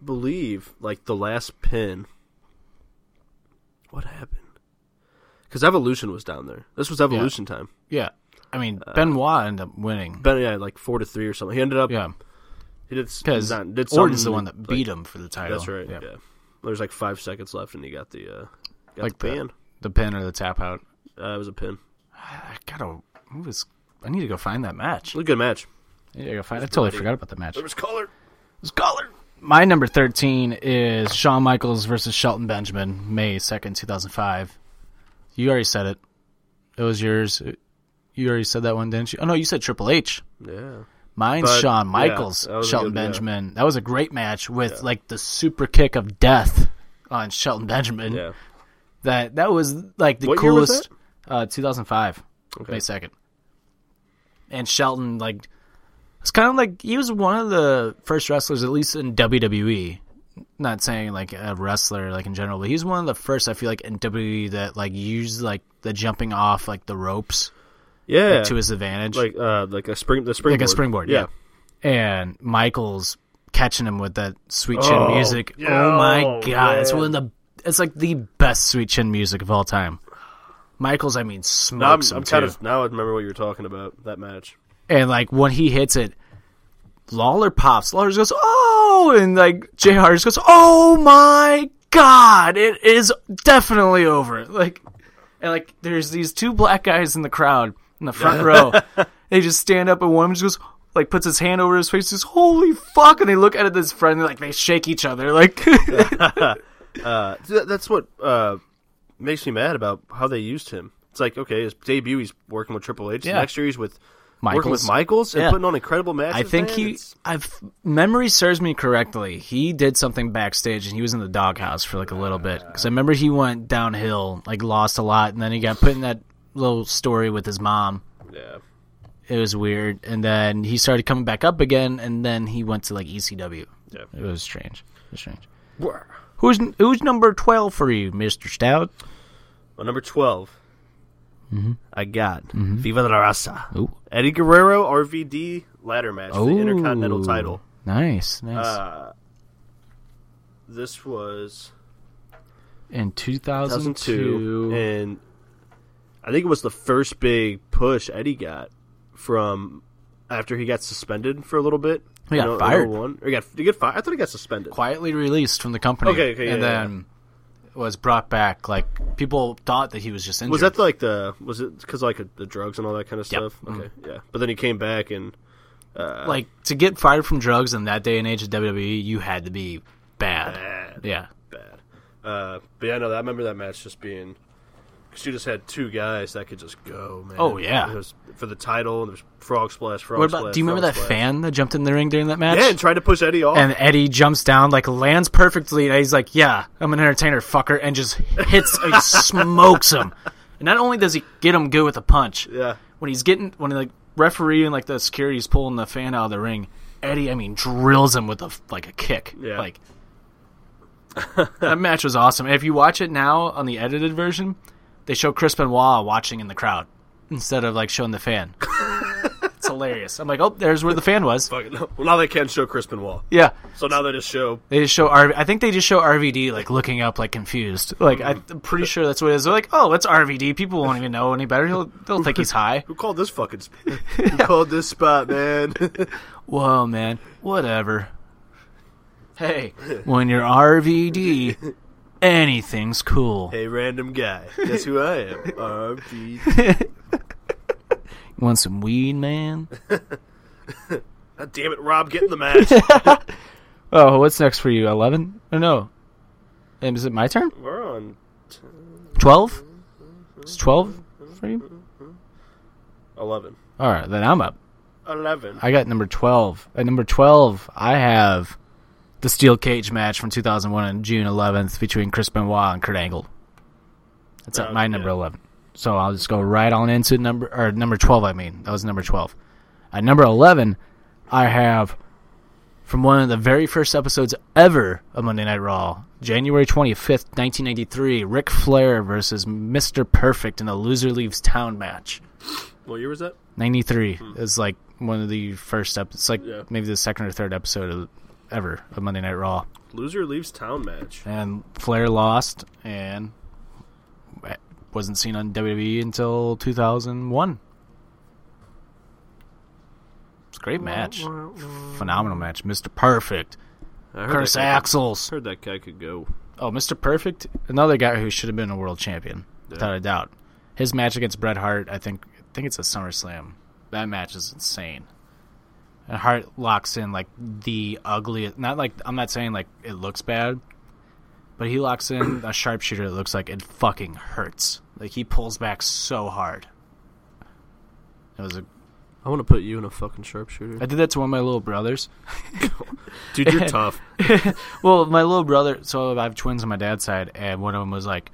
[SPEAKER 2] believe like the last pin. What happened? Because Evolution was down there. This was Evolution time.
[SPEAKER 1] Yeah, I mean
[SPEAKER 2] Uh,
[SPEAKER 1] Benoit ended up winning.
[SPEAKER 2] But yeah, like four to three or something. He ended up.
[SPEAKER 1] Yeah,
[SPEAKER 2] he did s-
[SPEAKER 1] because
[SPEAKER 2] not- did
[SPEAKER 1] Orton's the
[SPEAKER 2] something,
[SPEAKER 1] one that
[SPEAKER 2] like-
[SPEAKER 1] beat him for the title.
[SPEAKER 2] That's right. Yeah. There's like five seconds left, and he got the uh, got
[SPEAKER 1] like
[SPEAKER 2] the
[SPEAKER 1] the,
[SPEAKER 2] pin.
[SPEAKER 1] the pin or the tap out.
[SPEAKER 2] Uh, it was a pin.
[SPEAKER 1] I gotta. It was. I need to go find that match.
[SPEAKER 2] It was a good match.
[SPEAKER 1] I, need to go find, I totally forgot about that match.
[SPEAKER 2] There was color.
[SPEAKER 1] Scholar. My number 13 is Shawn Michaels versus Shelton Benjamin, May 2nd, 2005. You already said it. It was yours. You already said that one, didn't you? Oh, no, you said Triple H.
[SPEAKER 2] Yeah.
[SPEAKER 1] Mine's
[SPEAKER 2] But,
[SPEAKER 1] Shawn
[SPEAKER 2] yeah,
[SPEAKER 1] Michaels,
[SPEAKER 2] that was a
[SPEAKER 1] Shelton
[SPEAKER 2] good- yeah.
[SPEAKER 1] Benjamin. That was a great match with, like, the super kick of death on Shelton Benjamin.
[SPEAKER 2] Yeah.
[SPEAKER 1] That that was, like, the
[SPEAKER 2] What year was
[SPEAKER 1] coolest. Uh, 2005, May 2nd. And Shelton, like, It's kind of like he was one of the first wrestlers, at least in WWE. Not saying like a wrestler, like in general, but he's one of the first I feel like in WWE that like used like the jumping off like the ropes
[SPEAKER 2] Yeah,
[SPEAKER 1] to his advantage,
[SPEAKER 2] like uh, like a spring, the springboard,
[SPEAKER 1] Like a springboard. Yeah. and Michael's catching him with that sweet chin
[SPEAKER 2] Oh,
[SPEAKER 1] music. oh
[SPEAKER 2] yeah,
[SPEAKER 1] my god, it's
[SPEAKER 2] man.
[SPEAKER 1] one of the it's like the best sweet chin music of all time. Michael's, I mean,
[SPEAKER 2] Now I'm,
[SPEAKER 1] smokes him
[SPEAKER 2] I'm
[SPEAKER 1] too.
[SPEAKER 2] kind of now I remember what you were talking about that match.
[SPEAKER 1] And like when he hits it, Lawler pops. Lawler just goes, oh, and like JR just goes, oh my god, it is definitely over. Like, and like there's these two black guys in the crowd in the front row. They just stand up and one of them just goes, like puts his hand over his face, just holy fuck, and they look at it this friend, and like they shake each other, like
[SPEAKER 2] Th- That's what uh, makes me mad about how they used him. It's like okay, his debut he's working with Triple H. The
[SPEAKER 1] Yeah.
[SPEAKER 2] next year he's with working
[SPEAKER 1] Michaels.
[SPEAKER 2] with Michaels and
[SPEAKER 1] Yeah.
[SPEAKER 2] putting on incredible matches.
[SPEAKER 1] I think
[SPEAKER 2] man.
[SPEAKER 1] he.
[SPEAKER 2] It's-
[SPEAKER 1] I've memory serves me correctly. He did something backstage, and he was in the doghouse for like a little bit because I remember he went downhill, like lost a lot, and then he got put in that little story with his mom.
[SPEAKER 2] yeah.
[SPEAKER 1] It was weird, and then he started coming back up again, and then he went to like ECW.
[SPEAKER 2] Yeah.
[SPEAKER 1] It was strange. It was strange. Who's who's number twelve for you, Mister Stout?
[SPEAKER 2] Well, number 12
[SPEAKER 1] Mm-hmm.
[SPEAKER 2] I got Viva la Raza.
[SPEAKER 1] Ooh.
[SPEAKER 2] Eddie Guerrero RVD ladder match, for the Intercontinental
[SPEAKER 1] Ooh.
[SPEAKER 2] title. Uh,
[SPEAKER 1] Nice, nice.
[SPEAKER 2] This was
[SPEAKER 1] in two thousand
[SPEAKER 2] 2002,
[SPEAKER 1] two,
[SPEAKER 2] and I think it was the first big push Eddie got from after he got suspended for a little bit.
[SPEAKER 1] He got
[SPEAKER 2] You know, in
[SPEAKER 1] fired.
[SPEAKER 2] 01. Or he got he got fired. I thought he got suspended.
[SPEAKER 1] quietly released from the company.
[SPEAKER 2] Okay, okay, yeah,
[SPEAKER 1] and
[SPEAKER 2] yeah,
[SPEAKER 1] then was brought back. Like people thought that he was just injured.
[SPEAKER 2] Was that like the was it because like the drugs and all that kind of
[SPEAKER 1] Yep. Mm-hmm.
[SPEAKER 2] stuff? Okay, yeah. But then he came back and
[SPEAKER 1] like to get fired from drugs in that day and age of WWE? You had to be bad. Yeah,
[SPEAKER 2] bad. Uh, but yeah, no, I remember that match just being because you just had two guys that could just go, man.
[SPEAKER 1] Oh, yeah.
[SPEAKER 2] It was for the title. And there's frog splash, frog
[SPEAKER 1] what about?
[SPEAKER 2] splash.
[SPEAKER 1] Do you remember
[SPEAKER 2] frog
[SPEAKER 1] that
[SPEAKER 2] splash.
[SPEAKER 1] fan that jumped in the ring during that match?
[SPEAKER 2] Yeah, and tried to push Eddie off.
[SPEAKER 1] and Eddie jumps down, like lands perfectly, and he's like, "Yeah, I'm an entertainer, fucker," and just hits, he smokes him. And not only does he get him good with a punch,
[SPEAKER 2] yeah,
[SPEAKER 1] when he's getting when like referee and like the security's pulling the fan out of the ring, Eddie, I mean, drills him with a f- like a kick.
[SPEAKER 2] Yeah.
[SPEAKER 1] Like that match was awesome. And if you watch it now on the edited version, they show Chris Benoit watching in the crowd instead of like showing the fan. it's hilarious. I'm like, oh, there's where the fan was.
[SPEAKER 2] fuck it. Well, now they can't show Crispin Wall,
[SPEAKER 1] Yeah.
[SPEAKER 2] so now they just show.
[SPEAKER 1] They just show RV. I think they just show RVD like looking up, like confused. Like I'm pretty sure that's what it is. They're like, oh, it's RVD. People won't even know any better. He'll, they'll think he's high.
[SPEAKER 2] Who called this fucking? Sp- who called this spot, man?
[SPEAKER 1] Whoa, man. Whatever. Hey, when you're RVD, anything's cool.
[SPEAKER 2] hey, random guy. Guess who I am? RG.
[SPEAKER 1] Want some weed, man?
[SPEAKER 2] God damn it, Rob, get in the match.
[SPEAKER 1] Oh, what's next for you? 11? Oh, no. Um, Is it my turn?
[SPEAKER 2] We're on.
[SPEAKER 1] 12? Is 12 for you?
[SPEAKER 2] 11.
[SPEAKER 1] All right, then I'm up.
[SPEAKER 2] 11.
[SPEAKER 1] I got number 12. At number 12, I have the Steel Cage match from 2001 on June 11th between Chris Benoit and Kurt Angle. That's at
[SPEAKER 2] Oh,
[SPEAKER 1] my
[SPEAKER 2] yeah.
[SPEAKER 1] number 11. So I'll just go right on into number or number 12 I mean. That was number 12. At number 11, I have from one of the very first episodes ever of Monday Night Raw, January 25th, 1993, Ric Flair versus Mr. Perfect in a loser leaves town match.
[SPEAKER 2] what year was that?
[SPEAKER 1] 93 is like one of the first episodes. It's like
[SPEAKER 2] Mm-hmm. Yeah.
[SPEAKER 1] maybe the second or third episode of, ever of Monday Night Raw.
[SPEAKER 2] Loser leaves town match.
[SPEAKER 1] And Flair lost and wasn't seen on WWE until 2001. It's a great match. Phenomenal match. Mr. Perfect.
[SPEAKER 2] I heard
[SPEAKER 1] Curse
[SPEAKER 2] that guy could-
[SPEAKER 1] Axels.
[SPEAKER 2] Heard that guy could go.
[SPEAKER 1] Oh, Mr. Perfect, another guy who should have been a world champion, without a doubt. His match against Bret Hart, I think, I think it's a SummerSlam. That match is insane. And Hart locks in like the ugliest. Not like I'm not saying like it looks bad, but he locks in a sharpshooter that looks like it fucking hurts. Like he pulls back so hard. It was a.
[SPEAKER 2] I want to put you in a fucking sharpshooter.
[SPEAKER 1] I did that to one of my little brothers.
[SPEAKER 2] Dude, you're tough.
[SPEAKER 1] Well, my little brother. So I have twins on my dad's side, and one of them was like,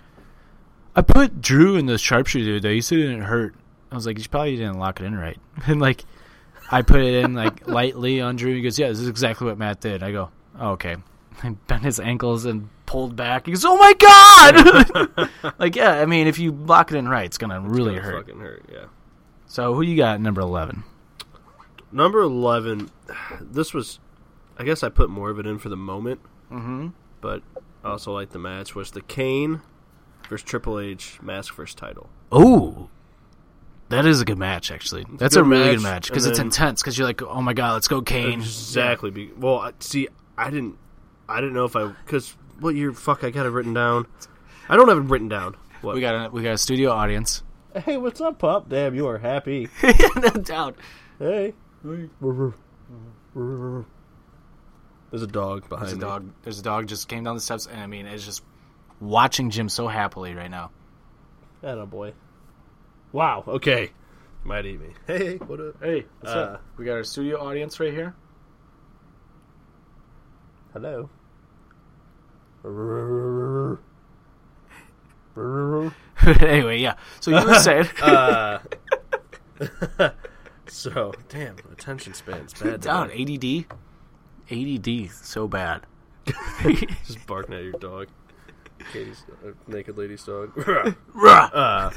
[SPEAKER 1] "I put Drew in the sharpshooter today. He said it didn't hurt." I was like, "You probably didn't lock it in right." And like, I put it in like lightly on Drew. He goes, "Yeah, this is exactly what Matt did." I go, oh, "Okay." I bent his ankles and pulled back. He goes, "Oh my god!" like, yeah, I mean, if you block it in right, it's gonna really
[SPEAKER 2] Gonna
[SPEAKER 1] hurt.
[SPEAKER 2] Fucking hurt. Yeah.
[SPEAKER 1] So, who you got at number eleven?
[SPEAKER 2] Number eleven. This was, I guess, I put more of it in for the moment, mm-hmm. but I also like the match was the Kane versus Triple H mask versus title.
[SPEAKER 1] Oh, that is a good match. Actually, that's a,
[SPEAKER 2] good
[SPEAKER 1] really
[SPEAKER 2] match,
[SPEAKER 1] good match because
[SPEAKER 2] and
[SPEAKER 1] it's
[SPEAKER 2] then-
[SPEAKER 1] intense. Because you're like, "Oh my god, let's go, Kane!"
[SPEAKER 2] Exactly. Be- well, I- see, I didn't, I didn't know if I because what year? Fuck, I got it written down. I don't have it written down. What?
[SPEAKER 1] We got a we got a studio audience.
[SPEAKER 2] hey, what's up, pup? Damn, you are happy.
[SPEAKER 1] no doubt.
[SPEAKER 2] hey. There's a dog behind
[SPEAKER 1] There's a
[SPEAKER 2] me.
[SPEAKER 1] dog. There's a dog just came down the steps, and I mean, it's just watching Jim so happily right now.
[SPEAKER 2] Atta boy. Wow. Okay. Might eat me. Hey. What up?
[SPEAKER 1] Hey,
[SPEAKER 2] what's up?
[SPEAKER 1] We got our studio audience right here.
[SPEAKER 2] Hello.
[SPEAKER 1] anyway, yeah. So you were saying,
[SPEAKER 2] So damn attention span's bad.
[SPEAKER 1] down
[SPEAKER 2] today.
[SPEAKER 1] ADD, ADD, so bad.
[SPEAKER 2] Just barking at your dog. Katie's uh, naked lady's dog.
[SPEAKER 1] Ruh.
[SPEAKER 2] Uh,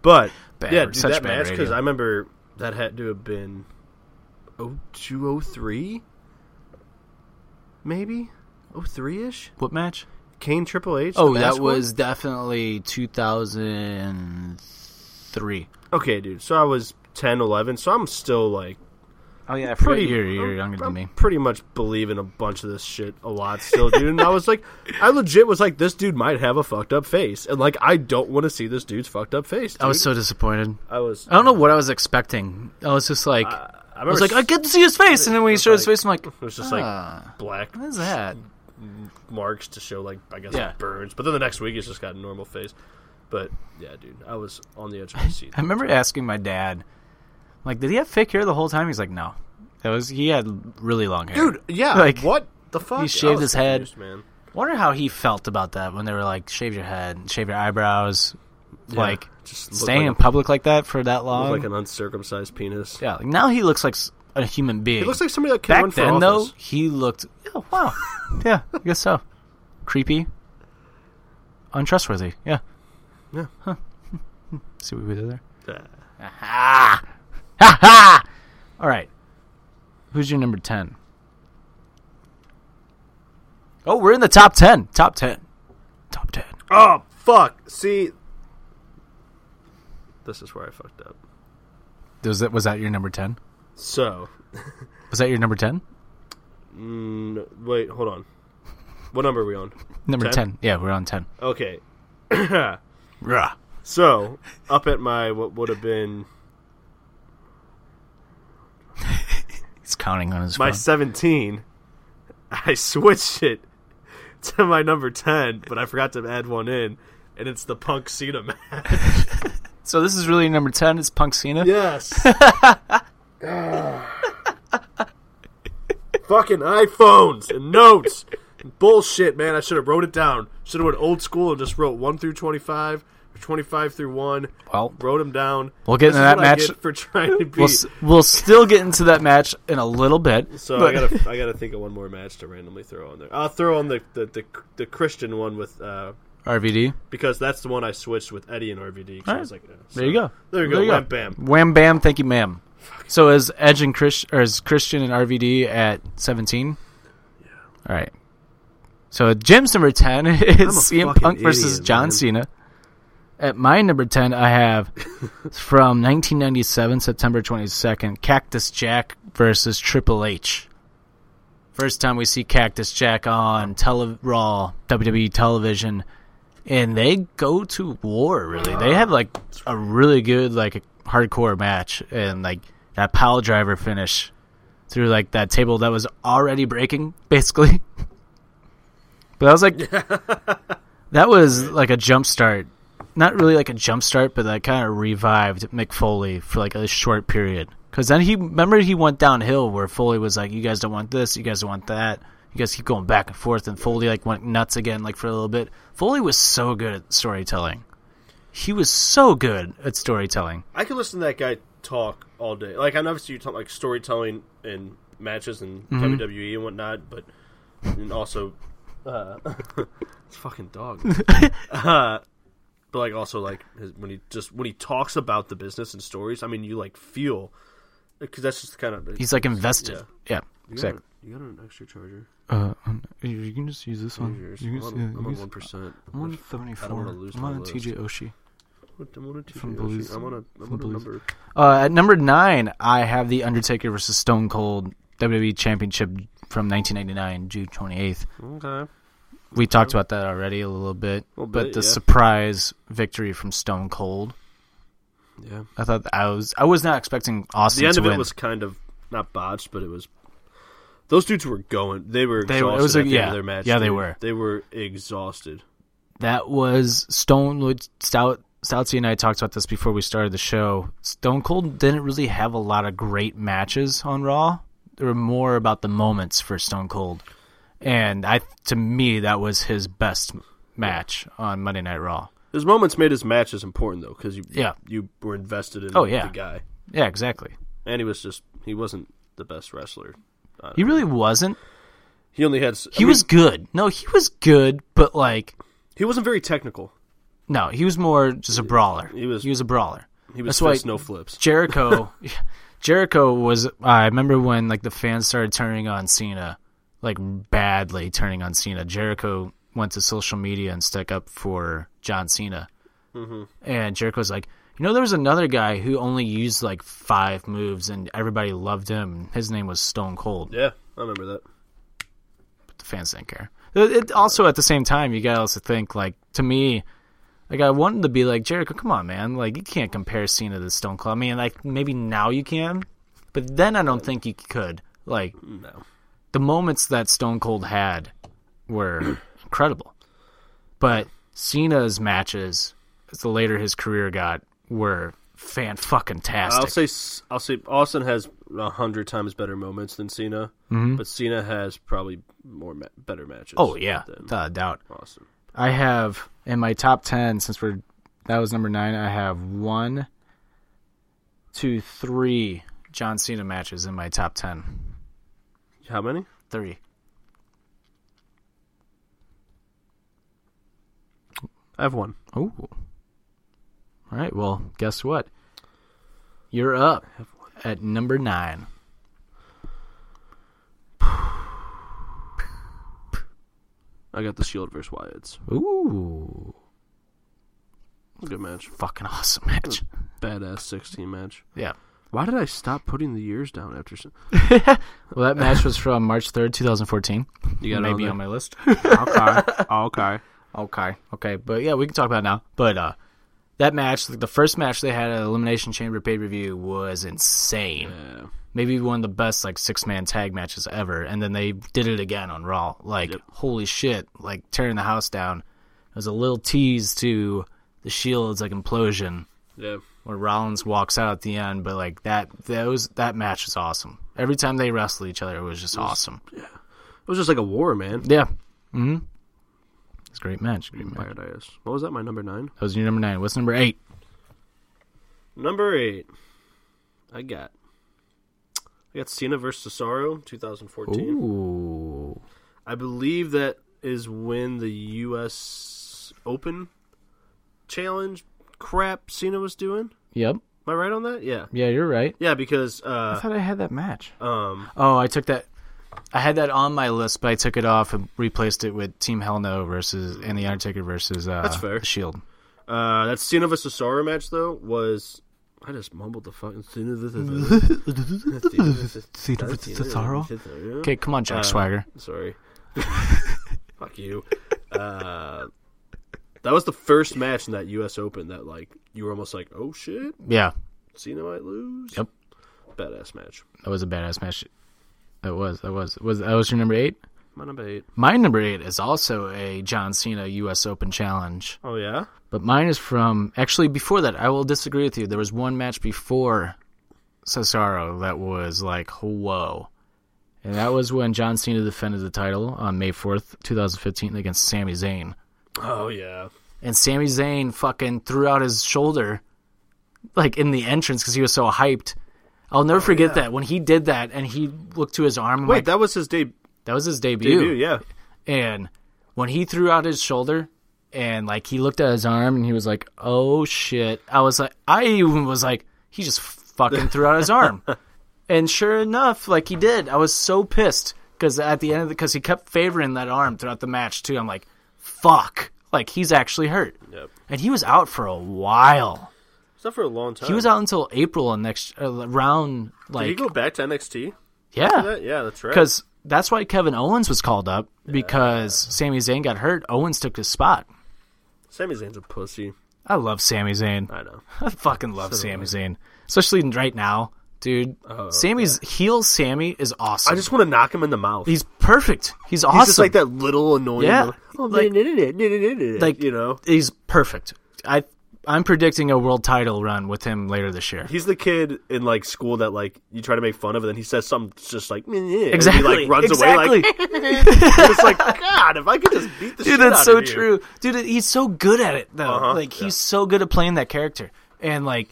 [SPEAKER 2] but
[SPEAKER 1] Bad,
[SPEAKER 2] yeah, dude,
[SPEAKER 1] such
[SPEAKER 2] that
[SPEAKER 1] bad
[SPEAKER 2] match because
[SPEAKER 1] radio.
[SPEAKER 2] I remember that had to have been oh, 0203? maybe 03 ish.
[SPEAKER 1] what match?
[SPEAKER 2] Kane Triple H. the
[SPEAKER 1] Oh, that
[SPEAKER 2] mask one?
[SPEAKER 1] was definitely 2003.
[SPEAKER 2] okay, dude. So I was 10, 11, So I'm still like
[SPEAKER 1] Oh yeah, I
[SPEAKER 2] pretty.
[SPEAKER 1] You're, you're
[SPEAKER 2] I'm-
[SPEAKER 1] younger
[SPEAKER 2] I'm
[SPEAKER 1] than me.
[SPEAKER 2] Pretty much believing a bunch of this shit a lot still, dude. and I was like, I legit was like, this dude might have a fucked up face, and like I don't want to see this dude's fucked up face.
[SPEAKER 1] I was
[SPEAKER 2] dude.
[SPEAKER 1] so disappointed.
[SPEAKER 2] I was.
[SPEAKER 1] I don't know what I was expecting. I was just like,
[SPEAKER 2] I,
[SPEAKER 1] I was
[SPEAKER 2] remember
[SPEAKER 1] like, I get to see his face, and then when he
[SPEAKER 2] It's
[SPEAKER 1] showed his
[SPEAKER 2] like-
[SPEAKER 1] face, I'm like,
[SPEAKER 2] It was just like
[SPEAKER 1] Ah.
[SPEAKER 2] black
[SPEAKER 1] what is that?
[SPEAKER 2] marks to show like I guess
[SPEAKER 1] Yeah.
[SPEAKER 2] burns, but then the next week he's just got a normal face. But yeah, dude, I was on the edge of my seat.
[SPEAKER 1] I remember asking my dad, like, did he have fake hair the whole time? He's like, no. That was he had really long hair.
[SPEAKER 2] dude, yeah,
[SPEAKER 1] Like,
[SPEAKER 2] what the fuck?
[SPEAKER 1] he shaved
[SPEAKER 2] I was
[SPEAKER 1] his head.
[SPEAKER 2] confused, man.
[SPEAKER 1] wonder how he felt about that when they were like, shave your head, shave your eyebrows, like
[SPEAKER 2] just looked
[SPEAKER 1] staying
[SPEAKER 2] like-
[SPEAKER 1] in public like that for that long.
[SPEAKER 2] looked like an uncircumcised penis.
[SPEAKER 1] yeah, like, now he looks like s- a human being.
[SPEAKER 2] He looks like somebody that can run
[SPEAKER 1] back
[SPEAKER 2] for
[SPEAKER 1] then though.
[SPEAKER 2] office.
[SPEAKER 1] He looked, oh wow, yeah, I guess so. Creepy, untrustworthy. Yeah,
[SPEAKER 2] Yeah.
[SPEAKER 1] Huh. See what we did there.
[SPEAKER 2] Yeah.
[SPEAKER 1] Ah! Ha ha! All right. Who's your number 10? Oh, we're in the top 10. Top 10. Top 10.
[SPEAKER 2] Oh fuck! See, this is where I fucked up.
[SPEAKER 1] Was that, was that your number 10?
[SPEAKER 2] So,
[SPEAKER 1] Was that your number 10?
[SPEAKER 2] mm, wait, hold on. What number are we on?
[SPEAKER 1] Number 10.
[SPEAKER 2] 10?
[SPEAKER 1] Yeah, we're on 10.
[SPEAKER 2] Okay,
[SPEAKER 1] Rah.
[SPEAKER 2] so up at my what would have been
[SPEAKER 1] He's counting on his
[SPEAKER 2] my
[SPEAKER 1] phone.
[SPEAKER 2] 17, I switched it to my number 10, but I forgot to add one in, and it's the Punk Cena match.
[SPEAKER 1] So this is really number 10. It's Punk Cena.
[SPEAKER 2] Yes. Fucking iPhones and notes. Bullshit, man. I should have wrote it down. Should have went old school and just wrote 1 through 25 or 25 through 1.
[SPEAKER 1] Well,
[SPEAKER 2] wrote them down.
[SPEAKER 1] We'll get
[SPEAKER 2] This
[SPEAKER 1] into
[SPEAKER 2] is
[SPEAKER 1] that
[SPEAKER 2] what I
[SPEAKER 1] match.
[SPEAKER 2] get for trying to be.
[SPEAKER 1] We'll, s- we'll still get into that match in a little bit.
[SPEAKER 2] So
[SPEAKER 1] but-
[SPEAKER 2] I gotta I gotta think of one more match to randomly throw on there. I'll throw on the the, the, the Christian one with uh,
[SPEAKER 1] RVD.
[SPEAKER 2] because that's the one I switched with Eddie and RVD. 'cause I was like, eh, so-
[SPEAKER 1] There you go.
[SPEAKER 2] There you go. Wham, bam.
[SPEAKER 1] Wham bam. Thank you, ma'am. So is Edge and Chris or is Christian and RVD at seventeen? Yeah. All right. So Jim's number ten is CM
[SPEAKER 2] fucking
[SPEAKER 1] Punk versus
[SPEAKER 2] idiot,
[SPEAKER 1] John
[SPEAKER 2] man.
[SPEAKER 1] Cena. At my number ten, I have from 1997 September 22nd, Cactus Jack versus Triple H. First time we see Cactus Jack on tele- Raw WWE television, and they go to war. Really, they have like a really good like hardcore match, and like that pile driver finish through like that table that was already breaking, basically. But I was like, that was like a jump start. Not really like a jump start, but that kind of revived Mick Foley for like a short period. Because then he remember he went downhill where Foley was like, "You guys don't want this, you guys don't want that." You guys keep going back and forth, and Foley like went nuts again, like for a little bit. Foley was so good at storytelling. He was so good at storytelling.
[SPEAKER 2] I could listen to that guy talk all day. Like I know obviously you talk like storytelling and matches and
[SPEAKER 1] Mm-hmm.
[SPEAKER 2] WWE E and whatnot, but and also uh, it's fucking dog. uh, but like also like his, when he just when he talks about the business and stories, I mean you like feel because that's just kind of
[SPEAKER 1] He's like invested. Yeah,
[SPEAKER 2] you got,
[SPEAKER 1] exactly.
[SPEAKER 2] a- you got an extra charger.
[SPEAKER 1] Uh, um, you- you can just use this one.
[SPEAKER 2] Yours.
[SPEAKER 1] You
[SPEAKER 2] I'm
[SPEAKER 1] can,
[SPEAKER 2] on-
[SPEAKER 1] yeah, you
[SPEAKER 2] I'm
[SPEAKER 1] can
[SPEAKER 2] on
[SPEAKER 1] just-
[SPEAKER 2] one percent.
[SPEAKER 1] I'm on
[SPEAKER 2] I don't
[SPEAKER 1] 74.
[SPEAKER 2] wanna lose
[SPEAKER 1] I'm
[SPEAKER 2] my
[SPEAKER 1] on
[SPEAKER 2] list.
[SPEAKER 1] TJ Oshie.
[SPEAKER 2] I'm on a TV.
[SPEAKER 1] From
[SPEAKER 2] Oshie.
[SPEAKER 1] Blues.
[SPEAKER 2] I'm on a, I'm
[SPEAKER 1] From
[SPEAKER 2] on a
[SPEAKER 1] Blues.
[SPEAKER 2] number.
[SPEAKER 1] Uh, at number nine, I have The Undertaker versus Stone Cold WWE Championship from 1999, June 28th.
[SPEAKER 2] Okay.
[SPEAKER 1] We talked about that already a little bit,
[SPEAKER 2] Little
[SPEAKER 1] but
[SPEAKER 2] bit,
[SPEAKER 1] the
[SPEAKER 2] yeah.
[SPEAKER 1] surprise victory from Stone Cold.
[SPEAKER 2] Yeah.
[SPEAKER 1] I thought that I was I was not expecting Austin
[SPEAKER 2] the end
[SPEAKER 1] to
[SPEAKER 2] of
[SPEAKER 1] win.
[SPEAKER 2] it was kind of not botched, but it was. Those dudes were going. They were
[SPEAKER 1] They
[SPEAKER 2] exhausted.
[SPEAKER 1] were- it was
[SPEAKER 2] at
[SPEAKER 1] like-
[SPEAKER 2] the end
[SPEAKER 1] yeah.
[SPEAKER 2] of their match.
[SPEAKER 1] Yeah, they
[SPEAKER 2] dude.
[SPEAKER 1] were.
[SPEAKER 2] They were exhausted.
[SPEAKER 1] that was Stone would- Stout Stoutsy and I talked about this before we started the show. Stone Cold didn't really have a lot of great matches on Raw. There were more about the moments for Stone Cold, and I to me that was his best match on Monday Night Raw.
[SPEAKER 2] His moments made his matches important though, because you
[SPEAKER 1] Yeah.
[SPEAKER 2] you were invested in
[SPEAKER 1] Oh, yeah.
[SPEAKER 2] the guy,
[SPEAKER 1] Yeah, exactly.
[SPEAKER 2] and he was just he wasn't the best wrestler.
[SPEAKER 1] He really wasn't.
[SPEAKER 2] He only had s- I
[SPEAKER 1] He
[SPEAKER 2] mean,
[SPEAKER 1] was good. No, he was good, but like
[SPEAKER 2] he wasn't very technical.
[SPEAKER 1] no, he was more just a brawler. He
[SPEAKER 2] was-
[SPEAKER 1] he was a brawler.
[SPEAKER 2] He was
[SPEAKER 1] That's why-
[SPEAKER 2] fist, no flips.
[SPEAKER 1] Jericho, Jericho was. I remember when like the fans started turning on Cena, like badly turning on Cena. Jericho went to social media and stuck up for John Cena, mm-hmm. and Jericho's like, you know, there was another guy who only used like five moves, and everybody loved him. His name was Stone Cold.
[SPEAKER 2] Yeah, I remember that.
[SPEAKER 1] The fans didn't care. It, it- also at the same time, you gotta also think like to me. Like I wanted to be like Jericho, come on, man! Like you can't compare Cena to Stone Cold. I mean, like maybe now you can, but then I don't think you could. Like
[SPEAKER 2] No,
[SPEAKER 1] the moments that Stone Cold had were incredible, but Cena's matches, as the later his career got, were fan fucking
[SPEAKER 2] I'll
[SPEAKER 1] tastic.
[SPEAKER 2] say s- I'll say Austin has a hundred times better moments than Cena, but Cena has probably more ma- better matches.
[SPEAKER 1] Mm-hmm. oh yeah,
[SPEAKER 2] than
[SPEAKER 1] without a doubt.
[SPEAKER 2] Austin.
[SPEAKER 1] I have in my top ten since we're that was number nine. I have one, two, three John Cena matches in my top ten.
[SPEAKER 2] How many?
[SPEAKER 1] Three.
[SPEAKER 2] I have one.
[SPEAKER 1] Oh. All right. Well, guess what? You're up at number nine.
[SPEAKER 2] I got the Shield versus Wyatt's.
[SPEAKER 1] Ooh,
[SPEAKER 2] Good match.
[SPEAKER 1] fucking awesome match.
[SPEAKER 2] Badass 16 match.
[SPEAKER 1] Yeah.
[SPEAKER 2] Why did I stop putting the years down after? s-
[SPEAKER 1] Well, that match was from March third, two thousand fourteen.
[SPEAKER 2] You got it
[SPEAKER 1] Maybe on
[SPEAKER 2] on
[SPEAKER 1] my list.
[SPEAKER 2] there? okay.
[SPEAKER 1] Okay, okay, but yeah, we can talk about it now. But uh, that match, like the first match they had at Elimination Chamber pay per view, was insane.
[SPEAKER 2] Yeah.
[SPEAKER 1] Maybe one of the best like six man tag matches ever. And then they did it again on Raw. Like holy shit! Like tearing the house down. It was a little tease to the Shield's like implosion
[SPEAKER 2] Yeah.
[SPEAKER 1] where Rollins walks out at the end. But like that, those that match was awesome. Every time they wrestled each other, it was just awesome.
[SPEAKER 2] It was just like a war, man.
[SPEAKER 1] Yeah. Hmm. It's a great match. Great match.
[SPEAKER 2] Wyatt Ice. What was that? My number nine.
[SPEAKER 1] That was your number nine. What's number eight?
[SPEAKER 2] Number eight. I got. I got Cena versus Cesaro, 2014.
[SPEAKER 1] Ooh.
[SPEAKER 2] I believe that is when the U.S. Open challenge crap Cena was doing.
[SPEAKER 1] Yep.
[SPEAKER 2] Am I right on that? Yeah.
[SPEAKER 1] Yeah, you're right.
[SPEAKER 2] Yeah, because
[SPEAKER 1] I
[SPEAKER 2] uh,
[SPEAKER 1] thought I had that match.
[SPEAKER 2] um,
[SPEAKER 1] Oh, I took that. I had that on my list, but I took it off and replaced it with Team Hell No versus and the Undertaker versus uh,
[SPEAKER 2] That's fair.
[SPEAKER 1] The Shield.
[SPEAKER 2] Uh, that Cena vs Cesaro match though was I just mumbled the fucking Cena vs Cesaro.
[SPEAKER 1] Okay, come
[SPEAKER 2] Uh,
[SPEAKER 1] on, Jack Swagger.
[SPEAKER 2] Sorry, fuck you. Uh, that was the first match in that U.S. Open that like you were almost like, oh shit,
[SPEAKER 1] Yeah,
[SPEAKER 2] Cena might lose.
[SPEAKER 1] Yep.
[SPEAKER 2] badass match.
[SPEAKER 1] that was a badass match. That was that was was that was your number eight.
[SPEAKER 2] My number eight.
[SPEAKER 1] My number eight is also a John Cena U.S. Open challenge.
[SPEAKER 2] Oh yeah,
[SPEAKER 1] But mine is from actually before that. I will disagree with you. There was one match before Cesaro that was like whoa, and that was when John Cena defended the title on May fourth, two thousand fifteen, against Sami Zayn.
[SPEAKER 2] oh yeah.
[SPEAKER 1] And Sami Zayn fucking threw out his shoulder like in the entrance because he was so hyped. I'll never forget that when he did that and he looked to his arm. I'm
[SPEAKER 2] Wait,
[SPEAKER 1] like, Oh, that,
[SPEAKER 2] that was his de-
[SPEAKER 1] was his debut.
[SPEAKER 2] debut, yeah.
[SPEAKER 1] And when he threw out his shoulder and like he looked at his arm and he was like, "Oh shit!" I was like, I even was like, he just fucking threw out his arm. And sure enough, like he did. I was so pissed because at the end of the because he kept favoring that arm throughout the match too. I'm like, fuck, like he's actually hurt.
[SPEAKER 2] Yep.
[SPEAKER 1] And he was out for a while.
[SPEAKER 2] It's not for a long time.
[SPEAKER 1] He was out until April of next uh, round.
[SPEAKER 2] Did he
[SPEAKER 1] Like,
[SPEAKER 2] go back to NXT?
[SPEAKER 1] yeah,
[SPEAKER 2] Yeah, that's right.
[SPEAKER 1] because that's why Kevin Owens was called up because Sami Zayn got hurt. Owens took his spot.
[SPEAKER 2] Sami Zayn's a pussy.
[SPEAKER 1] I love Sami Zayn.
[SPEAKER 2] I know.
[SPEAKER 1] I fucking love Sami Zayn, especially right now, dude. Sammy's heel. Sammy is awesome.
[SPEAKER 2] Oh, I just want to knock him in the mouth.
[SPEAKER 1] he's perfect. He's awesome.
[SPEAKER 2] He's just like that little annoying.
[SPEAKER 1] Yeah.
[SPEAKER 2] little, Oh,
[SPEAKER 1] Like-
[SPEAKER 2] like,
[SPEAKER 1] like
[SPEAKER 2] you know,
[SPEAKER 1] he's perfect. I I'm predicting a world title run with him later this year.
[SPEAKER 2] he's the kid in like school that like you try to make fun of, and then he says something that's just like "Meh, meh," and
[SPEAKER 1] Exactly.
[SPEAKER 2] he, like runs
[SPEAKER 1] exactly.
[SPEAKER 2] away. Like it's like God, if I could just beat the shit
[SPEAKER 1] Dude, that's
[SPEAKER 2] out
[SPEAKER 1] so
[SPEAKER 2] of you."
[SPEAKER 1] true. Dude, he's so good at it though.
[SPEAKER 2] Uh-huh,
[SPEAKER 1] Like he's so good at playing that character. And like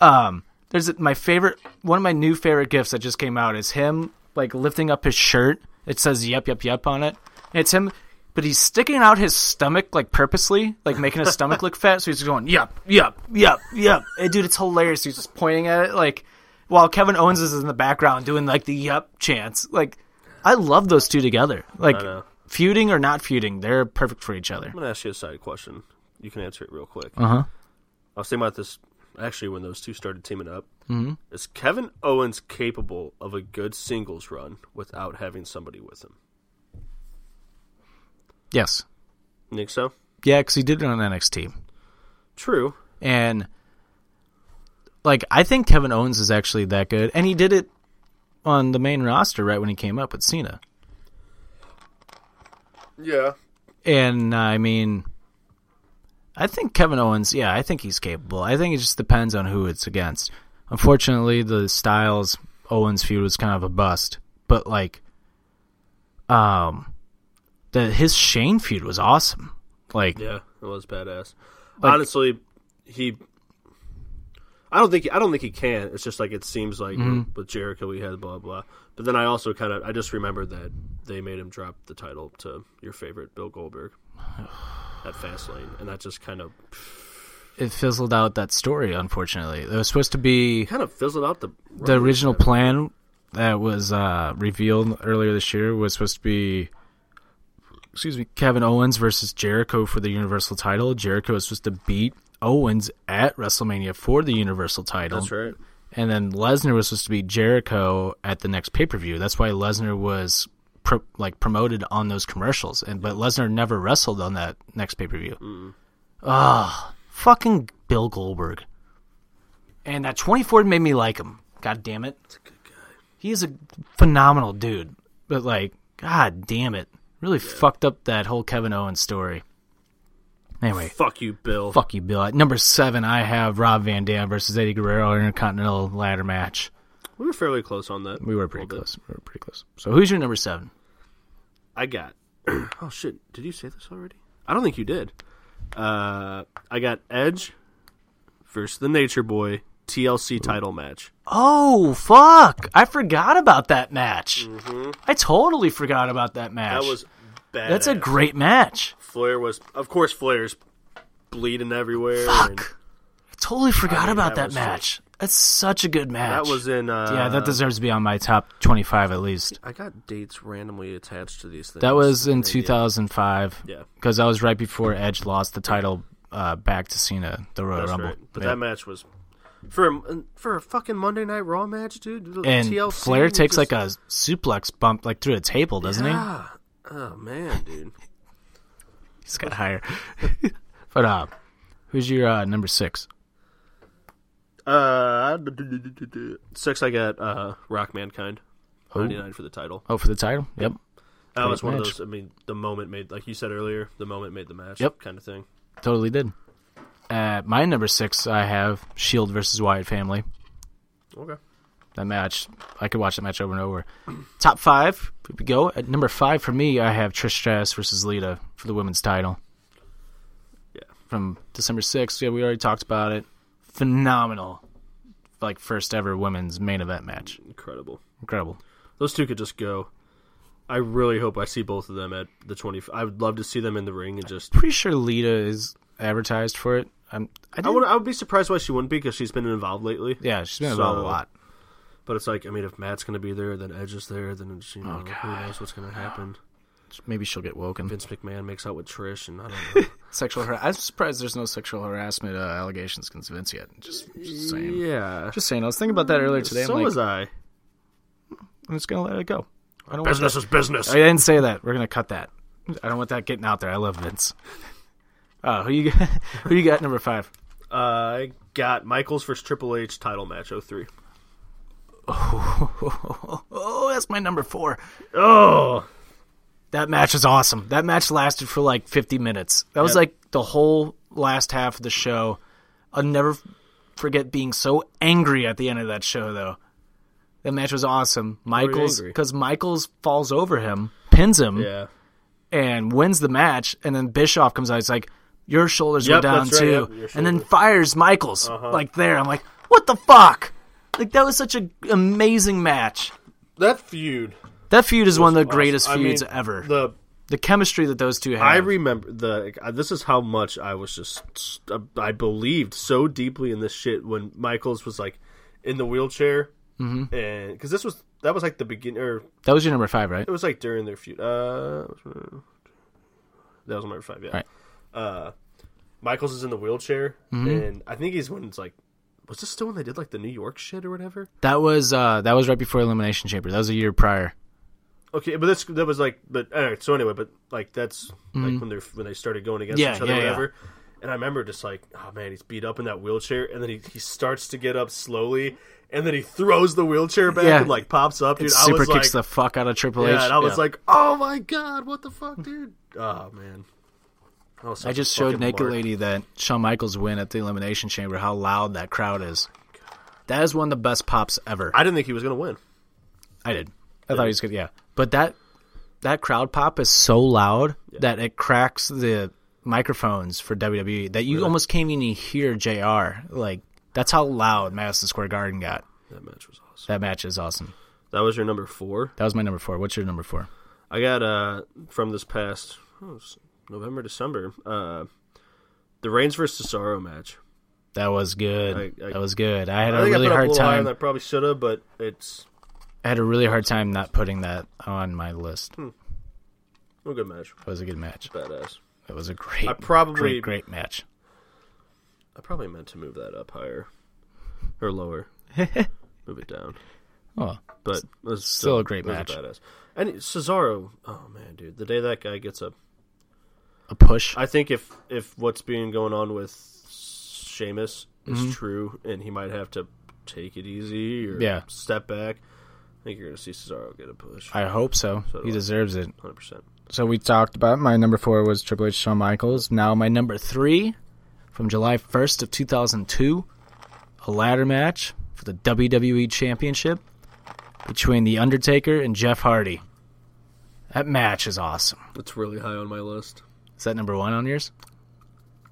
[SPEAKER 1] um there's my favorite one of my new favorite gifts that just came out is him like lifting up his shirt. It says yep yep yep on it. And it's him but he's sticking out his stomach like purposely, like making his stomach look fat. So he's just going yep yep yep yep. And dude, it's hilarious. He's just pointing at it like while Kevin Owens is in the background doing like the yep chants. Like I love those two together. Like
[SPEAKER 2] know.
[SPEAKER 1] feuding or not feuding, they're perfect for each other.
[SPEAKER 2] I'm gonna ask you a side question. You can answer it real quick. Uh
[SPEAKER 1] Uh-huh.
[SPEAKER 2] huh. I was thinking about this actually when those two started teaming up. Mm-hmm. Is Kevin Owens capable of a good singles run without having somebody with him?
[SPEAKER 1] Yes.
[SPEAKER 2] You think so?
[SPEAKER 1] Yeah, cuz he did it on NXT.
[SPEAKER 2] True.
[SPEAKER 1] And like I think Kevin Owens is actually that good and he did it on the main roster right when he came up with Cena.
[SPEAKER 2] Yeah.
[SPEAKER 1] And uh, I mean I think Kevin Owens, yeah, I think he's capable. I think it just depends on who it's against. Unfortunately, the Styles Owens feud was kind of a bust, but like um the his Shane feud was awesome. Like
[SPEAKER 2] Yeah, it was badass. Honestly, he. I don't think he, I don't think he can. It's just like it seems like
[SPEAKER 1] Mm-hmm.
[SPEAKER 2] with Jericho we had blah blah. But then I also kind of I just remembered that they made him drop the title to your favorite Bill Goldberg at Fastlane, and that just kind of
[SPEAKER 1] it fizzled out that story unfortunately. It was supposed to be
[SPEAKER 2] kind of fizzled out the
[SPEAKER 1] the original plan that was uh, revealed earlier this year was supposed to be excuse me kevin owens versus jericho for the universal title jericho was supposed to beat owens at wrestlemania for the universal title
[SPEAKER 2] That's right.
[SPEAKER 1] and then lesnar was supposed to beat jericho at the next pay-per-view that's why lesnar was pro- like promoted on those commercials and but lesnar never wrestled on that next pay-per-view Ah, fucking bill goldberg and that 24 made me like him. God damn it. He is a phenomenal dude. But, like, god damn it. Really fucked up that whole Kevin Owens story. Anyway,
[SPEAKER 2] Fuck you, Bill.
[SPEAKER 1] fuck you, Bill. At number seven, I have Rob Van Dam versus Eddie Guerrero Intercontinental Ladder Match.
[SPEAKER 2] We were fairly close on that.
[SPEAKER 1] We were pretty
[SPEAKER 2] A little bit.
[SPEAKER 1] close. We were pretty close. So, who's your number seven?
[SPEAKER 2] I got. oh shit! Did you say this already? I don't think you did. Uh, I got Edge versus the Nature Boy TLC title match.
[SPEAKER 1] Oh, fuck. I forgot about that match. I totally forgot about that match.
[SPEAKER 2] Mm-hmm. That was bad.
[SPEAKER 1] That's a great match.
[SPEAKER 2] Flair was, of course, Flair's bleeding everywhere. and
[SPEAKER 1] Fuck. I totally forgot
[SPEAKER 2] mean,
[SPEAKER 1] about that,
[SPEAKER 2] that was
[SPEAKER 1] match. That's such a good match.
[SPEAKER 2] that was in. Uh,
[SPEAKER 1] yeah, that deserves to be on my top 25 at least.
[SPEAKER 2] I got dates randomly attached to these things.
[SPEAKER 1] That was in
[SPEAKER 2] Yeah.
[SPEAKER 1] 2005.
[SPEAKER 2] Yeah.
[SPEAKER 1] Because that was right before Edge lost the title uh, back to Cena, the Royal
[SPEAKER 2] That's
[SPEAKER 1] Rumble.
[SPEAKER 2] right. But
[SPEAKER 1] Yeah.
[SPEAKER 2] that match was for a, for a fucking Monday Night Raw match, dude. the
[SPEAKER 1] and
[SPEAKER 2] TLC
[SPEAKER 1] Flair
[SPEAKER 2] was
[SPEAKER 1] takes like
[SPEAKER 2] just-
[SPEAKER 1] a suplex bump like through a table, doesn't he?
[SPEAKER 2] Yeah. Oh man, dude.
[SPEAKER 1] He's got higher. but uh, who's your uh, number six?
[SPEAKER 2] Uh, six. I got uh, Rock Mankind. 99 for the title.
[SPEAKER 1] Oh, for the title? Yep.
[SPEAKER 2] That was one of
[SPEAKER 1] match.
[SPEAKER 2] those. I mean, the moment made, like you said earlier, the moment made the match.
[SPEAKER 1] Yep.
[SPEAKER 2] Kind of thing.
[SPEAKER 1] Totally did. Uh, my number six, I have Shield versus Wyatt Family.
[SPEAKER 2] Okay.
[SPEAKER 1] that match. I could watch that match over and over. Top five, here we go. At number five for me, I have Trish Stratus versus Lita for the women's title.
[SPEAKER 2] Yeah.
[SPEAKER 1] From December 6th. Yeah, we already talked about it. phenomenal, like first ever women's main event match.
[SPEAKER 2] Incredible.
[SPEAKER 1] Incredible.
[SPEAKER 2] Those two could just go. I really hope I see both of them at the 20. I would love to see them in the ring and just.
[SPEAKER 1] Pretty sure Lita is advertised for it. I'm, I,
[SPEAKER 2] I
[SPEAKER 1] didn't-
[SPEAKER 2] would, I would be surprised why she wouldn't be because she's been involved lately.
[SPEAKER 1] yeah, she's been
[SPEAKER 2] So-
[SPEAKER 1] involved a lot.
[SPEAKER 2] But it's like, I mean, if Matt's going to be there, then Edge is there, then it's, you know, who
[SPEAKER 1] Oh, God.
[SPEAKER 2] knows what's going to happen.
[SPEAKER 1] Maybe she'll get woken.
[SPEAKER 2] Vince McMahon makes out with Trish, and I don't know.
[SPEAKER 1] Sexual. Har- I'm surprised there's no sexual harassment uh, allegations against Vince yet. Just, just saying.
[SPEAKER 2] yeah.
[SPEAKER 1] Just saying. I was thinking about that earlier today.
[SPEAKER 2] so
[SPEAKER 1] I'm like,
[SPEAKER 2] was I.
[SPEAKER 1] I'm just gonna let it go. I don't. Want
[SPEAKER 2] Business is business.
[SPEAKER 1] I didn't say that. We're gonna cut that. I don't want that getting out there. I love Vince. Uh, who you got? who you got? Number five.
[SPEAKER 2] I uh, got Michaels versus Triple H title match 03.
[SPEAKER 1] Oh, that's my number four.
[SPEAKER 2] Oh,
[SPEAKER 1] That match is awesome. That match lasted for like 50 minutes. That was
[SPEAKER 2] Yep.
[SPEAKER 1] like the whole last half of the show. I'll never f- forget being so angry at the end of that show, though. That match was awesome. Michaels,
[SPEAKER 2] angry?
[SPEAKER 1] because Michaels falls over him, pins him,
[SPEAKER 2] yeah.
[SPEAKER 1] and wins the match. And then Bischoff comes out. It's like, your shoulders were
[SPEAKER 2] Yep,
[SPEAKER 1] down
[SPEAKER 2] that's right,
[SPEAKER 1] too.
[SPEAKER 2] yep, your Uh-huh.
[SPEAKER 1] and then fires Michaels like there. I'm like, what the fuck? Like that was such an amazing match.
[SPEAKER 2] That feud.
[SPEAKER 1] That feud is one of the greatest
[SPEAKER 2] I mean,
[SPEAKER 1] feuds ever. The,
[SPEAKER 2] The
[SPEAKER 1] chemistry that those two have.
[SPEAKER 2] I remember the. uh, This is how much I was just. uh, I believed so deeply in this shit when Michaels was like in the wheelchair, mm-hmm. and because this was that was like the beginning, or
[SPEAKER 1] That was your number five, right?
[SPEAKER 2] it was like during their feud. Uh, that was number five. Yeah.
[SPEAKER 1] Right.
[SPEAKER 2] Uh, Michaels is in the wheelchair,
[SPEAKER 1] Mm-hmm.
[SPEAKER 2] and I think he's when it's like. Was this still when they did like the New York shit or whatever?
[SPEAKER 1] That was uh, that was right before Elimination Chamber. That was a year prior.
[SPEAKER 2] Okay, but that's that was like, but all right. So anyway, but like that's like when they are when they started going against
[SPEAKER 1] Mm-hmm. Yeah,
[SPEAKER 2] each other,
[SPEAKER 1] yeah, yeah.
[SPEAKER 2] whatever. And I remember just like, oh man, he's beat up in that wheelchair, and then he, he starts to get up slowly, and then he throws the wheelchair back
[SPEAKER 1] Yeah.
[SPEAKER 2] and like pops up, dude.
[SPEAKER 1] It
[SPEAKER 2] I
[SPEAKER 1] super
[SPEAKER 2] was
[SPEAKER 1] kicks the
[SPEAKER 2] like,
[SPEAKER 1] fuck out of Triple H.
[SPEAKER 2] yeah, and I was
[SPEAKER 1] Yeah.
[SPEAKER 2] like, oh my god, what the fuck, dude? Oh man, I, was such
[SPEAKER 1] I
[SPEAKER 2] a
[SPEAKER 1] just showed
[SPEAKER 2] fucking
[SPEAKER 1] Naked
[SPEAKER 2] mark.
[SPEAKER 1] Lady that Shawn Michaels win at the Elimination Chamber. How loud that crowd is. That is one of the best pops ever.
[SPEAKER 2] I didn't think he was gonna win.
[SPEAKER 1] I did. I thought he was good. Yeah, but that that crowd pop is so loud that it cracks the microphones for WWE. That you almost can't even hear Jr. Like that's how loud Madison Square Garden got.
[SPEAKER 2] That match was awesome.
[SPEAKER 1] That match is awesome.
[SPEAKER 2] That was your number four.
[SPEAKER 1] That was my number four. What's your number four?
[SPEAKER 2] I got uh from this past oh, it was November December uh the Reigns versus Cesaro match.
[SPEAKER 1] That was good.
[SPEAKER 2] I- I-
[SPEAKER 1] that was good. I had
[SPEAKER 2] I
[SPEAKER 1] a
[SPEAKER 2] think
[SPEAKER 1] really
[SPEAKER 2] I put up a
[SPEAKER 1] hard
[SPEAKER 2] little higher
[SPEAKER 1] time.
[SPEAKER 2] than I probably should have, but it's
[SPEAKER 1] I had a really hard time not putting that on my list.
[SPEAKER 2] Hmm.
[SPEAKER 1] It
[SPEAKER 2] a good match.
[SPEAKER 1] was a good match.
[SPEAKER 2] Badass.
[SPEAKER 1] It was a great,
[SPEAKER 2] I probably-
[SPEAKER 1] great, great match.
[SPEAKER 2] I probably meant to move that up higher or lower. move it down,
[SPEAKER 1] Oh,
[SPEAKER 2] but it's
[SPEAKER 1] still a great
[SPEAKER 2] it was
[SPEAKER 1] match.
[SPEAKER 2] badass. And Cesaro, oh man, dude, the day that guy gets up,
[SPEAKER 1] a push.
[SPEAKER 2] I think if if what's being going on with Sheamus is
[SPEAKER 1] Mm-hmm.
[SPEAKER 2] true, and he might have to take it easy or
[SPEAKER 1] Yeah.
[SPEAKER 2] step back, I think you're gonna see Cesaro get a push,
[SPEAKER 1] I hope so.
[SPEAKER 2] So do
[SPEAKER 1] he
[SPEAKER 2] I.
[SPEAKER 1] deserves it.
[SPEAKER 2] hundred percent.
[SPEAKER 1] So we talked about my number four was Triple H, Shawn Michaels. Now my number three, from July 1st of 2002, a ladder match for the WWE Championship between The Undertaker and Jeff Hardy. That match is awesome.
[SPEAKER 2] That's really high on my list,
[SPEAKER 1] Is that number one on yours?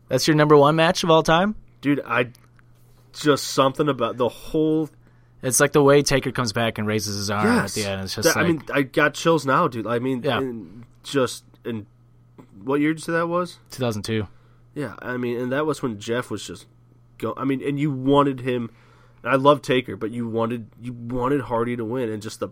[SPEAKER 1] That's your number one match of all time.
[SPEAKER 2] dude. I just something about the whole
[SPEAKER 1] It's like the way Taker comes back and raises his arm at the end. It's just
[SPEAKER 2] That-
[SPEAKER 1] like,
[SPEAKER 2] I mean, I got chills now, dude. I mean,
[SPEAKER 1] Yeah.
[SPEAKER 2] and just and what year did you say that was?
[SPEAKER 1] 2002.
[SPEAKER 2] Yeah, I mean, and that was when Jeff was just go. I mean, and you wanted him. And I love Taker, but you wanted you wanted Hardy to win, and just the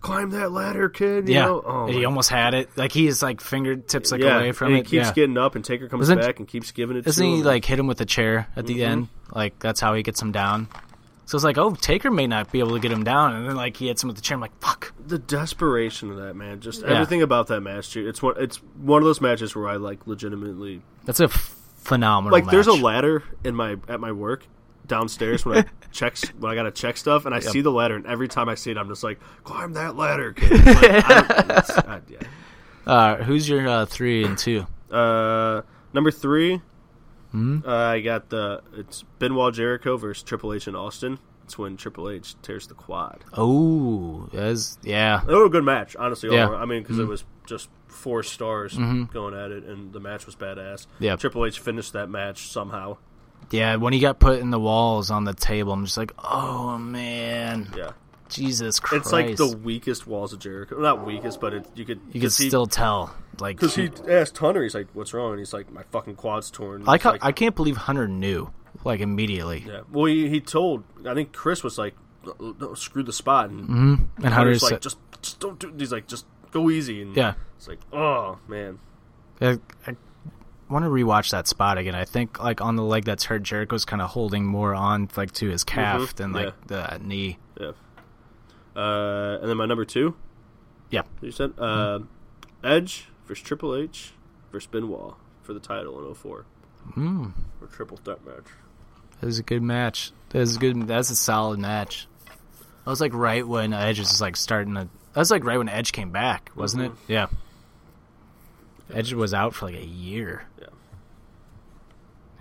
[SPEAKER 2] climb that ladder, kid. You
[SPEAKER 1] Mm-hmm. Yeah,
[SPEAKER 2] know? oh,
[SPEAKER 1] he
[SPEAKER 2] my-
[SPEAKER 1] almost had it. Like he is like fingertips like
[SPEAKER 2] yeah.
[SPEAKER 1] away from
[SPEAKER 2] and
[SPEAKER 1] it.
[SPEAKER 2] He keeps
[SPEAKER 1] yeah.
[SPEAKER 2] getting up, and Taker comes
[SPEAKER 1] Isn't-
[SPEAKER 2] back and keeps giving it.
[SPEAKER 1] Doesn't
[SPEAKER 2] to
[SPEAKER 1] he
[SPEAKER 2] him.
[SPEAKER 1] like hit him with a chair at the end? Like that's how he gets him down. So it's like, oh, Taker may not be able to get him down, and then like he hits him with the chair. I'm like, fuck.
[SPEAKER 2] the desperation of that man? Just everything about that match, dude. It's one. It's one of those matches where I like legitimately
[SPEAKER 1] That's a f- phenomenal.
[SPEAKER 2] like there's a
[SPEAKER 1] match.
[SPEAKER 2] ladder in my at my work downstairs when I check when I gotta check stuff and I see the ladder and every time I see it I'm just like climb that ladder kid. It's like, I don't- it's- I- yeah.
[SPEAKER 1] Uh, who's your uh, three and two?
[SPEAKER 2] uh, number 3
[SPEAKER 1] Hmm?
[SPEAKER 2] uh, I got the it's Benoit Jericho versus Triple H in Austin it's when Triple H tears the quad
[SPEAKER 1] Oh, that's yeah.
[SPEAKER 2] it was a good match honestly
[SPEAKER 1] Yeah. Hmm. Mm-hmm.
[SPEAKER 2] overall. I mean because it was just four stars going at it and the match was badass
[SPEAKER 1] Yeah.
[SPEAKER 2] Triple H finished that match somehow
[SPEAKER 1] Yeah, when he got put in the walls on the table, I'm just like, oh man,
[SPEAKER 2] Yeah.
[SPEAKER 1] Jesus Christ!
[SPEAKER 2] It's like the weakest walls of Jericho. Not weakest, but it, you could
[SPEAKER 1] you could still tell, like,
[SPEAKER 2] because he asked Hunter, he's like, "What's wrong?" And he's like, "My fucking quad's torn."
[SPEAKER 1] I ca-
[SPEAKER 2] It's
[SPEAKER 1] I can't believe Hunter knew like immediately,
[SPEAKER 2] yeah. Well, he, he told. I think Chris was like, "No, no, "Screw the spot," and
[SPEAKER 1] and Hunter's
[SPEAKER 2] Hunter's like,
[SPEAKER 1] said-
[SPEAKER 2] "Just, just don't do." He's like, "Just go easy." And
[SPEAKER 1] Yeah.
[SPEAKER 2] it's like, "Oh man."
[SPEAKER 1] I, I want to rewatch that spot again. I think like on the leg that's hurt, Jericho's kind of holding more on like to his calf
[SPEAKER 2] Mhm,
[SPEAKER 1] than like the knee.
[SPEAKER 2] Yeah. Uh, and then my number two,
[SPEAKER 1] Yeah,
[SPEAKER 2] you said, uh, Edge versus Triple H versus Benoit for the title in 04.
[SPEAKER 1] Hmm.
[SPEAKER 2] Mm. Or triple threat match.
[SPEAKER 1] that was a good match. That was a good. That's a solid match. That was like right when Edge was like starting to. That was like right when Edge came back, wasn't it?
[SPEAKER 2] Mm-hmm.
[SPEAKER 1] Yeah. Edge was out for like a year.
[SPEAKER 2] Yeah.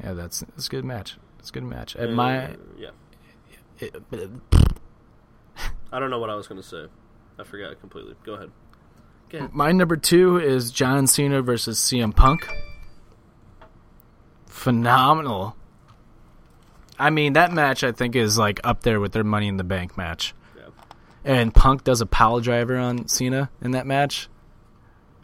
[SPEAKER 1] Yeah, that's that's a good match. It's a good match. At my
[SPEAKER 2] Uh, yeah.
[SPEAKER 1] it,
[SPEAKER 2] I don't know what I was going to say. I forgot completely. Go ahead.
[SPEAKER 1] My number two is John Cena versus CM Punk. Phenomenal. I mean, that match I think is like up there with their Money in the Bank match.
[SPEAKER 2] Yeah.
[SPEAKER 1] And Punk does a pile driver on Cena in that match.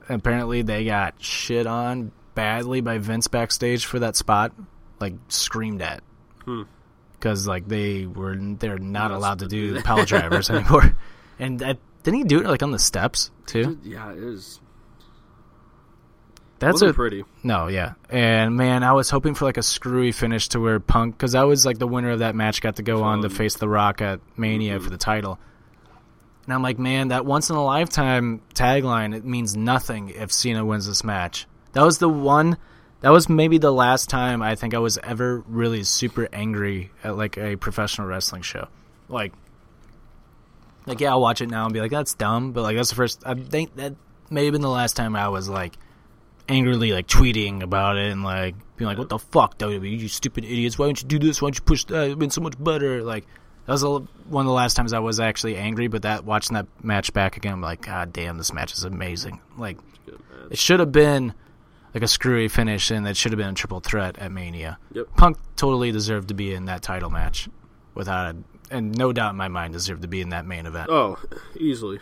[SPEAKER 1] Apparently, they got shit on badly by Vince backstage for that spot, like screamed at. Because like they were, they're not allowed to do pile drivers anymore. And that, didn't he do it like on the steps too?
[SPEAKER 2] Yeah, it is.
[SPEAKER 1] That's
[SPEAKER 2] Wasn't
[SPEAKER 1] a
[SPEAKER 2] pretty.
[SPEAKER 1] no, yeah. And man, I was hoping for like a screwy finish to where Punk, because I was like the winner of that match, got to go on to face The Rock at Mania
[SPEAKER 2] Mm-hmm.
[SPEAKER 1] for the title. And I'm like, man, that once in a lifetime tagline it means nothing if Cena wins this match. That was the one. That was maybe the last time I think I was ever really super angry at like a professional wrestling show. Like, like yeah, I'll watch it now and be like, that's dumb. But like, that's the first. I think that may have been the last time I was like angrily like tweeting about it and like being like, "What the fuck, WWE? You stupid idiots! Why don't you do this? Why don't you push that? It's been so much better." Like that was a, one of the last times I was actually angry. But that watching that match back again, I'm like, "God damn, this match is amazing!" Like it should have been like a screwy finish, and it should have been a triple threat at Mania.
[SPEAKER 2] Yep.
[SPEAKER 1] Punk totally deserved to be in that title match, without a, and no doubt in my mind deserved to be in that main event.
[SPEAKER 2] Oh, easily.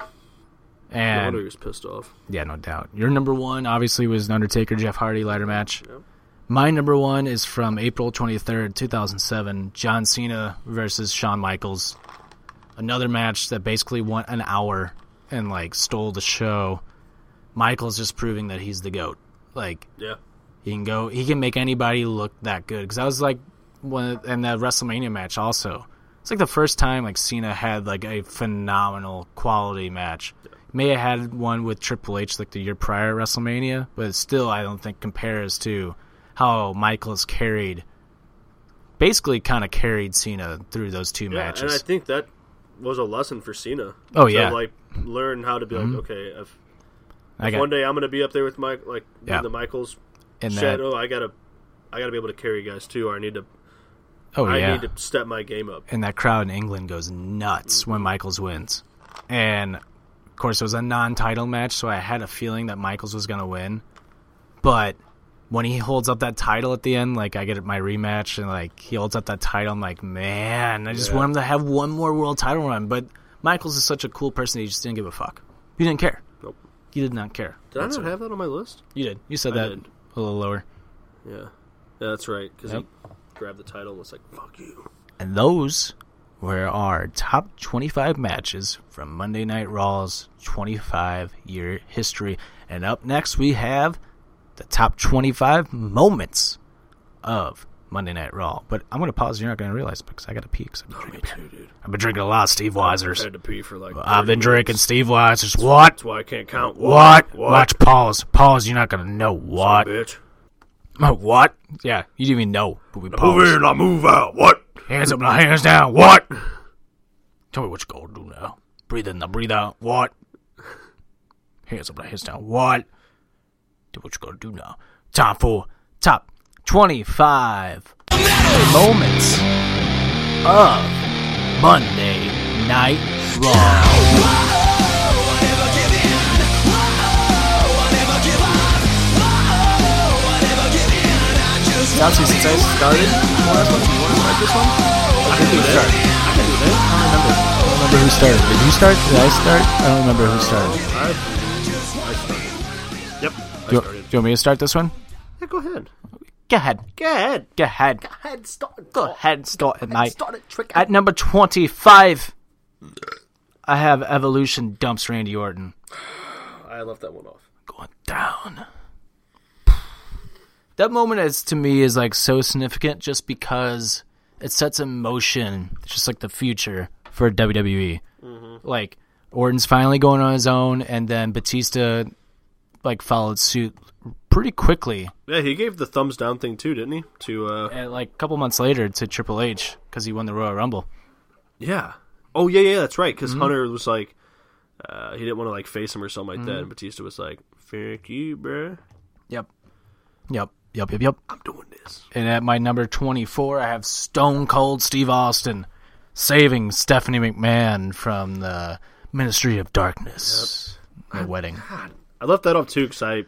[SPEAKER 2] No
[SPEAKER 1] and
[SPEAKER 2] wonder he was pissed off.
[SPEAKER 1] yeah, no doubt. Your number one obviously was Undertaker Jeff Hardy ladder match.
[SPEAKER 2] Yep.
[SPEAKER 1] My number one is from April twenty third, two thousand seven. John Cena versus Shawn Michaels. Another match that basically went an hour and like stole the show. Michaels just proving that he's the goat. Like
[SPEAKER 2] Yeah.
[SPEAKER 1] he can go. He can make anybody look that good. Because I was like, one in that WrestleMania match also. It's like the first time like Cena had like a phenomenal quality match. May have had one with Triple H like the year prior at WrestleMania, but still I don't think compares to how Michaels carried, basically kind of carried Cena through those two
[SPEAKER 2] Yeah,
[SPEAKER 1] matches.
[SPEAKER 2] and I think that was a lesson for Cena.
[SPEAKER 1] Oh,
[SPEAKER 2] to,
[SPEAKER 1] yeah. Mm-hmm.
[SPEAKER 2] like learn how to be like, okay, if,
[SPEAKER 1] I got-
[SPEAKER 2] one day I'm gonna be up there with Mike, like
[SPEAKER 1] Yeah.
[SPEAKER 2] the Michaels.
[SPEAKER 1] and
[SPEAKER 2] Shit,
[SPEAKER 1] that-
[SPEAKER 2] oh, I gotta, I gotta be able to carry guys too, or I need to,
[SPEAKER 1] oh
[SPEAKER 2] I
[SPEAKER 1] yeah,
[SPEAKER 2] need to step my game up.
[SPEAKER 1] and that crowd in England goes nuts when Michaels wins. And of course, it was a non-title match, so I had a feeling that Michaels was going to win. But when he holds up that title at the end, like I get my rematch, and like he holds up that title, I'm like, man, I just want him to have one more world title run. But Michaels is such a cool person; he just didn't give a fuck. He didn't care.
[SPEAKER 2] Nope.
[SPEAKER 1] He did not care.
[SPEAKER 2] Did I
[SPEAKER 1] That's
[SPEAKER 2] not
[SPEAKER 1] it.
[SPEAKER 2] have that on my list?
[SPEAKER 1] You did. You said that
[SPEAKER 2] I did.
[SPEAKER 1] a little lower.
[SPEAKER 2] Yeah, yeah that's right. Because
[SPEAKER 1] Yep.
[SPEAKER 2] he grabbed the title and was like, "Fuck you."
[SPEAKER 1] And those were our top 25 matches from Monday Night Raw's 25 year history. And up next, we have the top 25 moments of Monday Night Raw. But I'm going to pause. You're not going to realize because I got to pee. 'cause I've, been drinking. I've been drinking a lot of Steve
[SPEAKER 2] I
[SPEAKER 1] Weisers.
[SPEAKER 2] had to pee for like.
[SPEAKER 1] I've
[SPEAKER 2] 30
[SPEAKER 1] been drinking
[SPEAKER 2] minutes.
[SPEAKER 1] Steve Weisers. What?
[SPEAKER 2] That's why I can't count.
[SPEAKER 1] What?
[SPEAKER 2] What?
[SPEAKER 1] Watch pause. Pause. You're not going to know what.
[SPEAKER 2] Bitch.
[SPEAKER 1] What? Yeah, you didn't even know. But we paused.
[SPEAKER 2] Move in, I move out. What?
[SPEAKER 1] Hands up now, hands down. What? Tell me what you gonna do now. Breathe in now, breathe out. What? Hands up now, hands down. What? Do what you gonna do now. Time for top 25 moments of Monday Night Raw.
[SPEAKER 4] Whatever, give in. Whoa, whatever, give up. Whoa, whatever, give in. I just
[SPEAKER 1] Doubtsy, since I started on the last one, do you want to start this one? I can do start. I can do that. I don't remember. I don't remember who started. Did you start? Did I start? I don't remember who started.
[SPEAKER 2] Yep. I
[SPEAKER 1] Do you,
[SPEAKER 2] started.
[SPEAKER 1] do you want me to start this one?
[SPEAKER 2] Yeah, go ahead.
[SPEAKER 1] Go ahead.
[SPEAKER 2] Go ahead.
[SPEAKER 1] Go ahead.
[SPEAKER 2] ahead. Start.
[SPEAKER 1] Go ahead. Start at night.
[SPEAKER 2] Start it. Trick.
[SPEAKER 1] At number 25, I have Evolution dumps Randy Orton.
[SPEAKER 2] I left that one off.
[SPEAKER 1] Going down. That moment is to me is like so significant just because it sets in motion it's just like the future for WWE. Like Orton's finally going on his own and then Batista like followed suit pretty quickly
[SPEAKER 2] Yeah, he gave the thumbs down thing too, didn't he? To uh,
[SPEAKER 1] and like a couple months later to Triple H cuz he won the Royal Rumble.
[SPEAKER 2] Yeah. Oh yeah, yeah, that's right. Because
[SPEAKER 1] Mm-hmm.
[SPEAKER 2] Hunter was like, uh, he didn't want to like face him or something like
[SPEAKER 1] Mm-hmm.
[SPEAKER 2] that. And Batista was like, "Fuck you, bruh.
[SPEAKER 1] Yep. Yep. Yep, yep, yep.
[SPEAKER 2] I'm doing this."
[SPEAKER 1] And at my number 24, I have Stone Cold Steve Austin saving Stephanie McMahon from the Ministry of Darkness. The wedding.
[SPEAKER 2] I left that up too because I,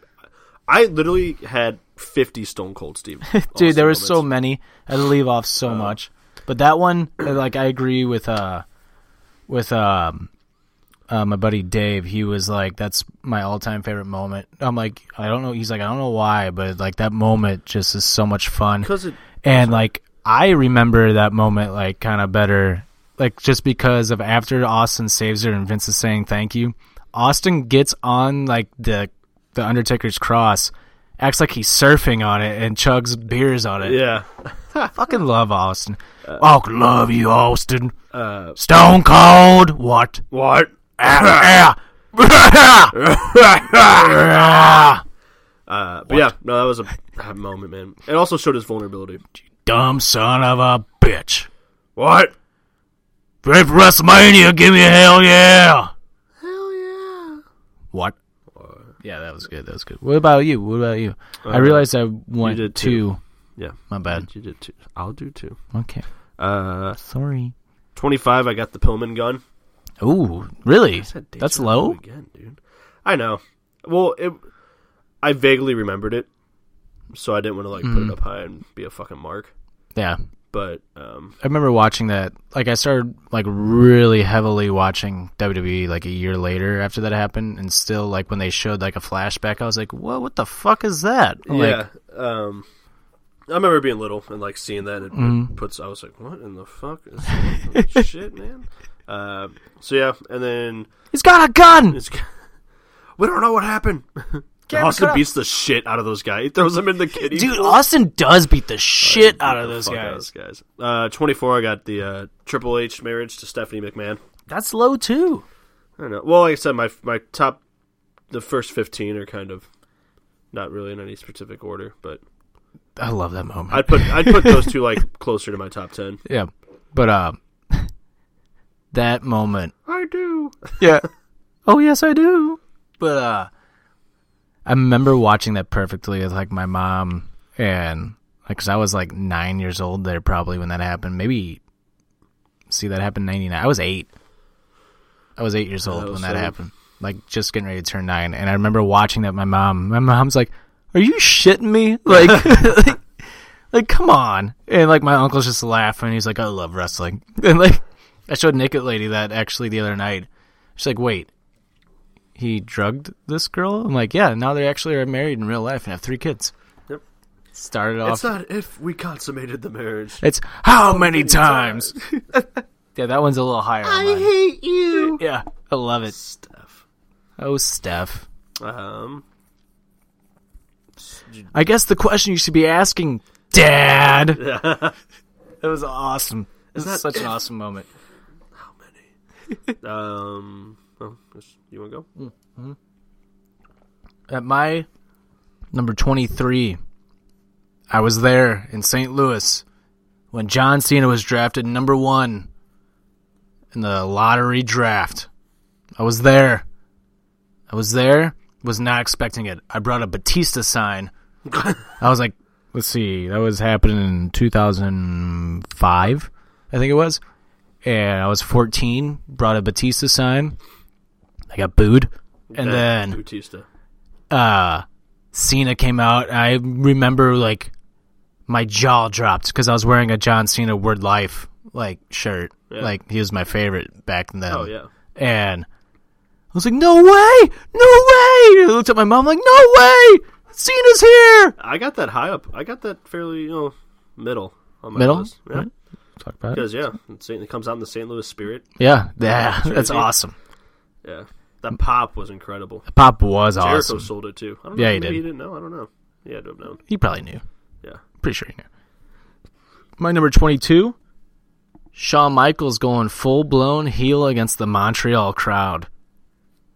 [SPEAKER 2] I literally had 50 Stone Cold Steve.
[SPEAKER 1] Dude, there were so many. I had to leave off so much. But that one, like, I agree with, uh, with, um, uh, my buddy Dave, he was like, "That's my all-time favorite moment." I'm like, "I don't know." He's like, "I don't know why, but like that moment just is so much fun."
[SPEAKER 2] because it.
[SPEAKER 1] and like I remember that moment like kind of better, like just because of after Austin saves her and Vince is saying thank you, Austin gets on like the the Undertaker's cross, acts like he's surfing on it and chugs beers on it.
[SPEAKER 2] Yeah,
[SPEAKER 1] fucking love Austin. I love you, Austin. Stone Cold. What?
[SPEAKER 2] Uh, what? Uh, but yeah, no, that was a bad moment, man. It also showed his vulnerability.
[SPEAKER 1] Dumb son of a bitch.
[SPEAKER 2] What?
[SPEAKER 1] Great WrestleMania, give me a hell yeah! Hell yeah! What? Yeah, that was good. That was good. What about you? What about you? I realized I went
[SPEAKER 2] Uh, did
[SPEAKER 1] two.
[SPEAKER 2] Yeah,
[SPEAKER 1] My bad.
[SPEAKER 2] you did too. I'll do too.
[SPEAKER 1] Okay,
[SPEAKER 2] Uh,
[SPEAKER 1] sorry.
[SPEAKER 2] 25. I got the Pillman gun.
[SPEAKER 1] Ooh, really?
[SPEAKER 2] said deja
[SPEAKER 1] That's
[SPEAKER 2] vu
[SPEAKER 1] low.
[SPEAKER 2] again, dude. I know. Well, it, I vaguely remembered it, so I didn't want to like put it up high and be a fucking mark.
[SPEAKER 1] Yeah,
[SPEAKER 2] But um,
[SPEAKER 1] I remember watching that. Like, I started like really heavily watching WWE like a year later after that happened, and still like when they showed like a flashback, I was like, "What? What the fuck is that?" Like,
[SPEAKER 2] yeah, um, I remember being little and like seeing that. And it puts. I was like, "What in the fuck is that shit, man?" Uh, so yeah, and then
[SPEAKER 1] he's got a gun.
[SPEAKER 2] it's. We don't know what happened. Austin beats the shit out of those guys. He throws them in the kitty.
[SPEAKER 1] Dude, Austin does beat the shit out of those
[SPEAKER 2] Fuck out of
[SPEAKER 1] guys.
[SPEAKER 2] those guys. Uh, 24, I got the uh, Triple H marriage to Stephanie McMahon.
[SPEAKER 1] That's low too.
[SPEAKER 2] I don't know. Well, like I said, my my top, the first fifteen are kind of not really in any specific order, but
[SPEAKER 1] I love that moment.
[SPEAKER 2] I'd put I'd put those two like closer to my top ten.
[SPEAKER 1] yeah, but um, that moment.
[SPEAKER 2] I do.
[SPEAKER 1] Yeah. oh yes, I do. But uh, I remember watching that perfectly with like my mom and because I was like nine years old there probably when that happened. Maybe see that happened ninety nine. I was eight. I was eight years old
[SPEAKER 2] was
[SPEAKER 1] when Oh, that
[SPEAKER 2] seven.
[SPEAKER 1] happened. Like just getting ready to turn nine, and I remember watching that. with My mom, my mom's like, "Are you shitting me?" Like, like, like, come on! And like my uncle's just laughing. He's like, "I love wrestling." And like, I showed Nicket Lady that actually the other night. She's like, "Wait, he drugged this girl?" I'm like, "Yeah." Now they actually are married in real life and have three kids.
[SPEAKER 2] Yep.
[SPEAKER 1] Started off.
[SPEAKER 2] It's not if we consummated the marriage.
[SPEAKER 1] It's how many times? yeah, that one's a little higher. I hate you. Yeah, I love it.
[SPEAKER 2] Stuff.
[SPEAKER 1] Oh, Steph.
[SPEAKER 2] Um.
[SPEAKER 1] I guess the question you should be asking, Dad. that was awesome. This is such an awesome moment.
[SPEAKER 2] Um. Oh, yes, you want to go?
[SPEAKER 1] At my number 23, I was there in St. Louis when John Cena was drafted number one in the lottery draft. I was there. I was there. Was not expecting it. I brought a Batista sign. I was like, let's see, that was happening in 2005, I think it was. And I was 14, brought a Batista sign. I got booed. And then
[SPEAKER 2] Bautista.
[SPEAKER 1] uh Cena came out. I remember like my jaw dropped because I was wearing a John Cena Word Life like shirt.
[SPEAKER 2] Yeah.
[SPEAKER 1] Like he was my favorite back then.
[SPEAKER 2] Oh, yeah.
[SPEAKER 1] And I was like, "No way! No way!" I looked at my mom like, "No way! Cena's here!"
[SPEAKER 2] I got that high up. I got that fairly, you know, middle on my
[SPEAKER 1] Middle?
[SPEAKER 2] list. Yeah.
[SPEAKER 1] Right. Talk about it.
[SPEAKER 2] Because yeah, it's- it comes out in the St. Louis Spirit.
[SPEAKER 1] Yeah, yeah, that's
[SPEAKER 2] Jersey.
[SPEAKER 1] awesome.
[SPEAKER 2] Yeah, that pop was incredible.
[SPEAKER 1] Pop was
[SPEAKER 2] Jericho
[SPEAKER 1] awesome.
[SPEAKER 2] sold it too. I don't
[SPEAKER 1] Yeah,
[SPEAKER 2] know,
[SPEAKER 1] he
[SPEAKER 2] maybe
[SPEAKER 1] did.
[SPEAKER 2] He didn't know. I don't know. He had to have known.
[SPEAKER 1] He probably knew.
[SPEAKER 2] Yeah.
[SPEAKER 1] Pretty sure he knew. My number 22, Shawn Michaels going full blown heel against the Montreal crowd.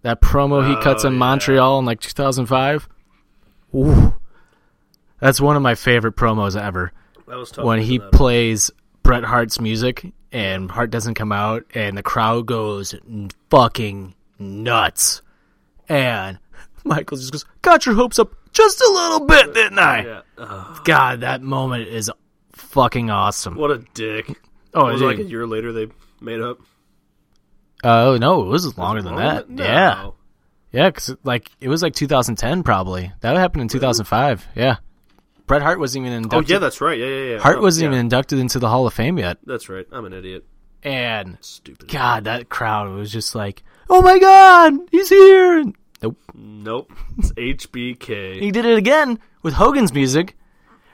[SPEAKER 1] That promo he cuts
[SPEAKER 2] Oh,
[SPEAKER 1] in
[SPEAKER 2] yeah.
[SPEAKER 1] Montreal in like 2005. Ooh. That's one of my favorite promos ever.
[SPEAKER 2] That was tough.
[SPEAKER 1] when
[SPEAKER 2] to
[SPEAKER 1] he
[SPEAKER 2] do that.
[SPEAKER 1] plays Bret Hart's music and Hart doesn't come out and the crowd goes n- fucking nuts. And Michael just goes, Got your hopes up just a little bit, didn't I?
[SPEAKER 2] Yeah. Ugh,
[SPEAKER 1] God, that moment is fucking awesome.
[SPEAKER 2] what a dick.
[SPEAKER 1] oh,
[SPEAKER 2] was it
[SPEAKER 1] dude.
[SPEAKER 2] like a year later they made up.
[SPEAKER 1] Oh, no, it was longer than that.
[SPEAKER 2] No. Oh,
[SPEAKER 1] Yeah. Yeah, cuz like it was like 2010 probably. That happened in 2005. Yeah. Bret Hart wasn't even
[SPEAKER 2] Oh
[SPEAKER 1] inducted.
[SPEAKER 2] yeah, that's right. Yeah, yeah, yeah.
[SPEAKER 1] Hart
[SPEAKER 2] Oh,
[SPEAKER 1] wasn't
[SPEAKER 2] yeah.
[SPEAKER 1] even inducted into the Hall of Fame yet.
[SPEAKER 2] That's right. I'm an idiot.
[SPEAKER 1] And
[SPEAKER 2] Stupid.
[SPEAKER 1] God, that crowd was just like, "Oh my God, he's here!" And Nope,
[SPEAKER 2] Nope. It's HBK.
[SPEAKER 1] he did it again with Hogan's music,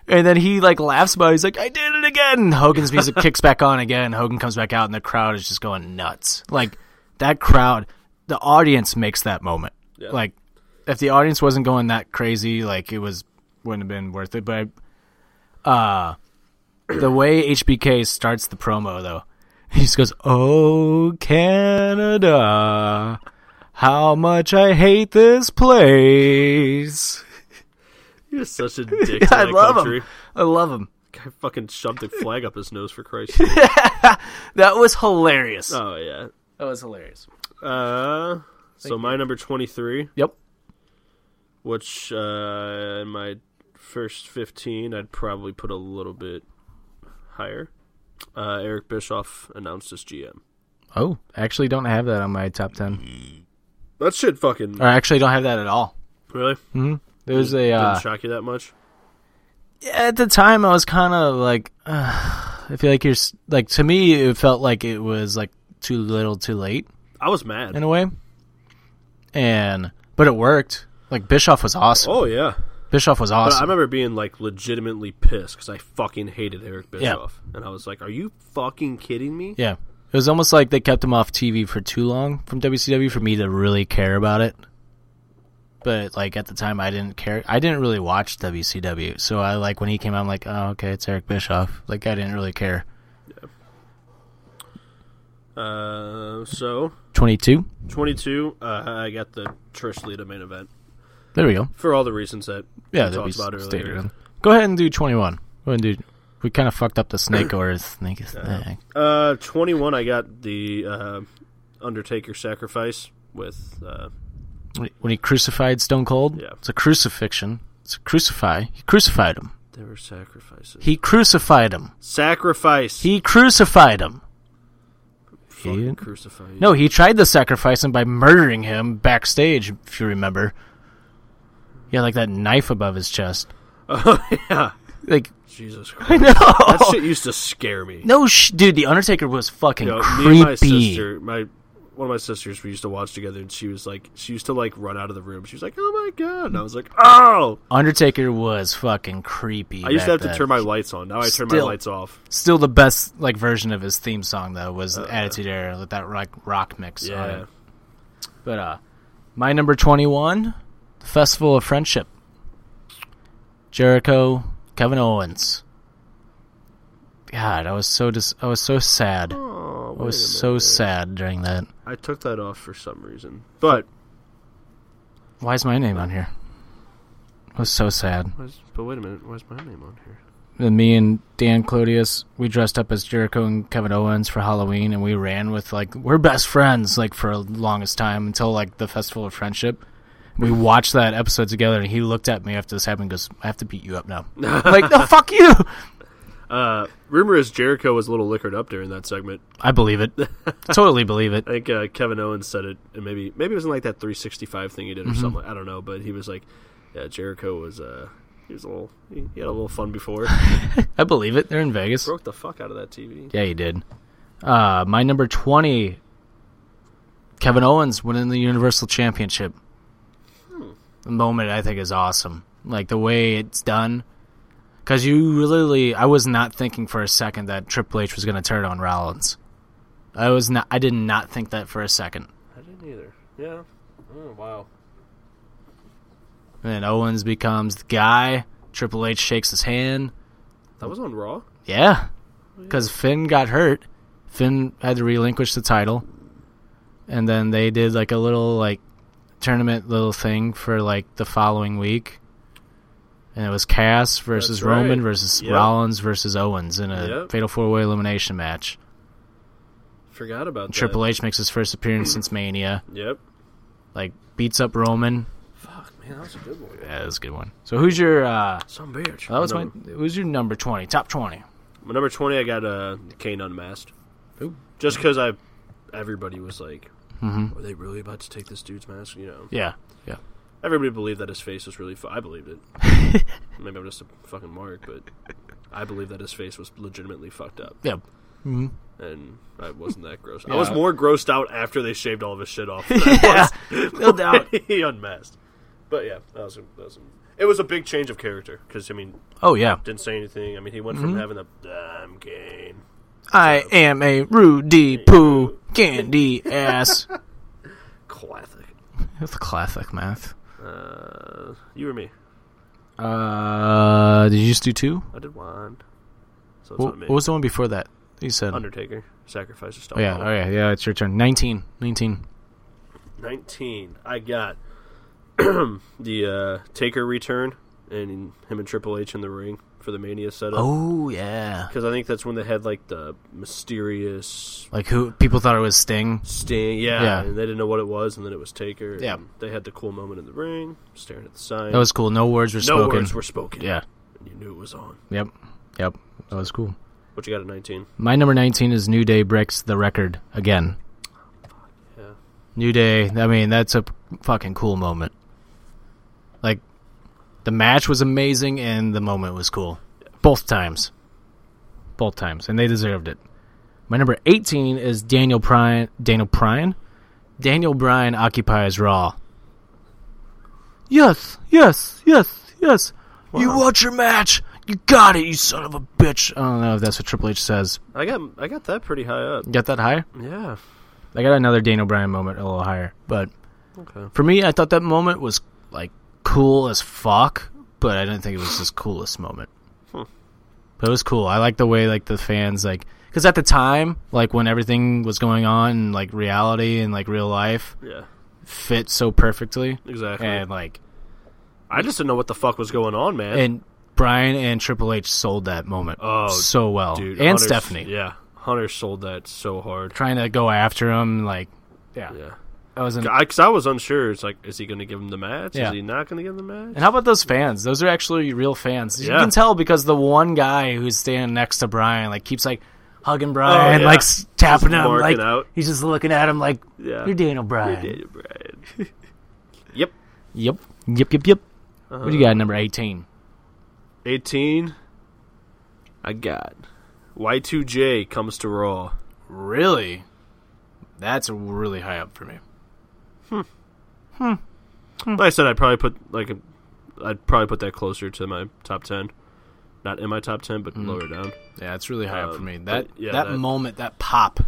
[SPEAKER 1] and then he like laughs about. It. He's like, "I did it again!" And Hogan's music kicks back on again. Hogan comes back out, and the crowd is just going nuts. Like that crowd, the audience makes that moment. Like if the audience wasn't going that crazy, like it was wouldn't have been worth it. But uh, the way HBK starts the promo though. He just goes, "Oh Canada, how much I hate this place."
[SPEAKER 2] You're such a dick. to
[SPEAKER 1] I
[SPEAKER 2] that
[SPEAKER 1] love
[SPEAKER 2] country.
[SPEAKER 1] him. I love him.
[SPEAKER 2] Guy fucking shoved a flag up his nose for Christ's sake.
[SPEAKER 1] That was hilarious.
[SPEAKER 2] oh yeah.
[SPEAKER 1] that was hilarious.
[SPEAKER 2] Uh, so my number 23,
[SPEAKER 1] Yep.
[SPEAKER 2] which uh, in my first 15, I'd probably put a little bit higher. Uh, Eric Bischoff announced as GM.
[SPEAKER 1] Oh, I actually don't have that on my top 10.
[SPEAKER 2] That shit fucking
[SPEAKER 1] Or I actually don't have that at all.
[SPEAKER 2] really
[SPEAKER 1] There was a uh,
[SPEAKER 2] didn't shock you that much.
[SPEAKER 1] at the time I was kind of like uh, I feel like you're s- like to me it felt like it was like too little, too late.
[SPEAKER 2] I was mad.
[SPEAKER 1] in a way. And but it worked. Like Bischoff was awesome.
[SPEAKER 2] oh yeah,
[SPEAKER 1] Bischoff was
[SPEAKER 2] but I
[SPEAKER 1] awesome.
[SPEAKER 2] remember being like legitimately pissed because I fucking hated Eric Bischoff, and I was like, "Are you fucking kidding me?"
[SPEAKER 1] yeah. It was almost like they kept him off TV for too long from WCW for me to really care about it. But like at the time I didn't care. I didn't really watch WCW. So I like when he came out I'm like, "Oh, okay, it's Eric Bischoff." Like I didn't really care.
[SPEAKER 2] Uh, so
[SPEAKER 1] 22.
[SPEAKER 2] 22, uh, I got the Trish Lita main event
[SPEAKER 1] There we go.
[SPEAKER 2] for all the reasons that
[SPEAKER 1] Yeah,
[SPEAKER 2] we
[SPEAKER 1] that we
[SPEAKER 2] talked about
[SPEAKER 1] stated
[SPEAKER 2] earlier.
[SPEAKER 1] on. Go ahead and do 21. Go ahead and do we kind of fucked up the snake or snake thing.
[SPEAKER 2] Uh, 21, I got the uh, Undertaker sacrifice with. Uh,
[SPEAKER 1] when he crucified Stone Cold.
[SPEAKER 2] Yeah.
[SPEAKER 1] It's a crucifixion. It's a crucify. He crucified him.
[SPEAKER 2] there were sacrifices.
[SPEAKER 1] He crucified him.
[SPEAKER 2] Sacrifice!
[SPEAKER 1] He crucified him.
[SPEAKER 2] Fucking crucify you.
[SPEAKER 1] No, he tried to sacrifice him by murdering him backstage, if you remember. He had like that knife above his chest.
[SPEAKER 2] Oh, yeah.
[SPEAKER 1] Like,
[SPEAKER 2] Jesus Christ. That
[SPEAKER 1] Oh.
[SPEAKER 2] shit used to scare me.
[SPEAKER 1] no, sh- dude, The Undertaker was fucking
[SPEAKER 2] You know,
[SPEAKER 1] creepy.
[SPEAKER 2] me and my sister, my. One of my sisters we used to watch together, and she was like, she used to like run out of the room. She was like, "Oh my god!" And I was like, "Oh!"
[SPEAKER 1] Undertaker was fucking creepy.
[SPEAKER 2] I used to
[SPEAKER 1] back
[SPEAKER 2] have to
[SPEAKER 1] then.
[SPEAKER 2] turn my lights on. Now I turn my
[SPEAKER 1] Still.
[SPEAKER 2] lights off.
[SPEAKER 1] Still, the best like version of his theme song though was the Attitude Era with that rock rock mix on it.
[SPEAKER 2] Uh, Yeah,
[SPEAKER 1] But uh my number 21, the Festival of Friendship. Jericho, Kevin Owens. God, I was so dis- I was so sad. I was so sad during that.
[SPEAKER 2] I took that off for some reason, but
[SPEAKER 1] Why is my name on here? I was so sad.
[SPEAKER 2] why's- but wait a minute, why's my name on here?
[SPEAKER 1] And me and Dan Clodius, we dressed up as Jericho and Kevin Owens for Halloween, and we ran with like we're best friends like for the longest time until like the Festival of Friendship. We watched that episode together, and he looked at me after this happened, and goes, "I have to beat you up now." like, no, fuck you.
[SPEAKER 2] Rumor is Jericho was a little liquored up during that segment.
[SPEAKER 1] I believe it. totally believe it.
[SPEAKER 2] I think uh, Kevin Owens said it, and maybe
[SPEAKER 1] Mm-hmm.
[SPEAKER 2] maybe it wasn't like that 365 thing he did or something. I don't know, but he was like, "Yeah, Jericho was uh, He was a little. He, he had a little fun before.
[SPEAKER 1] I believe it. They're in Vegas.
[SPEAKER 2] Broke the fuck out of that TV.
[SPEAKER 1] Yeah, he did. Uh, my number 20, Kevin Owens winning the Universal Championship. The moment I think is awesome. Like the way it's done. Because you really, I was not thinking for a second that Triple H was going to turn on Rollins. I was not, I did not think that for a second.
[SPEAKER 2] I didn't either. Yeah. Oh wow.
[SPEAKER 1] And then Owens becomes the guy. Triple H shakes his hand.
[SPEAKER 2] That was on Raw.
[SPEAKER 1] Yeah, because Finn got hurt. Finn had to relinquish the title, and then they did like a little like tournament little thing for like the following week, and it was Cass versus
[SPEAKER 2] That's right.
[SPEAKER 1] Roman versus
[SPEAKER 2] Yep.
[SPEAKER 1] Rollins versus Owens in a
[SPEAKER 2] Yep.
[SPEAKER 1] fatal four way elimination match.
[SPEAKER 2] Forgot about that.
[SPEAKER 1] Triple H makes his first appearance since Mania.
[SPEAKER 2] Yep.
[SPEAKER 1] Like beats up Roman.
[SPEAKER 2] Fuck man, that was a good one.
[SPEAKER 1] Yeah, that was a good one. So who's your uh
[SPEAKER 2] Some bitch.
[SPEAKER 1] that was
[SPEAKER 2] No.
[SPEAKER 1] my who's your number twenty, top twenty.
[SPEAKER 2] My number twenty, I got uh, Kane unmasked. Just because I, everybody was like,
[SPEAKER 1] Mm-hmm.
[SPEAKER 2] "Are they really about to take this dude's mask?" You know,
[SPEAKER 1] Yeah. Yeah.
[SPEAKER 2] everybody believed that his face was really. Fu- I believed it. Maybe I'm just a fucking mark, but I believed that his face was legitimately fucked up,
[SPEAKER 1] Yeah.
[SPEAKER 2] and I wasn't that gross. I was more grossed out after they shaved all of his shit off. than
[SPEAKER 1] No
[SPEAKER 2] I
[SPEAKER 1] doubt.
[SPEAKER 2] was. he unmasked, but yeah, that was, a, that was a, it was a big change of character because I mean,
[SPEAKER 1] Oh yeah.
[SPEAKER 2] didn't say anything. I mean, he went from
[SPEAKER 1] Mm-hmm.
[SPEAKER 2] having the damn Kane.
[SPEAKER 1] I am a Rudy Poo candy ass.
[SPEAKER 2] Classic.
[SPEAKER 1] That's classic math.
[SPEAKER 2] Uh, you or me?
[SPEAKER 1] Uh, did you just do two?
[SPEAKER 2] I did one. So it's
[SPEAKER 1] Wha-
[SPEAKER 2] not
[SPEAKER 1] What,
[SPEAKER 2] me.
[SPEAKER 1] was the one before that? You said.
[SPEAKER 2] Undertaker sacrifices?
[SPEAKER 1] oh, yeah. Oh yeah. Yeah. It's your turn. Nineteen. Nineteen.
[SPEAKER 2] Nineteen. I got the uh, Taker return and him and Triple H in the ring for the Mania setup.
[SPEAKER 1] Oh yeah.
[SPEAKER 2] Because I think that's when they had like the mysterious
[SPEAKER 1] Like who? People thought it was Sting.
[SPEAKER 2] sting, yeah,
[SPEAKER 1] Yeah.
[SPEAKER 2] and they didn't know what it was, and then it was Taker.
[SPEAKER 1] Yeah.
[SPEAKER 2] and they had the cool moment in the ring, staring at the sign.
[SPEAKER 1] That was cool. No words were
[SPEAKER 2] no
[SPEAKER 1] spoken.
[SPEAKER 2] words were spoken.
[SPEAKER 1] yeah.
[SPEAKER 2] and you knew it was on.
[SPEAKER 1] Yep. Yep. That was cool.
[SPEAKER 2] What you got at nineteen?
[SPEAKER 1] My number 19 is New Day breaks the record again.
[SPEAKER 2] Yeah.
[SPEAKER 1] New Day, I mean, that's a fucking cool moment. Like, the match was amazing and the moment was cool. Both times. Both times. And they deserved it. My number 18 is Daniel Bryan. Daniel Bryan? Daniel Bryan occupies Raw. Yes, yes, yes, yes. You watch your match. You got it, you son of a bitch. I don't know if that's what Triple H says.
[SPEAKER 2] I got I got that pretty high up.
[SPEAKER 1] Get that higher?
[SPEAKER 2] Yeah.
[SPEAKER 1] I got another Daniel Bryan moment a little higher, but
[SPEAKER 2] Okay.
[SPEAKER 1] for me, I thought that moment was like cool as fuck, but I didn't think it was his coolest moment. But it was cool. I like the way like the fans like because at the time, like when everything was going on, and, like reality and like real life
[SPEAKER 2] Yeah.
[SPEAKER 1] fit so perfectly,
[SPEAKER 2] Exactly.
[SPEAKER 1] and like
[SPEAKER 2] I just didn't know what the fuck was going on, man.
[SPEAKER 1] and Bryan and Triple H sold that moment
[SPEAKER 2] Oh,
[SPEAKER 1] so well,
[SPEAKER 2] Dude,
[SPEAKER 1] and
[SPEAKER 2] Hunter-
[SPEAKER 1] Stephanie
[SPEAKER 2] Yeah, Hunter sold that so hard.
[SPEAKER 1] trying to go after him like yeah,
[SPEAKER 2] Yeah,
[SPEAKER 1] I was in
[SPEAKER 2] because I, was unsure. It's like, is he going to give him the match?
[SPEAKER 1] Yeah.
[SPEAKER 2] Is he not going to give him the match?
[SPEAKER 1] And how about those fans? Those are actually real fans. You
[SPEAKER 2] Yeah.
[SPEAKER 1] can tell because the one guy who's standing next to Brian like keeps like hugging Brian,
[SPEAKER 2] yeah.
[SPEAKER 1] like s- tapping him,
[SPEAKER 2] marking
[SPEAKER 1] like
[SPEAKER 2] out.
[SPEAKER 1] he's just looking at him like
[SPEAKER 2] Yeah,
[SPEAKER 1] you're Daniel Bryan.
[SPEAKER 2] Daniel Bryan. yep,
[SPEAKER 1] Yep, yep, yep, yep. What do you got? at Number eighteen.
[SPEAKER 2] eighteen. I got Y two J comes to Raw.
[SPEAKER 1] Really, that's really high up for me. Hmm.
[SPEAKER 2] Like I said, I'd probably put like a, I'd probably put that closer to my top ten. Not in my top ten, but
[SPEAKER 1] Hmm.
[SPEAKER 2] lower down.
[SPEAKER 1] Yeah, it's really high up for
[SPEAKER 2] Um,
[SPEAKER 1] me. That
[SPEAKER 2] but, yeah,
[SPEAKER 1] that,
[SPEAKER 2] that-
[SPEAKER 1] moment, that pop,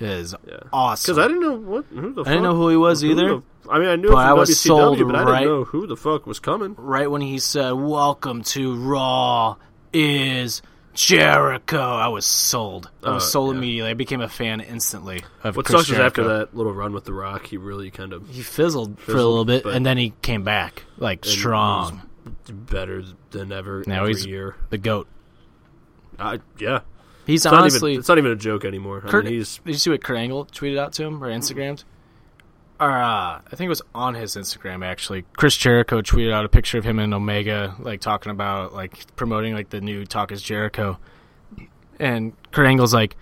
[SPEAKER 1] is
[SPEAKER 2] Yeah,
[SPEAKER 1] awesome.
[SPEAKER 2] Because I didn't know what who the
[SPEAKER 1] I didn't know who he was either.
[SPEAKER 2] the- I mean, I knew
[SPEAKER 1] But
[SPEAKER 2] it from
[SPEAKER 1] I was
[SPEAKER 2] WCW,
[SPEAKER 1] sold
[SPEAKER 2] but I
[SPEAKER 1] right-
[SPEAKER 2] didn't know who the fuck was coming.
[SPEAKER 1] right when he said, "Welcome to Raw is Jericho," I was sold. I was
[SPEAKER 2] Oh,
[SPEAKER 1] sold
[SPEAKER 2] yeah.
[SPEAKER 1] immediately. I became a fan instantly. Of
[SPEAKER 2] What
[SPEAKER 1] Chris
[SPEAKER 2] sucks is after
[SPEAKER 1] Jericho.
[SPEAKER 2] that little run with The Rock, he really kind of
[SPEAKER 1] he fizzled, for a
[SPEAKER 2] Fizzled,
[SPEAKER 1] little bit,
[SPEAKER 2] but-
[SPEAKER 1] and then he came back like strong.
[SPEAKER 2] better than ever
[SPEAKER 1] Now
[SPEAKER 2] every
[SPEAKER 1] he's-
[SPEAKER 2] year.
[SPEAKER 1] the goat.
[SPEAKER 2] I, yeah, it's
[SPEAKER 1] He's
[SPEAKER 2] not
[SPEAKER 1] honestly.
[SPEAKER 2] even it's not even a joke anymore.
[SPEAKER 1] Kurt,
[SPEAKER 2] I mean, he's
[SPEAKER 1] did you see what Kurt Angle tweeted out to him or Instagrammed? Or uh, I think it was on his Instagram actually. Chris Jericho tweeted out a picture of him and Omega like talking about like promoting like the new Talk is Jericho, and Kurt Angle's like,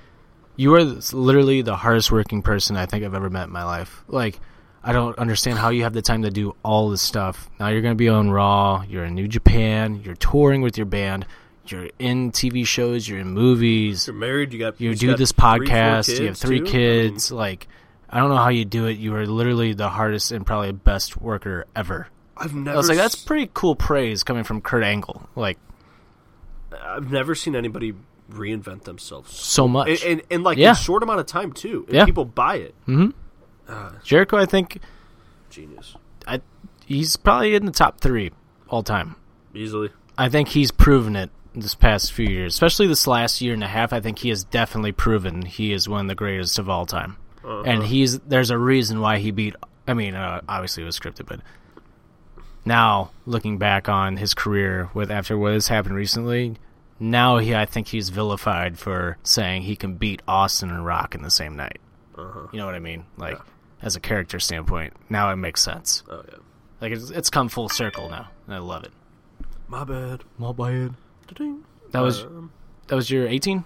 [SPEAKER 1] "You are literally the hardest working person I think I've ever met in my life. Like, I don't understand how you have the time to do all this stuff. Now you're going to be on Raw, you're in New Japan, you're touring with your band, you're in TV shows, you're in movies,
[SPEAKER 2] You're married. You got
[SPEAKER 1] you
[SPEAKER 2] he's
[SPEAKER 1] do
[SPEAKER 2] got
[SPEAKER 1] this
[SPEAKER 2] three, four
[SPEAKER 1] podcast, you have three
[SPEAKER 2] too.
[SPEAKER 1] kids. like, I don't know how you do it. You are literally the hardest and probably best worker ever.
[SPEAKER 2] I've never.
[SPEAKER 1] I was like, that's
[SPEAKER 2] s-
[SPEAKER 1] pretty cool praise coming from Kurt Angle. Like,
[SPEAKER 2] I've never seen anybody reinvent themselves
[SPEAKER 1] so much.
[SPEAKER 2] and and, and like
[SPEAKER 1] Yeah.
[SPEAKER 2] in short amount of time too. And
[SPEAKER 1] Yeah. Hmm.
[SPEAKER 2] people buy it.
[SPEAKER 1] Jericho, I think
[SPEAKER 2] Genius,
[SPEAKER 1] I, he's probably in the top three all time.
[SPEAKER 2] easily.
[SPEAKER 1] I think he's proven it this past few years, especially this last year and a half. I think he has definitely proven he is one of the greatest of all time,
[SPEAKER 2] Uh-huh.
[SPEAKER 1] and he's there's a reason why he beat. I mean, uh, obviously it was scripted, but now looking back on his career with after what has happened recently, now he I think he's vilified for saying he can beat Austin and Rock in the same night.
[SPEAKER 2] Uh-huh.
[SPEAKER 1] You know what I mean? Like as a character standpoint, now it makes sense.
[SPEAKER 2] Oh yeah,
[SPEAKER 1] Like it's, it's come full circle now, and I love it.
[SPEAKER 2] my bad.
[SPEAKER 1] Well, by it.
[SPEAKER 2] Da-ding.
[SPEAKER 1] That was
[SPEAKER 2] Um,
[SPEAKER 1] that was your 18.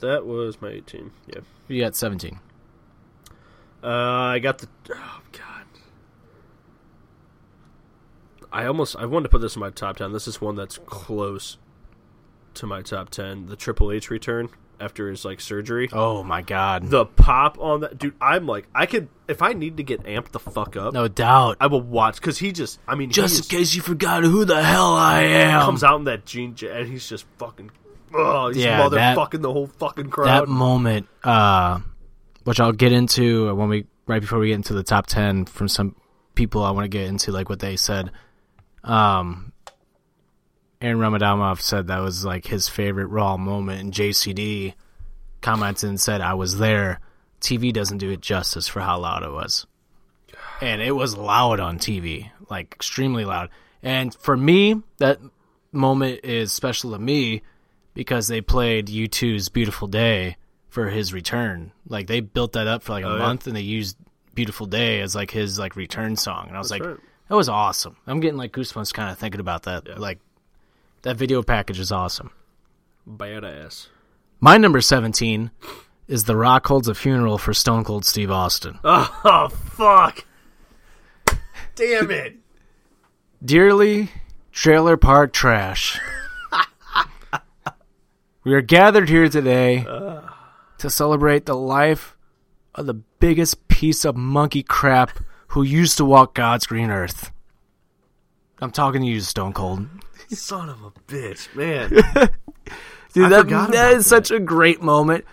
[SPEAKER 2] that was my eighteen. Yeah,
[SPEAKER 1] You got 17.
[SPEAKER 2] uh, I got the. Oh god, I almost I wanted to put this in my top ten. This is one that's close to my top ten. The Triple H return after his like surgery.
[SPEAKER 1] Oh my god.
[SPEAKER 2] The pop on that dude. I'm like, I could if I need to get amped the fuck up.
[SPEAKER 1] no doubt.
[SPEAKER 2] I will watch because he just. I mean, he
[SPEAKER 1] Just
[SPEAKER 2] is-
[SPEAKER 1] in case you forgot who the hell I am.
[SPEAKER 2] comes out in that jean jacket and he's just fucking. Oh, he's
[SPEAKER 1] Yeah, that-
[SPEAKER 2] motherfucking the whole fucking crowd.
[SPEAKER 1] that moment uh which I'll get into when we right before we get into the top 10 from some people I want to get into like what they said um Aaron Ramadamov said that was like his favorite raw moment and JCD commented and said I was there TV doesn't do it justice for how loud it was and it was loud on TV like extremely loud and for me that moment is special to me because they played U2's Beautiful Day for his return. Like they built that up for like a month and they used Beautiful Day as like his like return song. And I was like,
[SPEAKER 2] right.
[SPEAKER 1] that was awesome. I'm getting like goosebumps kind of thinking about that. Like that video package is awesome.
[SPEAKER 2] Badass.
[SPEAKER 1] My number 17 is The Rock holds a funeral for Stone Cold Steve Austin.
[SPEAKER 2] Oh fuck! Damn it!
[SPEAKER 1] Dearly Trailer Park Trash. we are gathered here today to celebrate the life of the biggest piece of monkey crap who used to walk God's green earth. I'm talking to you, Stone Cold.
[SPEAKER 2] Son of a bitch, man.
[SPEAKER 1] Dude, that,
[SPEAKER 2] forgot
[SPEAKER 1] that
[SPEAKER 2] about
[SPEAKER 1] is such a great moment.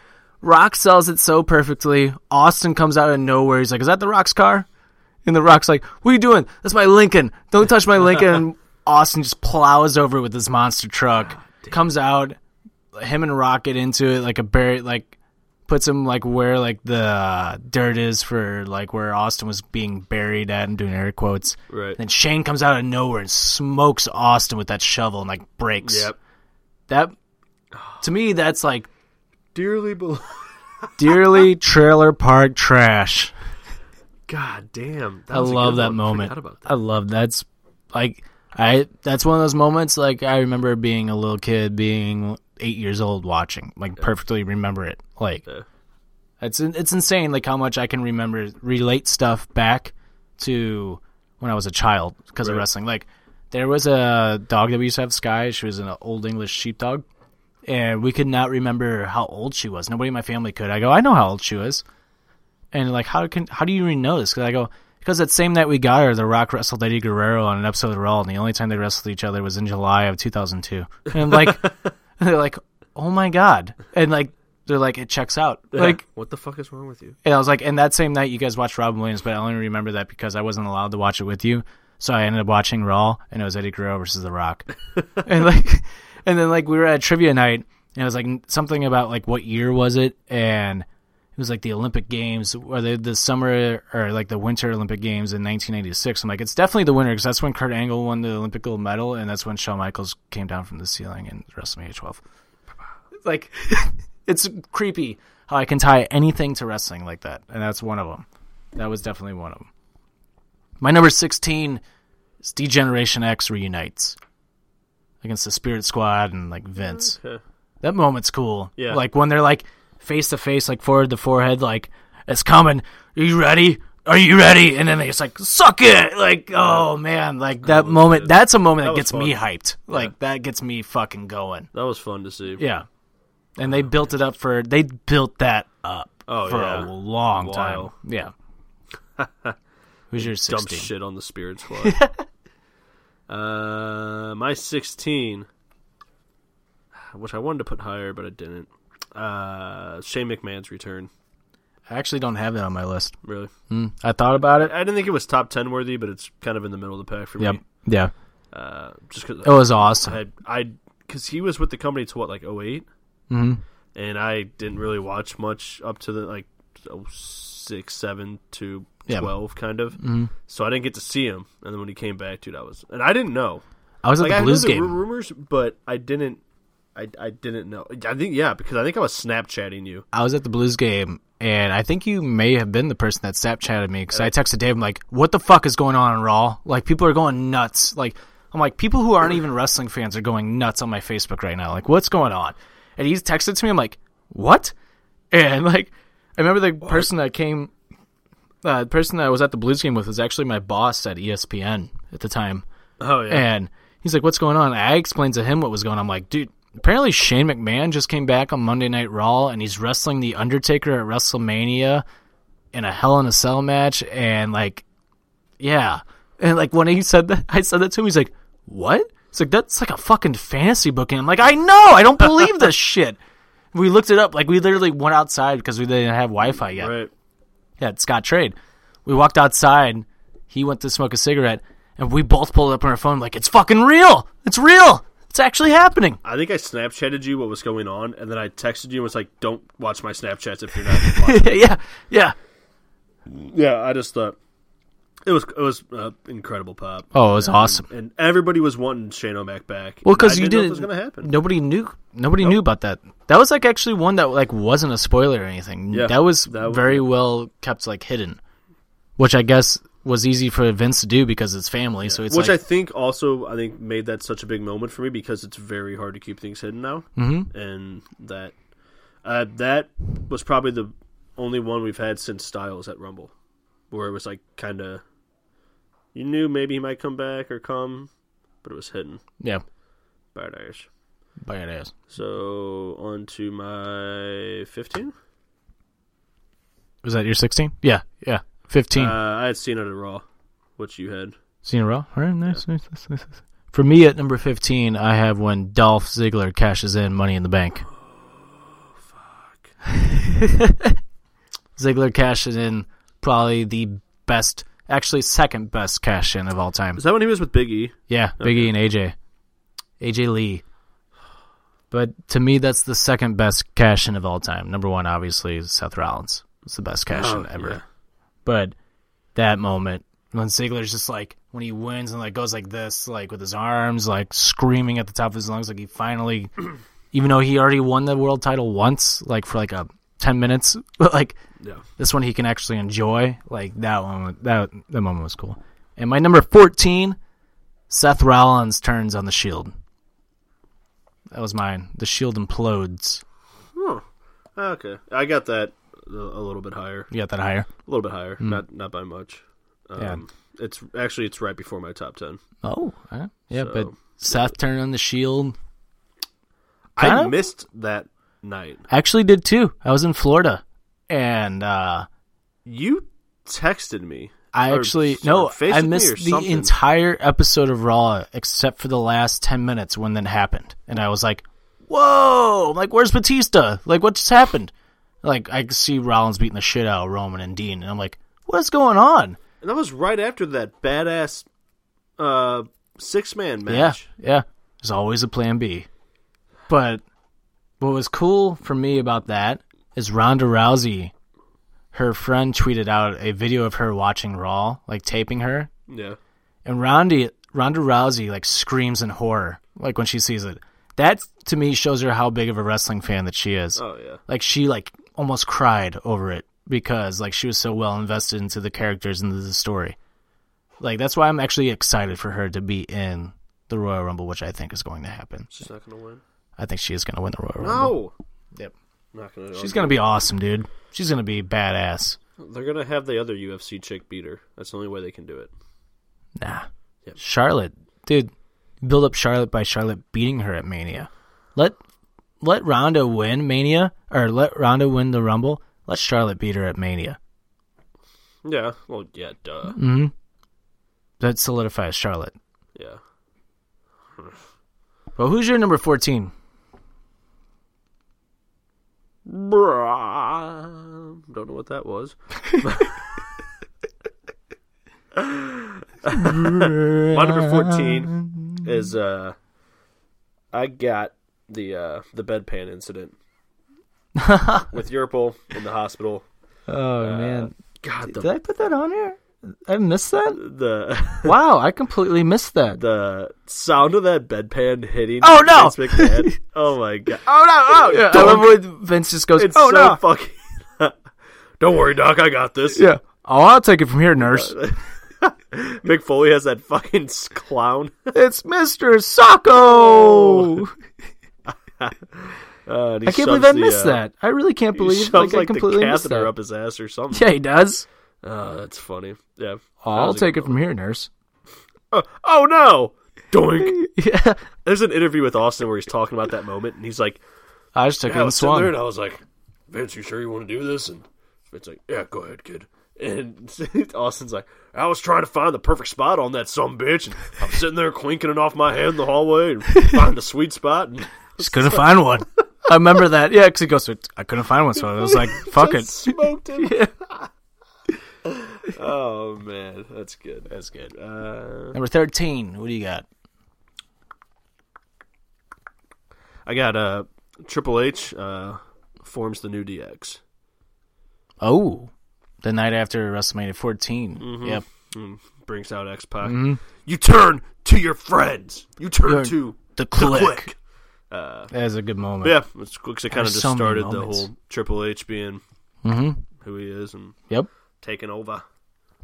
[SPEAKER 1] Rock sells it so perfectly. Austin comes out of nowhere. He's like, "Is that the Rock's car?" And the Rock's like, "What are you doing? That's my Lincoln. Don't touch my Lincoln." and Austin just plows over it with his monster truck. comes out. Him and Rock get into it like a bear. Like puts him like where like the uh, dirt is for like where Austin was being buried at. and doing air quotes.
[SPEAKER 2] Right.
[SPEAKER 1] Then Shane comes out of nowhere and smokes Austin with that shovel and like breaks.
[SPEAKER 2] yep.
[SPEAKER 1] That to me, that's like
[SPEAKER 2] Dearly beloved.
[SPEAKER 1] dearly trailer park trash.
[SPEAKER 2] God damn. That
[SPEAKER 1] I
[SPEAKER 2] was a
[SPEAKER 1] love
[SPEAKER 2] good
[SPEAKER 1] that
[SPEAKER 2] one.
[SPEAKER 1] moment.
[SPEAKER 2] Forgot about that.
[SPEAKER 1] I love that's like I that's one of those moments like I remember being a little kid, being eight years old, watching like perfectly remember it. Like
[SPEAKER 2] Yeah.
[SPEAKER 1] it's it's insane like how much I can remember relate stuff back to when I was a child because of
[SPEAKER 2] Right.
[SPEAKER 1] wrestling. Like there was a dog that we used to have, Sky. She was an old English sheepdog. and we could not remember how old she was. Nobody in my family could. I go, I know how old she was, and like, how can how do you even know this? Because I go, because that same night we got her, The Rock wrestled Eddie Guerrero on an episode of Raw, and the only time they wrestled each other was in July of 2002. And I'm like, they're like, oh my god, and like they're like, it checks out. Like,
[SPEAKER 2] what the fuck is wrong with you?
[SPEAKER 1] and I was like, and that same night you guys watched Robin Williams, but I only remember that because I wasn't allowed to watch it with you. So I ended up watching Raw, and it was Eddie Guerrero versus The Rock, and like, and then like we were at trivia night, and it was like n- something about like what year was it, and it was like the Olympic Games or the the summer or like the Winter Olympic Games in 1986. I'm like, it's definitely the winter because that's when Kurt Angle won the Olympic gold medal, and that's when Shawn Michaels came down from the ceiling in WrestleMania 12. Like, it's creepy how I can tie anything to wrestling like that, and that's one of them. That was definitely one of them. My number 16 is Degeneration X reunites against the Spirit Squad and like Vince.
[SPEAKER 2] Okay.
[SPEAKER 1] That moment's cool.
[SPEAKER 2] Yeah.
[SPEAKER 1] Like when they're like face to face, like forward to forehead, like it's coming. Are you ready? are you ready? And then they just like, suck it. Like, oh man, like that moment. That's a moment that,
[SPEAKER 2] That was
[SPEAKER 1] gets me
[SPEAKER 2] fun.
[SPEAKER 1] hyped. Like that gets me fucking going.
[SPEAKER 2] That was fun to see.
[SPEAKER 1] Yeah. And they built it up for they built that up
[SPEAKER 2] Oh,
[SPEAKER 1] for
[SPEAKER 2] yeah.
[SPEAKER 1] a long
[SPEAKER 2] While.
[SPEAKER 1] time. Yeah. Who's your
[SPEAKER 2] Dumb
[SPEAKER 1] sixteen?
[SPEAKER 2] shit on the Spirit Squad. uh, my 16, which I wanted to put higher, but I didn't. Uh, Shane McMahon's return,
[SPEAKER 1] I actually don't have that on my list. Mm.
[SPEAKER 2] really.
[SPEAKER 1] I thought about it.
[SPEAKER 2] I didn't think it was top 10 worthy, but it's kind of in the middle of the pack for
[SPEAKER 1] Yep. Oh,
[SPEAKER 2] me.
[SPEAKER 1] Yeah.
[SPEAKER 2] Uh, just because
[SPEAKER 1] It was awesome.
[SPEAKER 2] I I because he was with the company to what like 8 and I didn't really watch much up to the like oh six seven to
[SPEAKER 1] Yeah.
[SPEAKER 2] twelve kind of. So I didn't get to see him, and then when he came back, dude, I was and I didn't know.
[SPEAKER 1] I was at
[SPEAKER 2] Like I
[SPEAKER 1] the
[SPEAKER 2] knew
[SPEAKER 1] Blues
[SPEAKER 2] there
[SPEAKER 1] game.
[SPEAKER 2] were rumors, but I didn't. I, I didn't know. I think yeah, because I think I was Snapchatting you.
[SPEAKER 1] I was at the Blues game, and I think you may have been the person that Snapchatted me because I texted Dave. I'm like, "What the fuck is going on in Raw? Like, people are going nuts. Like, I'm like, people who aren't even wrestling fans are going nuts on my Facebook right now. Like, what's going on?" And he's texted to me. I'm like, "What?" And like, I remember the person that came, uh, the person that I was at the Blues game with was actually my boss at E ESPN at the time.
[SPEAKER 2] Oh yeah,
[SPEAKER 1] And he's like, "What's going on?" I explained to him what was going on. I'm like, "Dude, apparently Shane McMahon just came back on Monday Night Raw, and he's wrestling the Undertaker at WrestleMania in a Hell in a Cell match." And like, yeah, and like when he said that, I said that to him. He's like, "What?" It's like that's like a fucking fantasy booking. I'm like, "I know, I don't believe this shit." We looked it up. Like we literally went outside because we didn't have Wi-Fi yet
[SPEAKER 2] right.
[SPEAKER 1] at Scott Trade. We walked outside. He went to smoke a cigarette, and we both pulled up on our phone like, "It's fucking real! It's real! It's actually happening!"
[SPEAKER 2] I think I Snapchatted you what was going on, and then I texted you and was like, "Don't watch my Snapchats if you're not watching."
[SPEAKER 1] yeah, yeah.
[SPEAKER 2] yeah, I just thought it was it was uh, incredible pop.
[SPEAKER 1] Oh, it was awesome.
[SPEAKER 2] Um, and everybody was wanting Shane O'Mac back.
[SPEAKER 1] Well,
[SPEAKER 2] And
[SPEAKER 1] because
[SPEAKER 2] I
[SPEAKER 1] you
[SPEAKER 2] didn't know if
[SPEAKER 1] didn't.
[SPEAKER 2] it was going to happen.
[SPEAKER 1] Nobody knew. Nobody knew about that. That was like actually one that like wasn't a spoiler or anything.
[SPEAKER 2] Yeah,
[SPEAKER 1] that was
[SPEAKER 2] that was-
[SPEAKER 1] very well kept like hidden, which I guess was easy for Vince to do because it's family. So it's
[SPEAKER 2] Which
[SPEAKER 1] like,
[SPEAKER 2] I think also I think made that such a big moment for me because it's very hard to keep things hidden now, mm-hmm. and that uh, that was probably the only one we've had since Styles at Rumble, where it was like kind of you knew maybe he might come back or come, but it was hidden.
[SPEAKER 1] yeah,
[SPEAKER 2] Bad Irish.
[SPEAKER 1] badass.
[SPEAKER 2] So on to my fifteen.
[SPEAKER 1] Was that your sixteen? Yeah, yeah, fifteen.
[SPEAKER 2] Uh, I had seen it at Raw, which you had.
[SPEAKER 1] Seen it all? All right, nice, nice, nice, nice, nice. For me, at number 15, I have when Dolph Ziggler cashes in Money in the Bank. Ziggler cashes in probably the best, actually second best cash in of all time.
[SPEAKER 2] Is that when he was with Big E?
[SPEAKER 1] Yeah, Biggie and AJ. AJ Lee. But to me, that's the second best cash in of all time. Number one, obviously, is Seth Rollins. It's the best cash in
[SPEAKER 2] Oh,
[SPEAKER 1] ever.
[SPEAKER 2] yeah.
[SPEAKER 1] But that moment when Ziggler's just like when he wins and like goes like this, like with his arms, like screaming at the top of his lungs, like he finally, even though he already won the world title once, like for like a ten minutes, but like
[SPEAKER 2] Yeah.
[SPEAKER 1] this one he can actually enjoy. Like that one, that that moment was cool. And my number fourteen, Seth Rollins turns on the Shield. That was mine. The Shield implodes.
[SPEAKER 2] Ah, Okay, I got that a a little bit higher,
[SPEAKER 1] You got that higher?
[SPEAKER 2] a little bit higher,
[SPEAKER 1] Hmm.
[SPEAKER 2] not not by much. Um, It's actually it's right before my top ten.
[SPEAKER 1] Oh, huh? yeah. but
[SPEAKER 2] So-
[SPEAKER 1] Seth turned on the Shield.
[SPEAKER 2] I
[SPEAKER 1] Kinda-
[SPEAKER 2] missed that night.
[SPEAKER 1] actually did too. I was in Florida, and uh,
[SPEAKER 2] You texted me.
[SPEAKER 1] I
[SPEAKER 2] Or-
[SPEAKER 1] actually
[SPEAKER 2] or
[SPEAKER 1] no,
[SPEAKER 2] Facebooked
[SPEAKER 1] I
[SPEAKER 2] me
[SPEAKER 1] missed
[SPEAKER 2] or
[SPEAKER 1] the
[SPEAKER 2] something.
[SPEAKER 1] entire episode of Raw except for the last ten minutes when that happened, and I was like, "Whoa!" I'm like, "Where's Batista? Like, what just happened?" Like, I see Rollins beating the shit out of Roman and Dean, and I'm like, "What's going on?"
[SPEAKER 2] and that was right after that badass uh, six man match.
[SPEAKER 1] Yeah, yeah. There's always a plan B. But what was cool for me about that is Ronda Rousey, her friend tweeted out a video of her watching Raw, like taping her,
[SPEAKER 2] Yeah,
[SPEAKER 1] and Ronda Ronda Rousey like screams in horror like when she sees it. That to me shows her how big of a wrestling fan that she is.
[SPEAKER 2] oh yeah,
[SPEAKER 1] Like she like almost cried over it because like she was so well invested into the characters and the story. Like that's why I'm actually excited for her to be in the Royal Rumble, which I think is going to happen.
[SPEAKER 2] she's not gonna win.
[SPEAKER 1] I think she is going to win the Royal Rumble.
[SPEAKER 2] No,
[SPEAKER 1] Yep.
[SPEAKER 2] not gonna.
[SPEAKER 1] She's going to be awesome, dude. She's going to be badass.
[SPEAKER 2] They're gonna have the other UFC chick beat her. That's the only way they can do it.
[SPEAKER 1] Nah.
[SPEAKER 2] Yep.
[SPEAKER 1] Charlotte, dude, build up Charlotte by Charlotte beating her at Mania. Let let Ronda win Mania or let Ronda win the Rumble. Let Charlotte beat her at Mania.
[SPEAKER 2] Yeah. Well, yeah. Duh.
[SPEAKER 1] hmm That solidifies Charlotte.
[SPEAKER 2] Yeah.
[SPEAKER 1] But who's your number fourteen?
[SPEAKER 2] Bruh. Don't know what that was. My number fourteen is uh, I got the uh the bedpan incident with Europol in the hospital.
[SPEAKER 1] Oh man,
[SPEAKER 2] God,
[SPEAKER 1] did I
[SPEAKER 2] Uh, the
[SPEAKER 1] put that on here? I missed that.
[SPEAKER 2] the
[SPEAKER 1] Wow, I completely missed that.
[SPEAKER 2] the sound of that bedpan hitting.
[SPEAKER 1] Oh, no!
[SPEAKER 2] Vince McMahon. oh my God!
[SPEAKER 1] oh no! Oh, yeah, I remember when Vince just goes,
[SPEAKER 2] It's
[SPEAKER 1] "Oh
[SPEAKER 2] so
[SPEAKER 1] no!"
[SPEAKER 2] fucking. Don't worry, Doc. I got this.
[SPEAKER 1] yeah. Oh, I'll take it from here, nurse.
[SPEAKER 2] Mick Foley has that fucking s- clown.
[SPEAKER 1] it's Mister Socko.
[SPEAKER 2] Uh, and Oh, he
[SPEAKER 1] I can't
[SPEAKER 2] shoves
[SPEAKER 1] believe I
[SPEAKER 2] the,
[SPEAKER 1] missed
[SPEAKER 2] uh,
[SPEAKER 1] that. I really can't
[SPEAKER 2] he
[SPEAKER 1] believe
[SPEAKER 2] shoves,
[SPEAKER 1] like, I
[SPEAKER 2] like, the
[SPEAKER 1] completely missed
[SPEAKER 2] catheter
[SPEAKER 1] that.
[SPEAKER 2] up his ass or something.
[SPEAKER 1] Yeah, he does.
[SPEAKER 2] Oh, that's funny. Yeah. That
[SPEAKER 1] I'll
[SPEAKER 2] was a
[SPEAKER 1] take
[SPEAKER 2] good
[SPEAKER 1] it from here, nurse.
[SPEAKER 2] one. Oh, oh, no! Doink.
[SPEAKER 1] Yeah,
[SPEAKER 2] There's an interview with Austin where he's talking about that moment, and he's like,
[SPEAKER 1] I just took
[SPEAKER 2] yeah, I
[SPEAKER 1] it and
[SPEAKER 2] was sitting there,
[SPEAKER 1] swung.
[SPEAKER 2] and I was like, Vince, you sure you want to do this? And Vince's like, yeah, go ahead, kid. And Austin's like, I was trying to find the perfect spot on that some bitch, and I'm sitting there clinking it off my hand in the hallway and find the sweet spot. And
[SPEAKER 1] Just couldn't find one. I remember that. Yeah, because he goes, I couldn't find one, so I was like, "Fuck it."
[SPEAKER 2] smoked him. oh man, that's good. That's good. Uh,
[SPEAKER 1] Number thirteen. What do you got?
[SPEAKER 2] I got uh, Triple H uh, forms the new DX.
[SPEAKER 1] Oh, the night after WrestleMania 14. Yep.
[SPEAKER 2] Mm, brings out X Pac. You turn to your friends. You turn
[SPEAKER 1] Mm-hmm. Turn
[SPEAKER 2] to
[SPEAKER 1] The click.
[SPEAKER 2] click.
[SPEAKER 1] That was a good moment.
[SPEAKER 2] Yeah, it's because it kind
[SPEAKER 1] There's
[SPEAKER 2] of just
[SPEAKER 1] so many
[SPEAKER 2] started the
[SPEAKER 1] moments.
[SPEAKER 2] whole Triple H being
[SPEAKER 1] Mhm.
[SPEAKER 2] who he is and
[SPEAKER 1] Yep.
[SPEAKER 2] taking over.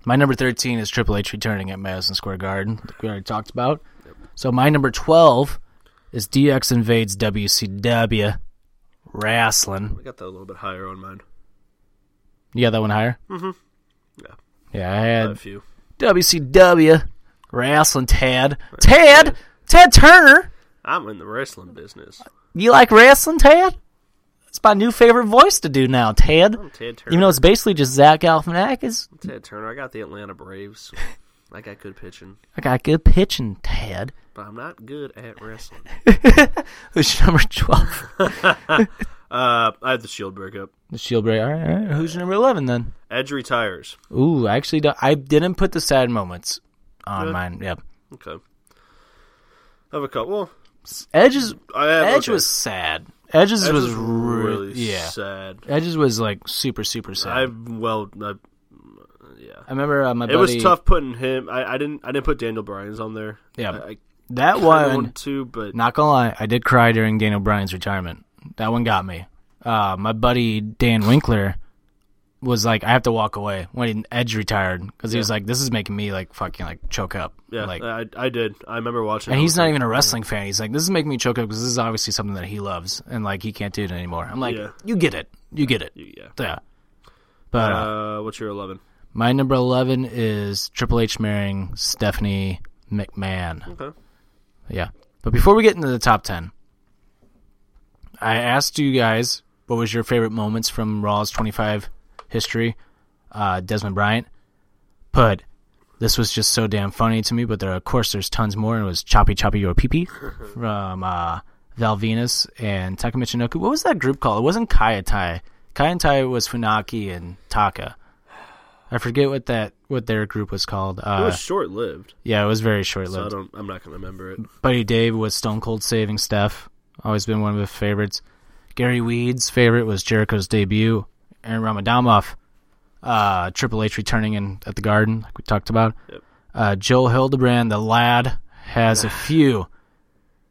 [SPEAKER 1] My number 13 is Triple H returning at Madison Square Garden, like we already talked about. So my number 12 is DX invades WCW wrestling.
[SPEAKER 2] I got that a little bit higher on mine.
[SPEAKER 1] You got that one higher? Mm-hmm.
[SPEAKER 2] Yeah.
[SPEAKER 1] Yeah, I
[SPEAKER 2] A
[SPEAKER 1] had
[SPEAKER 2] few.
[SPEAKER 1] WCW wrestling Tad. Tad! Tad Turner!
[SPEAKER 2] I'm in the wrestling business.
[SPEAKER 1] You like wrestling, Tad? It's my new favorite voice to do now, Tad.
[SPEAKER 2] I'm Ted Turner.
[SPEAKER 1] Even though it's basically just Zach Galifianakis.
[SPEAKER 2] Ted Turner. I got the Atlanta Braves. I got good pitching,
[SPEAKER 1] I got good pitching, Tad.
[SPEAKER 2] but I'm not good at wrestling.
[SPEAKER 1] Who's your number 12?
[SPEAKER 2] Uh, I had the Shield breakup.
[SPEAKER 1] The Shield break. All right, all right. Who's your number eleven then?
[SPEAKER 2] Edge retires.
[SPEAKER 1] Ooh, I actually don't, I didn't put the sad moments on mine. Yep.
[SPEAKER 2] Okay. I have a couple. Well,
[SPEAKER 1] Edge's
[SPEAKER 2] I have,
[SPEAKER 1] Edge
[SPEAKER 2] okay.
[SPEAKER 1] was sad. Edge's
[SPEAKER 2] Edge
[SPEAKER 1] was,
[SPEAKER 2] was
[SPEAKER 1] really
[SPEAKER 2] really
[SPEAKER 1] yeah.
[SPEAKER 2] sad.
[SPEAKER 1] Edge's was like super super sad.
[SPEAKER 2] I
[SPEAKER 1] i
[SPEAKER 2] well, I, yeah.
[SPEAKER 1] remember uh, my
[SPEAKER 2] It was
[SPEAKER 1] buddy-
[SPEAKER 2] tough putting him. I, I didn't. I didn't put Daniel Bryan's on there.
[SPEAKER 1] Yeah.
[SPEAKER 2] I, I
[SPEAKER 1] That
[SPEAKER 2] kinda
[SPEAKER 1] one,
[SPEAKER 2] want to, but
[SPEAKER 1] not gonna lie, I did cry during Daniel Bryan's retirement. That one got me. Uh, my buddy Dan Winkler was like, I have to walk away when Edge retired because he was like, this is making me like fucking like choke up.
[SPEAKER 2] yeah,
[SPEAKER 1] like
[SPEAKER 2] I, I did. I remember watching.
[SPEAKER 1] And
[SPEAKER 2] it.
[SPEAKER 1] he's not even a wrestling fan. He's like, this is making me choke up because this is obviously something that he loves, and like he can't do it anymore. I'm like,
[SPEAKER 2] Yeah.
[SPEAKER 1] you get it, you get it,
[SPEAKER 2] Yeah.
[SPEAKER 1] yeah. But uh,
[SPEAKER 2] Uh, what's your eleven?
[SPEAKER 1] my number eleven is Triple H marrying Stephanie McMahon.
[SPEAKER 2] Okay.
[SPEAKER 1] Yeah. But before we get into the top ten, I asked you guys what was your favorite moments from Raw's 25 history. Uh, Desmond Bryant put. This was just so damn funny to me, but there, of course, there's tons more. And it was Choppy Choppy Your Pee Pee from uh, Val Venus and Taka Michinoku. What was that group called? It wasn't Kaya Tai. Kaya Tai was Funaki and Taka. I forget what that what their group was called.
[SPEAKER 2] It
[SPEAKER 1] Uh,
[SPEAKER 2] was short lived,
[SPEAKER 1] yeah, it was very short
[SPEAKER 2] so I
[SPEAKER 1] lived.
[SPEAKER 2] don't. I'm not gonna remember it.
[SPEAKER 1] Buddy Dave was Stone Cold Saving Steph. Always been one of his favorites. Gary Weed's favorite was Jericho's debut. Aaron Ramadomoff, uh, Triple H returning in at the Garden, like we talked about.
[SPEAKER 2] Yep.
[SPEAKER 1] Uh, Joe Hildebrand, the lad, has a few.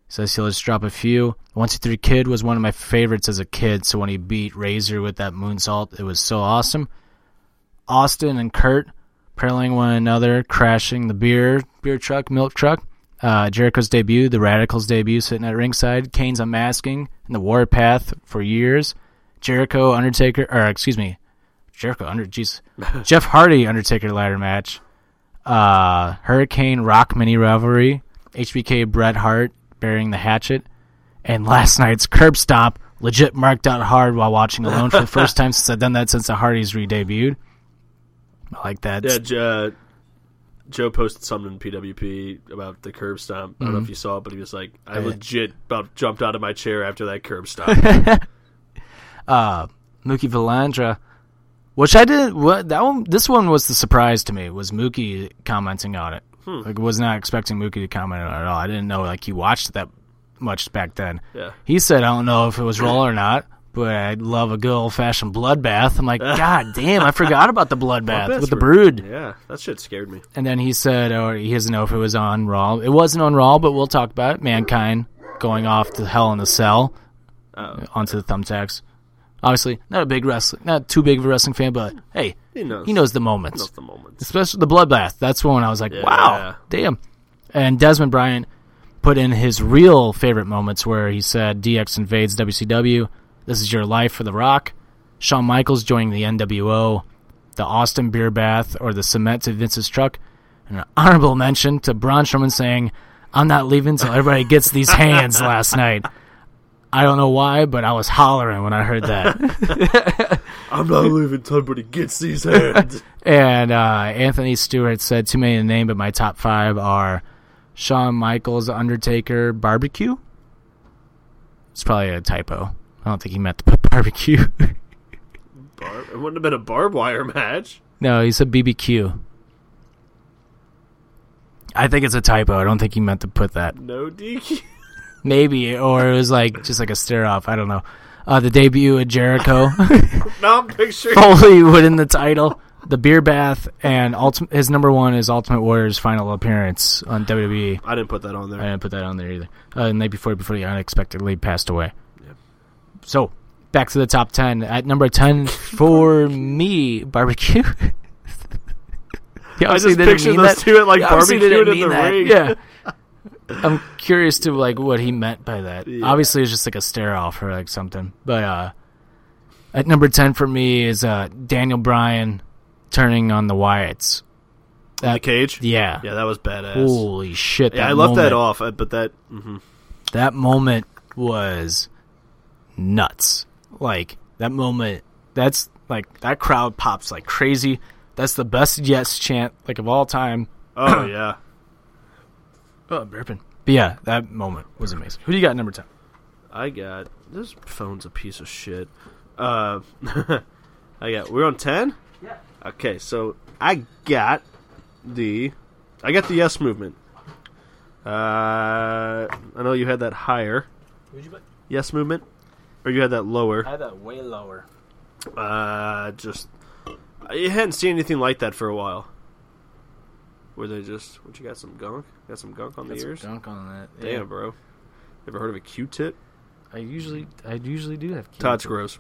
[SPEAKER 1] Says he'll just drop a few. One Two Three Kid was one of my favorites as a kid. So when he beat Razor with that moonsault, it was so awesome. Austin and Kurt paralleling one another, crashing the beer beer truck, milk truck. Uh, Jericho's debut, the Radicals' debut, sitting at ringside. Kane's unmasking and the Warpath for years. Jericho, Undertaker, or excuse me, Jericho under jeez, Jeff Hardy Undertaker ladder match, uh, Hurricane Rock mini rivalry, HBK Bret Hart burying the hatchet, and last night's curb stomp. Legit marked out hard while watching alone for the first time since I've done that since the Hardys re-debuted. I like that.
[SPEAKER 2] Yeah, J- uh, Joe posted something in PWP about the curb stomp. I don't
[SPEAKER 1] Mm-hmm.
[SPEAKER 2] know if you saw it, but he was like,
[SPEAKER 1] Oh,
[SPEAKER 2] I legit about jumped out of my chair after that curb stomp.
[SPEAKER 1] Mookie Valandra, which I did. What that one? This one was the surprise to me. Was Mookie commenting on it? Like, was not expecting Mookie to comment on it at all. I didn't know like he watched that much back then.
[SPEAKER 2] Yeah.
[SPEAKER 1] He said, "I don't know if it was roll or not." But I'd love a good old fashioned bloodbath. I'm like, God damn, I forgot about the bloodbath with the brood.
[SPEAKER 2] yeah, that shit scared me.
[SPEAKER 1] And then he said, "Oh, he doesn't know if it was on Raw. It wasn't on Raw, but we'll talk about it. Mankind going off to Hell in a Cell onto the thumbtacks. Obviously, not a big wrestling, not too big of a wrestling fan, but hey,
[SPEAKER 2] He knows.
[SPEAKER 1] he knows the moments,
[SPEAKER 2] That's the moment.
[SPEAKER 1] especially the bloodbath. That's when I was like,
[SPEAKER 2] Yeah.
[SPEAKER 1] wow, damn. And Desmond Bryan put in his real favorite moments where he said, "DX invades WCW. This is your life for The Rock." Shawn Michaels joining the NWO, the Austin beer bath, or the cement to Vince's truck, and an honorable mention to Braun Strowman saying, "I'm not leaving till everybody gets these hands." last night, I don't know why, but I was hollering when I heard that.
[SPEAKER 2] I'm not leaving till everybody gets these hands.
[SPEAKER 1] And uh, Anthony Stewart said, too many to name, but my top five are Shawn Michaels, Undertaker, Barbecue. It's probably a typo. I don't think he meant to put barbecue.
[SPEAKER 2] Bar- it wouldn't have been a barbed wire match.
[SPEAKER 1] no, he said BBQ. I think it's a typo. I don't think he meant to put that.
[SPEAKER 2] No DQ.
[SPEAKER 1] Maybe, or it was like just like a stare off. I don't know. Uh, the debut of Jericho.
[SPEAKER 2] Now I'm picturing.
[SPEAKER 1] Hollywood in the title, the beer bath, and ultim- his number one is Ultimate Warrior's final appearance on E. WWE.
[SPEAKER 2] I didn't put that on
[SPEAKER 1] I
[SPEAKER 2] there.
[SPEAKER 1] didn't put that on there either. Uh, the night before, before he unexpectedly passed away. So, back to the top 10. At number 10 for me, barbecue.
[SPEAKER 2] I just picture those two at like barbecuing in the ring.
[SPEAKER 1] Yeah. I'm curious to like what he meant by that. Obviously, it's just like a stare off or like something. But uh, at number ten for me is uh, Daniel Bryan turning on the Wyatts.
[SPEAKER 2] In the cage.
[SPEAKER 1] Yeah,
[SPEAKER 2] Yeah, that was badass.
[SPEAKER 1] holy shit!
[SPEAKER 2] yeah,
[SPEAKER 1] that
[SPEAKER 2] I left that
[SPEAKER 1] moment-
[SPEAKER 2] off, uh, but that
[SPEAKER 1] That moment was nuts. Like that moment. That's like that crowd pops like crazy. That's the best yes chant like of all time.
[SPEAKER 2] Oh yeah.
[SPEAKER 1] Oh, I'm burping. But yeah, that moment was amazing. Who do you got at number ten?
[SPEAKER 2] I got this phone's a piece of shit. Uh, I got we're on ten. Yeah. Okay, so I got the I got the yes movement. Uh, I know you had that higher yes movement, or you had that lower.
[SPEAKER 1] had that way lower.
[SPEAKER 2] Uh, just I hadn't seen anything like that for a while. Where they just what you got some gunk? Got some gunk on the ears?
[SPEAKER 1] Dunk on that.
[SPEAKER 2] Damn, bro. Ever heard of a Q-tip?
[SPEAKER 1] I usually, I usually do have.
[SPEAKER 2] Todd's gross.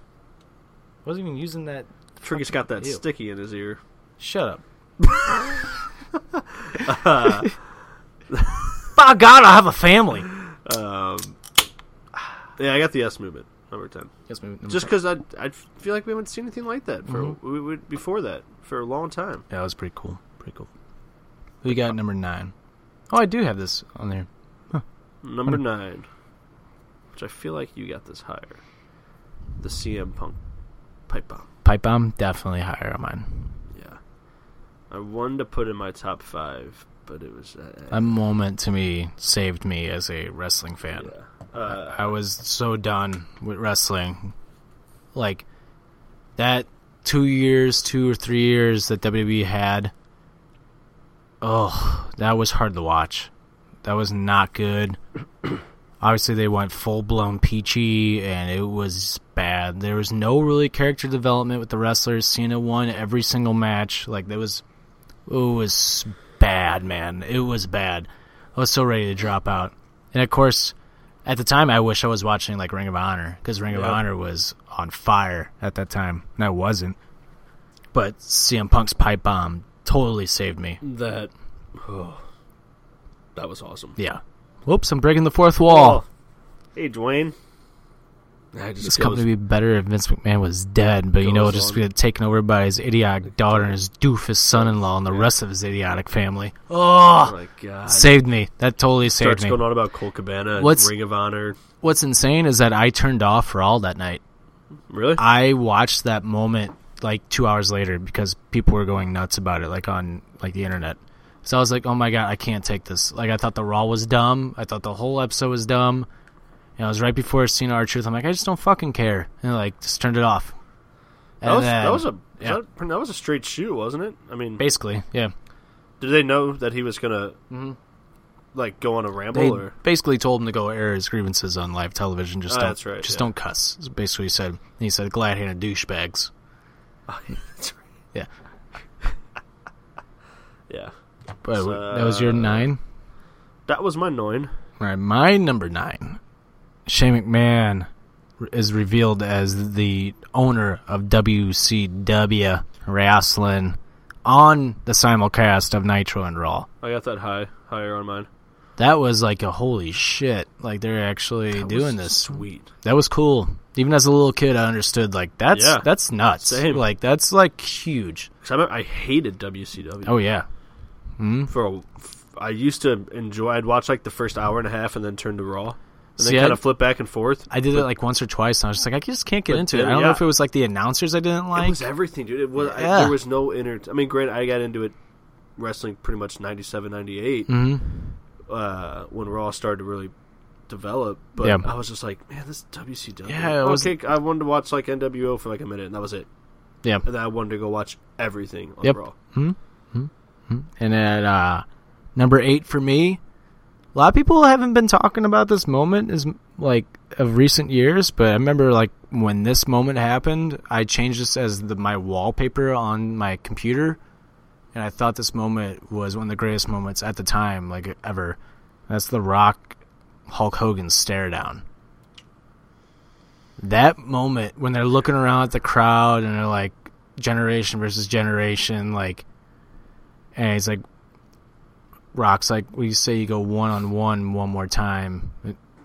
[SPEAKER 1] Wasn't even using that.
[SPEAKER 2] Trigger's got that
[SPEAKER 1] Ew.
[SPEAKER 2] sticky in his ear.
[SPEAKER 1] Shut up. By God, I have a family.
[SPEAKER 2] Yeah, I got the S movement number ten.
[SPEAKER 1] Yes, maybe number
[SPEAKER 2] Just
[SPEAKER 1] ten.
[SPEAKER 2] because I I feel like we haven't seen anything like that for
[SPEAKER 1] Mm-hmm.
[SPEAKER 2] we, we, before that for a long time.
[SPEAKER 1] Yeah, that was pretty cool. Pretty cool. Who you got at number nine? Oh, I do have this on there.
[SPEAKER 2] Number nine, which I feel like you got this higher, the CM Punk pipe bomb.
[SPEAKER 1] Pipe bomb, definitely higher on mine.
[SPEAKER 2] Yeah, I wanted to put in my top five, but it was uh,
[SPEAKER 1] That moment to me saved me as a wrestling fan. I was so done with wrestling. Like that two years, two or three years that WWE had. Oh, that was hard to watch. That was not good. Obviously, they went full blown peachy, and it was bad. There was no really character development with the wrestlers. Cena won every single match. Like that was, it was bad, man. It was bad. I was so ready to drop out. And of course, at the time, I wish I was watching like Ring of Honor because Ring of Honor was on fire at that time, and I wasn't. But CM Punk's pipe bomb totally saved me.
[SPEAKER 2] that. Oh, that was awesome. Oh.
[SPEAKER 1] Yeah. Whoops! I'm breaking the fourth wall.
[SPEAKER 2] Hey, Dwayne. I just
[SPEAKER 1] This
[SPEAKER 2] feel
[SPEAKER 1] company would be better if Vince McMahon was dead, but you know,
[SPEAKER 2] Goes
[SPEAKER 1] just
[SPEAKER 2] on.
[SPEAKER 1] get taken over by his idiotic daughter and his doofus son-in-law and the rest of his idiotic family.
[SPEAKER 2] Oh my god!
[SPEAKER 1] Saved me. That totally saved
[SPEAKER 2] Starts
[SPEAKER 1] me.
[SPEAKER 2] going on about Cole Cabana and
[SPEAKER 1] What's-
[SPEAKER 2] Ring of Honor.
[SPEAKER 1] What's insane is that I turned off for all that night.
[SPEAKER 2] Really?
[SPEAKER 1] I watched that moment like two hours later because people were going nuts about it, like on like the internet. So I was like, oh my god, I can't take this. Like I thought the Raw was dumb. I thought the whole episode was dumb. And it was right before Cena R Truth. I'm like, I just don't fucking care. And like just turned it off.
[SPEAKER 2] that, was, that
[SPEAKER 1] then-
[SPEAKER 2] was a
[SPEAKER 1] yeah.
[SPEAKER 2] that, that was a straight shoot, wasn't it? I mean,
[SPEAKER 1] basically yeah.
[SPEAKER 2] did they know that he was gonna like go on a ramble
[SPEAKER 1] Mm-hmm. They
[SPEAKER 2] or?
[SPEAKER 1] basically told him to go air his grievances on live television. Just
[SPEAKER 2] Ah,
[SPEAKER 1] don't,
[SPEAKER 2] that's right,
[SPEAKER 1] just
[SPEAKER 2] yeah.
[SPEAKER 1] don't cuss. Is basically, what he said and he said, "Glad handed douchebags." Yeah,
[SPEAKER 2] Yeah,
[SPEAKER 1] but that was
[SPEAKER 2] uh,
[SPEAKER 1] your nine.
[SPEAKER 2] that was my nine.
[SPEAKER 1] All right, my number nine, Shane McMahon, r- is revealed as the owner of WCW wrestling on the simulcast of Nitro and Raw.
[SPEAKER 2] I got that high higher on mine.
[SPEAKER 1] That was like a holy shit! Like they're actually doing this.
[SPEAKER 2] sweet.
[SPEAKER 1] That was cool. Even as a little kid, I understood like that's
[SPEAKER 2] Yeah.
[SPEAKER 1] that's nuts.
[SPEAKER 2] Same.
[SPEAKER 1] Like that's like huge.
[SPEAKER 2] 'Cause I, remember I hated WCW
[SPEAKER 1] Oh yeah,
[SPEAKER 2] for. A, I used to enjoy. I'd watch like the first hour and a half and then turn to Raw, and then
[SPEAKER 1] See, I-
[SPEAKER 2] kind of flip back and forth.
[SPEAKER 1] I did it like once or twice, and I was just like, I just can't get
[SPEAKER 2] But
[SPEAKER 1] into it.
[SPEAKER 2] then-
[SPEAKER 1] I don't know
[SPEAKER 2] yeah.
[SPEAKER 1] if it was like the announcers I didn't
[SPEAKER 2] it
[SPEAKER 1] like.
[SPEAKER 2] was everything, dude. It was I-
[SPEAKER 1] Yeah.
[SPEAKER 2] there was no inner. I mean, granted, I got into it wrestling pretty much 97, 98,
[SPEAKER 1] Mm-hmm.
[SPEAKER 2] uh, when Raw started to really develop. But
[SPEAKER 1] Yeah.
[SPEAKER 2] I was just like, man, this WCW.
[SPEAKER 1] Yeah, it was-
[SPEAKER 2] okay. I wanted to watch like NWO for like a minute, and that was it.
[SPEAKER 1] yeah,
[SPEAKER 2] And then I wanted to go watch everything on
[SPEAKER 1] Yep.
[SPEAKER 2] Raw.
[SPEAKER 1] And at uh, number eight for me, a lot of people haven't been talking about this moment is like of recent years, but I remember like when this moment happened, I changed this as the, my wallpaper on my computer, and I thought this moment was one of the greatest moments at the time, like ever. That's the Rock Hulk Hogan stare down. That moment when they're looking around at the crowd and they're like generation versus generation, like and he's like, Rock's like, we say you go one on one one more time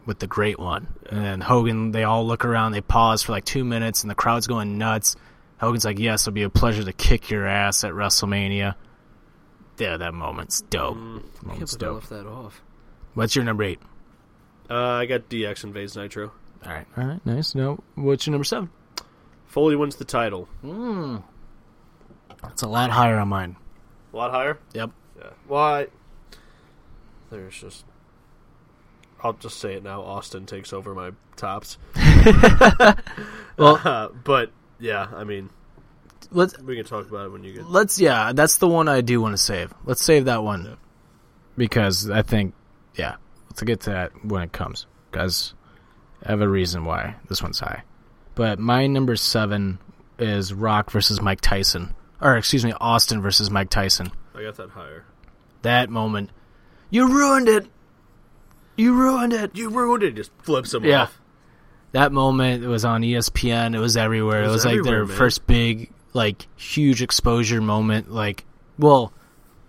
[SPEAKER 1] with the great one. And then Hogan, they all look around, they pause for like two minutes, and the crowd's going nuts. Hogan's like, yes, it'll be a pleasure to kick your ass at WrestleMania. Yeah, that moment's
[SPEAKER 2] Oh,
[SPEAKER 1] dope.
[SPEAKER 2] Mm,
[SPEAKER 1] moment's dope.
[SPEAKER 2] that off.
[SPEAKER 1] What's your number eight?
[SPEAKER 2] Uh, I got DX invades Nitro.
[SPEAKER 1] All right, all right, nice. No, what's your number seven?
[SPEAKER 2] Foley wins the title.
[SPEAKER 1] Hmm. That's a lot higher on mine.
[SPEAKER 2] A lot higher.
[SPEAKER 1] Yep.
[SPEAKER 2] Why? There's just. I'll just say it now. Austin takes over my tops.
[SPEAKER 1] Well-
[SPEAKER 2] Uh, but yeah, I mean,
[SPEAKER 1] Let's
[SPEAKER 2] we can talk about it when you get.
[SPEAKER 1] let's yeah, that's the one I do want to save. Let's save that one because I think yeah, let's get to that when it comes because I have a reason why this one's high. But my number seven is Rock versus Mike Tyson, or excuse me, Austin versus Mike Tyson.
[SPEAKER 2] I got that higher.
[SPEAKER 1] That moment, you ruined it. You ruined it.
[SPEAKER 2] You ruined it. Just flips him
[SPEAKER 1] Yeah.
[SPEAKER 2] off.
[SPEAKER 1] That moment it was on E ESPN. It was everywhere. It was,
[SPEAKER 2] was
[SPEAKER 1] like their
[SPEAKER 2] everywhere, man.
[SPEAKER 1] first big, like, huge exposure moment. Like, well,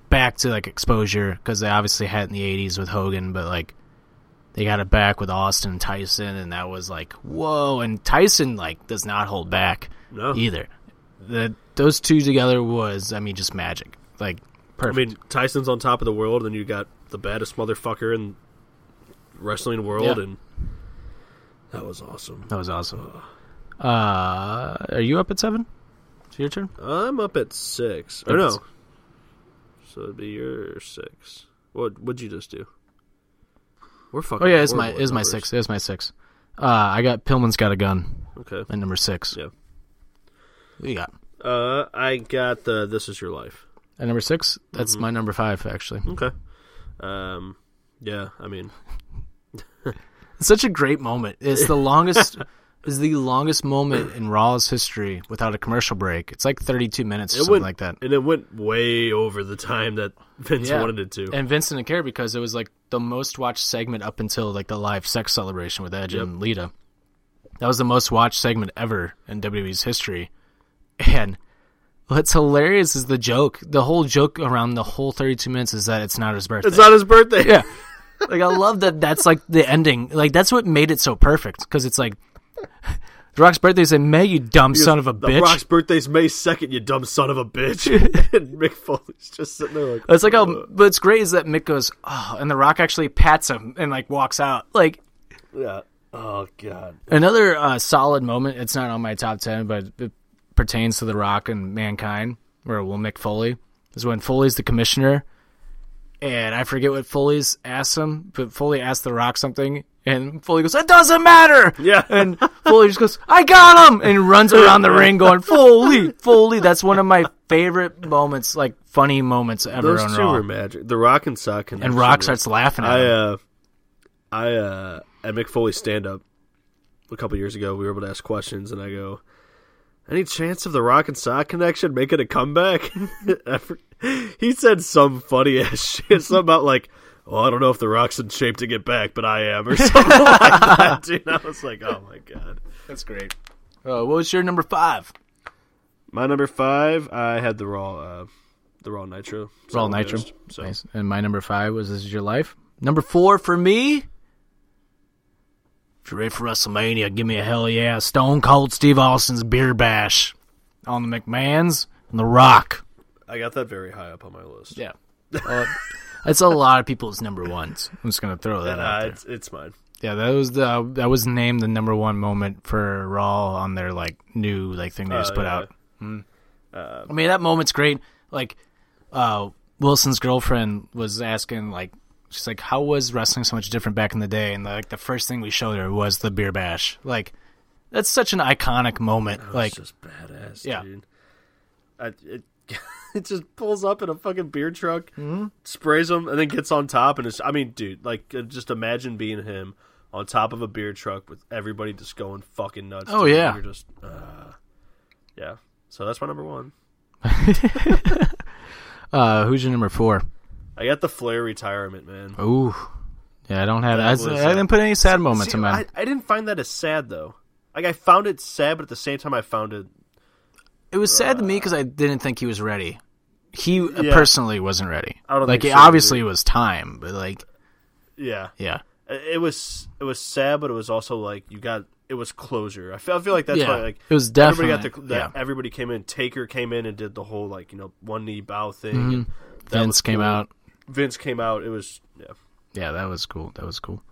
[SPEAKER 1] back to like exposure because they obviously had it in the '80s with Hogan, but like they got it back with Austin and Tyson, and that was like whoa. And Tyson like does not hold back
[SPEAKER 2] No.
[SPEAKER 1] either. The those two together was, I mean, just magic. Like
[SPEAKER 2] I
[SPEAKER 1] perfect.
[SPEAKER 2] mean, Tyson's on top of the world, and you got the baddest motherfucker in wrestling world,
[SPEAKER 1] Yeah.
[SPEAKER 2] and that was awesome.
[SPEAKER 1] that was awesome. Uh, are you up at seven? It's your turn.
[SPEAKER 2] I'm up at six. Or
[SPEAKER 1] That's-
[SPEAKER 2] no. So it'd be your six. What what'd you just do? We're fucking.
[SPEAKER 1] Oh yeah, it's my
[SPEAKER 2] horrible at
[SPEAKER 1] it's my
[SPEAKER 2] numbers.
[SPEAKER 1] six. It's my six. Uh, I got Pillman's got a gun
[SPEAKER 2] Okay.
[SPEAKER 1] at number six.
[SPEAKER 2] Yeah.
[SPEAKER 1] What you got
[SPEAKER 2] Uh, I got the This Is Your Life.
[SPEAKER 1] at number six? That's
[SPEAKER 2] Mm-hmm.
[SPEAKER 1] my number five actually.
[SPEAKER 2] Okay. Um, yeah. I mean,
[SPEAKER 1] It's such a great moment. It's the longest. Is the longest moment in Raw's history without a commercial break. It's like 32 minutes or
[SPEAKER 2] it
[SPEAKER 1] something
[SPEAKER 2] went
[SPEAKER 1] like that.
[SPEAKER 2] and it went way over the time that Vince wanted it to.
[SPEAKER 1] And Vincent didn't care because it was like the most watched segment up until like the live sex celebration with Edge and Lita. That was the most watched segment ever in WWE's history. And what's hilarious is the joke. The whole joke around the whole 32 minutes is that it's not his birthday.
[SPEAKER 2] it's not his birthday.
[SPEAKER 1] yeah. Like I love that that's like the ending. Like that's what made it so perfect because it's like The Rock's birthday's in May, you dumb son of a
[SPEAKER 2] the
[SPEAKER 1] bitch.
[SPEAKER 2] Rock's birthday's May second. You dumb son of a bitch. and Mick Foley's just sitting there like
[SPEAKER 1] It's like, oh, but it's great is that Mick goes, oh, and The Rock actually pats him and like walks out. Like
[SPEAKER 2] yeah. Oh god.
[SPEAKER 1] another uh, solid moment. It's not on my top ten, but it pertains to The Rock and Mankind, or well, Mick Foley is when Foley's the commissioner, and I forget what Foley's asked him, but Foley asked The Rock something, and Foley goes, "It doesn't matter."
[SPEAKER 2] Yeah.
[SPEAKER 1] and Foley just goes, "I got him," and runs around the ring going, "Foley, Foley." That's one of my favorite moments, like funny moments ever
[SPEAKER 2] Those
[SPEAKER 1] on
[SPEAKER 2] two
[SPEAKER 1] Raw.
[SPEAKER 2] were magic. The Rock and Sock
[SPEAKER 1] and
[SPEAKER 2] connection
[SPEAKER 1] Rock
[SPEAKER 2] was-
[SPEAKER 1] starts laughing at
[SPEAKER 2] I
[SPEAKER 1] him.
[SPEAKER 2] uh, I uh, at Mick Foley's stand up a couple years ago, we were able to ask questions, and I go, "Any chance of the Rock and Sock connection making a comeback?" I for- he said some funny ass shit, something about like. Well, I don't know if the Rock's in shape to get back, but I am, or something like that. Dude, I was like, "Oh my god!"
[SPEAKER 1] That's great. Uh, what was your number five?
[SPEAKER 2] My number five, I had the raw, uh, the raw nitro,
[SPEAKER 1] Raw
[SPEAKER 2] Solid
[SPEAKER 1] Nitro.
[SPEAKER 2] Ghost, So
[SPEAKER 1] Nice. And my number five was This Is Your Life. Number four for me. If you're ready for WrestleMania, give me a hell yeah. Stone Cold Steve Austin's Beer Bash on the McMahons and The Rock.
[SPEAKER 2] I got that very high up on my list.
[SPEAKER 1] Yeah. that's a lot of people's number ones. I'm just going to throw that out
[SPEAKER 2] uh,
[SPEAKER 1] there.
[SPEAKER 2] it's, it's mine.
[SPEAKER 1] Yeah, that was the that was named the number one moment for Raw on their like new like thing they just
[SPEAKER 2] Oh,
[SPEAKER 1] put
[SPEAKER 2] yeah. Uh,
[SPEAKER 1] out. Mm. I mean, that moment's great. Like, uh, Wilson's girlfriend was asking like, she's like, "How was wrestling so much different back in the day?" And like the first thing we showed her was the beer bash. Like, that's such an iconic moment. like,
[SPEAKER 2] it's just badass,
[SPEAKER 1] Yeah.
[SPEAKER 2] dude. I, it, it just pulls up in a fucking beer truck,
[SPEAKER 1] Mm-hmm.
[SPEAKER 2] sprays him, and then gets on top. And it's, I mean, dude, like, uh, just imagine being him on top of a beer truck with everybody just going fucking nuts.
[SPEAKER 1] Oh,
[SPEAKER 2] dude.
[SPEAKER 1] yeah.
[SPEAKER 2] You're just, uh, yeah. So that's my number one.
[SPEAKER 1] uh, who's your number four?
[SPEAKER 2] I got the Flair retirement, man.
[SPEAKER 1] Ooh, yeah, I don't have. I,
[SPEAKER 2] was,
[SPEAKER 1] I didn't
[SPEAKER 2] uh,
[SPEAKER 1] put any sad moments
[SPEAKER 2] See,
[SPEAKER 1] in mine.
[SPEAKER 2] I, I didn't find that as sad though. Like I found it sad, but at the same time, I found it.
[SPEAKER 1] It was sad to me because I didn't think he was ready. He uh,
[SPEAKER 2] Uh, Yeah.
[SPEAKER 1] personally wasn't ready.
[SPEAKER 2] I don't
[SPEAKER 1] like
[SPEAKER 2] think
[SPEAKER 1] it
[SPEAKER 2] so
[SPEAKER 1] obviously was time, but like
[SPEAKER 2] Yeah,
[SPEAKER 1] yeah,
[SPEAKER 2] it was it was sad, but it was also like you got it was closure. I feel, I feel like that's
[SPEAKER 1] Yeah,
[SPEAKER 2] why like
[SPEAKER 1] it was
[SPEAKER 2] everybody got
[SPEAKER 1] definite,
[SPEAKER 2] the, that
[SPEAKER 1] yeah.
[SPEAKER 2] everybody came in. Taker came in and did the whole like you know one knee bow thing.
[SPEAKER 1] Mm-hmm.
[SPEAKER 2] and that
[SPEAKER 1] Vince
[SPEAKER 2] was
[SPEAKER 1] came
[SPEAKER 2] cool.
[SPEAKER 1] out.
[SPEAKER 2] Vince came out. It was yeah,
[SPEAKER 1] Yeah, that was cool. That was cool.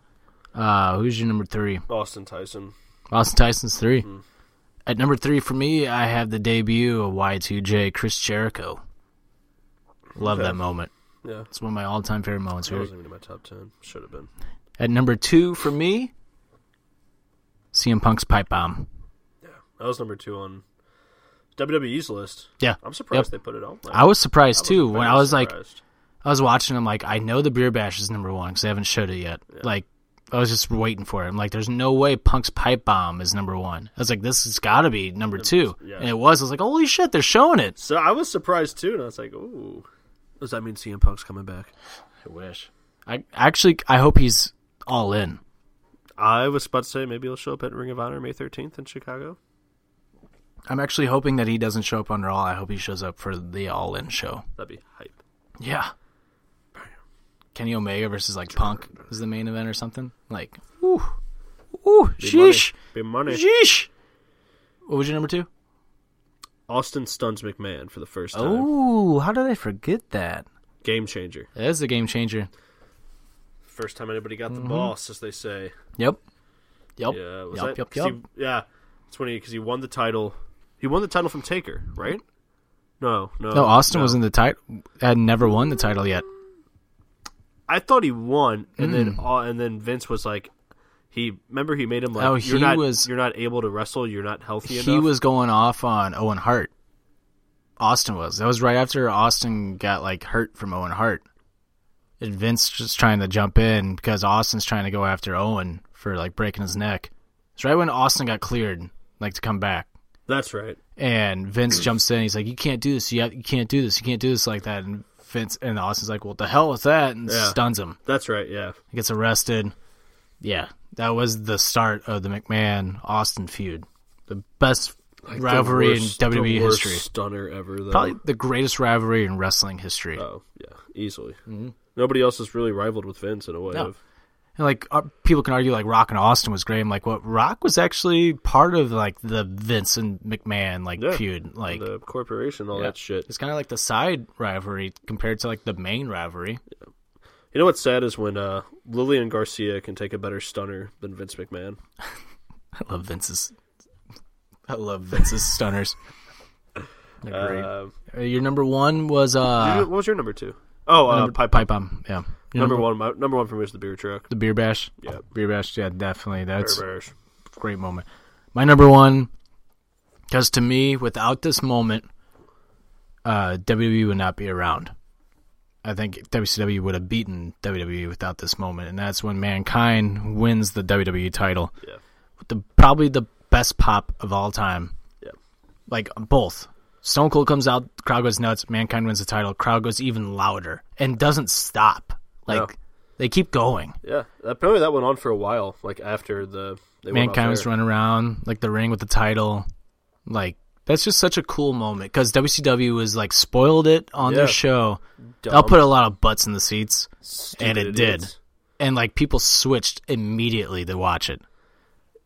[SPEAKER 1] Uh, who's your number three?
[SPEAKER 2] Austin Tyson.
[SPEAKER 1] Austin Tyson's 3
[SPEAKER 2] Hmm.
[SPEAKER 1] At number three for me, I have the debut of Y2J Chris Jericho. Love that moment.
[SPEAKER 2] Yeah.
[SPEAKER 1] it's one of my all-time favorite moments.
[SPEAKER 2] That
[SPEAKER 1] Here.
[SPEAKER 2] wasn't even in my top ten. Should have been.
[SPEAKER 1] At number two for me, CM Punk's pipe bomb.
[SPEAKER 2] That was number two on WWE's list.
[SPEAKER 1] Yeah,
[SPEAKER 2] I'm surprised
[SPEAKER 1] Yep.
[SPEAKER 2] they put it on. there.
[SPEAKER 1] I was surprised too when
[SPEAKER 2] very
[SPEAKER 1] I was like,
[SPEAKER 2] surprised.
[SPEAKER 1] I was watching. I'm like, I know the beer bash is number one because they haven't showed it yet. Like, I was just waiting for it. I'm like, there's no way Punk's pipe bomb is number one. I was like, this has got to be number two,
[SPEAKER 2] yeah.
[SPEAKER 1] and it was. I was like, holy shit, they're showing it.
[SPEAKER 2] So I was surprised too, and I was like, "Ooh, does that mean CM Punk's coming back?"
[SPEAKER 1] I wish. I actually, I hope he's all in.
[SPEAKER 2] I was about to say maybe he'll show up at Ring of Honor May 13th in Chicago.
[SPEAKER 1] I'm actually hoping that he doesn't show up on Raw. I hope he shows up for the All In show.
[SPEAKER 2] That'd be hype.
[SPEAKER 1] Yeah. Kenny Omega versus like Punk is the main event or something. Like, ooh, ooh,
[SPEAKER 2] Be
[SPEAKER 1] sheesh,
[SPEAKER 2] money. Be money.
[SPEAKER 1] sheesh. What was your number two?
[SPEAKER 2] Austin stuns McMahon for the first time.
[SPEAKER 1] Oh, how did I forget that?
[SPEAKER 2] Game changer.
[SPEAKER 1] That is a game changer.
[SPEAKER 2] First time anybody got the boss, as they say.
[SPEAKER 1] Yep. Yep.
[SPEAKER 2] Yeah, was
[SPEAKER 1] yep,
[SPEAKER 2] that?
[SPEAKER 1] yep,
[SPEAKER 2] 'cause
[SPEAKER 1] yep.
[SPEAKER 2] He, yeah, it's funny because he won the title. He won the title from Taker, right? No, uh, no.
[SPEAKER 1] No, Austin was in the title. Had never won the title yet.
[SPEAKER 2] I thought he won, and then uh, and then Vince was like, he remember he made him like,
[SPEAKER 1] Oh,
[SPEAKER 2] you're
[SPEAKER 1] he
[SPEAKER 2] not
[SPEAKER 1] was-
[SPEAKER 2] you're not able to wrestle, you're not healthy
[SPEAKER 1] He
[SPEAKER 2] enough.
[SPEAKER 1] was going off on Owen Hart. Austin was. That was right after Austin got like hurt from Owen Hart. And Vince just trying to jump in because Austin's trying to go after Owen for like breaking his neck. It's right when Austin got cleared, like to come back.
[SPEAKER 2] That's right.
[SPEAKER 1] and Vince
[SPEAKER 2] Hmm.
[SPEAKER 1] jumps in. He's like, "You can't do this. You, have, you can't do this. You can't do this like that." And Vince and Austin's like, "Well, the hell with that!" and
[SPEAKER 2] Yeah.
[SPEAKER 1] stuns him.
[SPEAKER 2] That's right. Yeah.
[SPEAKER 1] He gets arrested. Yeah, that was the start of the McMahon Austin feud, the best rivalry in WWE history,
[SPEAKER 2] Stunner ever, though.
[SPEAKER 1] probably the greatest rivalry in wrestling history.
[SPEAKER 2] Oh yeah, easily. Nobody else has really rivaled with Vince in a way.
[SPEAKER 1] Mm-hmm. No.
[SPEAKER 2] Of,
[SPEAKER 1] know, like uh, people can argue like Rock and Austin was great. I'm like, what? Rock was actually part of like the Vince and McMahon like
[SPEAKER 2] Yeah.
[SPEAKER 1] feud. Like
[SPEAKER 2] the corporation, all that shit.
[SPEAKER 1] it's kind of like the side rivalry compared to like the main rivalry.
[SPEAKER 2] You know what's sad is when uh, Lillian Garcia can take a better stunner than Vince McMahon.
[SPEAKER 1] I love Vince's. I love Vince's stunners. They're great.
[SPEAKER 2] Uh,
[SPEAKER 1] Uh, Your number one was uh
[SPEAKER 2] what was your number two? Oh, uh,
[SPEAKER 1] number,
[SPEAKER 2] pipe,
[SPEAKER 1] pipe bomb. Yeah, Your
[SPEAKER 2] Number one, my, number one for me is the beer truck.
[SPEAKER 1] the beer bash.
[SPEAKER 2] Yeah.
[SPEAKER 1] beer bash. Yeah, definitely. That's
[SPEAKER 2] Bear-bears.
[SPEAKER 1] great moment. My number one, because to me, without this moment, uh, WWE would not be around. I think WCW would have beaten WWE without this moment, and that's when Mankind wins the WWE title.
[SPEAKER 2] Yeah.
[SPEAKER 1] With the probably the best pop of all time.
[SPEAKER 2] Yeah.
[SPEAKER 1] Like both. Stone Cold comes out, the crowd goes nuts. Mankind wins the title, crowd goes even louder, and doesn't stop. Like
[SPEAKER 2] No.
[SPEAKER 1] they keep going.
[SPEAKER 2] Yeah, apparently that went on for a while. Like after the they went off
[SPEAKER 1] Mankind was
[SPEAKER 2] air.
[SPEAKER 1] running around like the ring with the title. Like that's just such a cool moment because WCW was like spoiled it on
[SPEAKER 2] Yeah. um,
[SPEAKER 1] their show.
[SPEAKER 2] Dumb,
[SPEAKER 1] They'll put a lot of butts in the seats,
[SPEAKER 2] stupid
[SPEAKER 1] and it did.
[SPEAKER 2] idiots.
[SPEAKER 1] and like people switched immediately to watch it.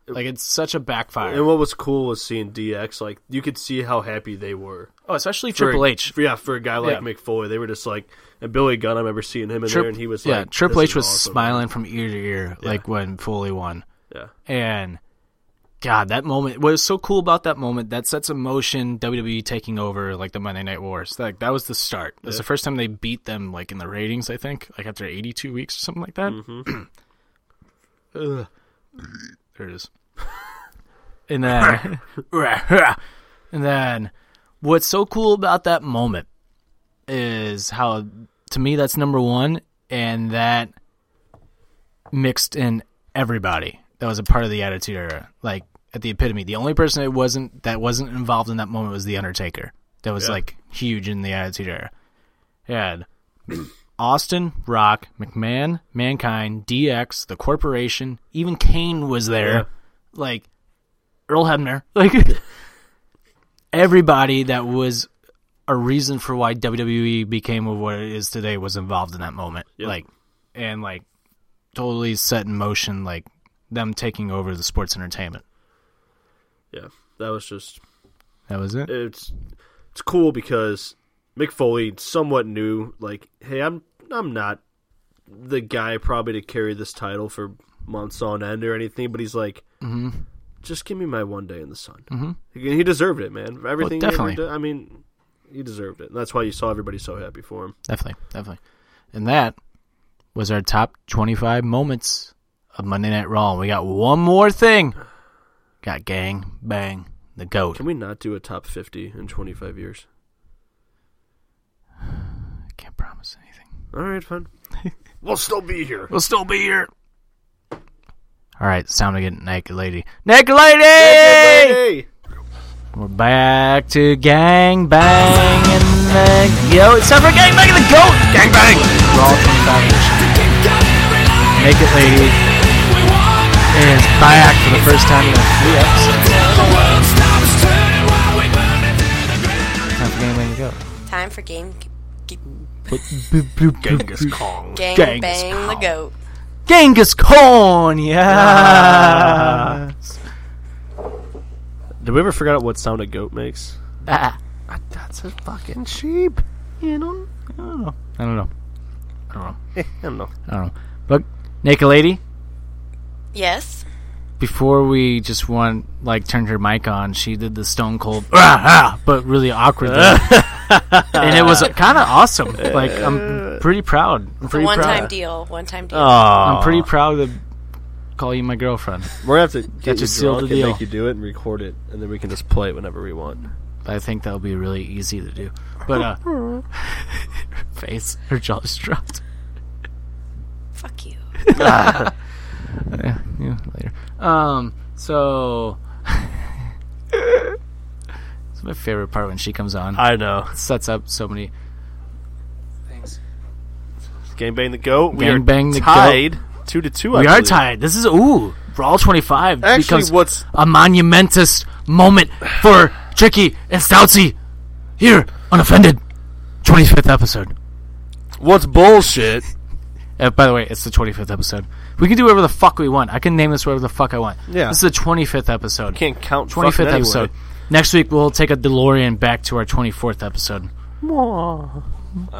[SPEAKER 1] Like it's such a backfire.
[SPEAKER 2] And what was cool was seeing DX. Like you could see how happy they were.
[SPEAKER 1] oh, especially
[SPEAKER 2] For a-
[SPEAKER 1] Triple H.
[SPEAKER 2] for- yeah, for a guy like
[SPEAKER 1] Yeah.
[SPEAKER 2] McFoy, they were just like. And Billy Gunn, I remember seeing him in
[SPEAKER 1] Trip-
[SPEAKER 2] there, and he was
[SPEAKER 1] yeah.
[SPEAKER 2] like,
[SPEAKER 1] Triple H
[SPEAKER 2] "This is
[SPEAKER 1] was
[SPEAKER 2] awesome."
[SPEAKER 1] smiling from ear to ear, like when Foley won.
[SPEAKER 2] Yeah.
[SPEAKER 1] And God, that moment. What was so cool about that moment? That sets emotion. WWE E taking over like the Monday Night Wars. Like that was the start. It was the first time they beat them like in the ratings. I think like after 82 weeks or something like that. Ugh. There it is. and then, and then, what's so cool about that moment is how to me that's number one, and that mixed in everybody that was a part of the Attitude Era. Like at the epitome, the only person that wasn't that wasn't involved in that moment was the Undertaker. That was
[SPEAKER 2] Yeah.
[SPEAKER 1] like huge in the Attitude Era. Yeah. Austin, Rock, McMahon, Mankind, DX, the Corporation, even Kane was there.
[SPEAKER 2] Yeah.
[SPEAKER 1] Like Earl Hebner, like everybody that was a reason for why WWE became what it is today was involved in that moment.
[SPEAKER 2] Yep.
[SPEAKER 1] Like and like totally set in motion like them taking over the sports entertainment.
[SPEAKER 2] Yeah, that was just
[SPEAKER 1] That was it.
[SPEAKER 2] it's it's cool because Mick Foley somewhat knew like, hey, I'm I'm not the guy probably to carry this title for months on end or anything, but he's like,
[SPEAKER 1] Mm-hmm.
[SPEAKER 2] just give me my one day in the sun. Mm-hmm. He, he deserved it, man. For Everything. he ever
[SPEAKER 1] definitely.
[SPEAKER 2] did- I mean, he deserved it. And that's why you saw everybody so happy for him.
[SPEAKER 1] Definitely, definitely. And that was our top 25 moments of Monday Night Raw. We got one more thing. Got Gang Bang the Goat.
[SPEAKER 2] Can we not do a top fifty in twenty five years?
[SPEAKER 1] I can't promise anything.
[SPEAKER 2] All right, fine. we'll still be here.
[SPEAKER 1] We'll still be here. All right, it's time to get Naked Lady. Naked Lady!
[SPEAKER 2] Hey!
[SPEAKER 1] We're back to Gang Bang and the Goat. It's time for Gang Bang and the Goat! Gang Bang! Raw 25 edition. Naked Lady is back for the first time in a few episodes. Time for Gang Bang and the Goat.
[SPEAKER 7] Time for game. g-
[SPEAKER 2] Genghis Kong.
[SPEAKER 7] Gang
[SPEAKER 1] Gangs
[SPEAKER 7] bang the goat.
[SPEAKER 1] Genghis Khan, yeah.
[SPEAKER 2] Did we ever figure out what sound a goat makes?
[SPEAKER 1] Ah,
[SPEAKER 2] That's a fucking sheep. You know?
[SPEAKER 1] I don't know. I don't know. I don't know.
[SPEAKER 2] Eh, I don't know.
[SPEAKER 1] I don't know. But Naked Lady,
[SPEAKER 7] Yes.
[SPEAKER 1] before we just want like turned her mic on, she did the Stone Cold, "Ah, ah," but really awkwardly, and it was kind of awesome. Like I'm pretty proud. I'm
[SPEAKER 7] The
[SPEAKER 1] pretty
[SPEAKER 7] one time
[SPEAKER 1] proud.
[SPEAKER 7] deal. One time deal.
[SPEAKER 1] I'm pretty proud to call you my girlfriend.
[SPEAKER 2] We're gonna have to get you
[SPEAKER 1] just sealed
[SPEAKER 2] drunk
[SPEAKER 1] the
[SPEAKER 2] and
[SPEAKER 1] deal.
[SPEAKER 2] make you do it and record it, and then we can just play it whenever we want.
[SPEAKER 1] I think that'll be really easy to do. But uh, her face, her jaw's dropped.
[SPEAKER 7] Fuck you.
[SPEAKER 1] yeah, yeah, later. Um, so it's my favorite part when she comes on.
[SPEAKER 2] I know.
[SPEAKER 1] sets up so many.
[SPEAKER 2] Game bang the goat. We are
[SPEAKER 1] Gangbang the goat.
[SPEAKER 2] tied two to two. I
[SPEAKER 1] we are
[SPEAKER 2] believe.
[SPEAKER 1] tied. This is ooh, Brawl 25
[SPEAKER 2] Actually,
[SPEAKER 1] becomes
[SPEAKER 2] what's
[SPEAKER 1] a monumentous moment for Tricky and Stoutsy here on Offended 25th episode.
[SPEAKER 2] what's bullshit?
[SPEAKER 1] Uh, by the way, it's the 25th episode. We can do whatever the fuck we want. I can name this whatever the fuck I want.
[SPEAKER 2] Yeah.
[SPEAKER 1] This is the 25th episode.
[SPEAKER 2] Can't count.
[SPEAKER 1] Twenty
[SPEAKER 2] fucking
[SPEAKER 1] fifth
[SPEAKER 2] anyway.
[SPEAKER 1] episode. Next week we'll take a DeLorean back to our twenty fourth episode.
[SPEAKER 2] I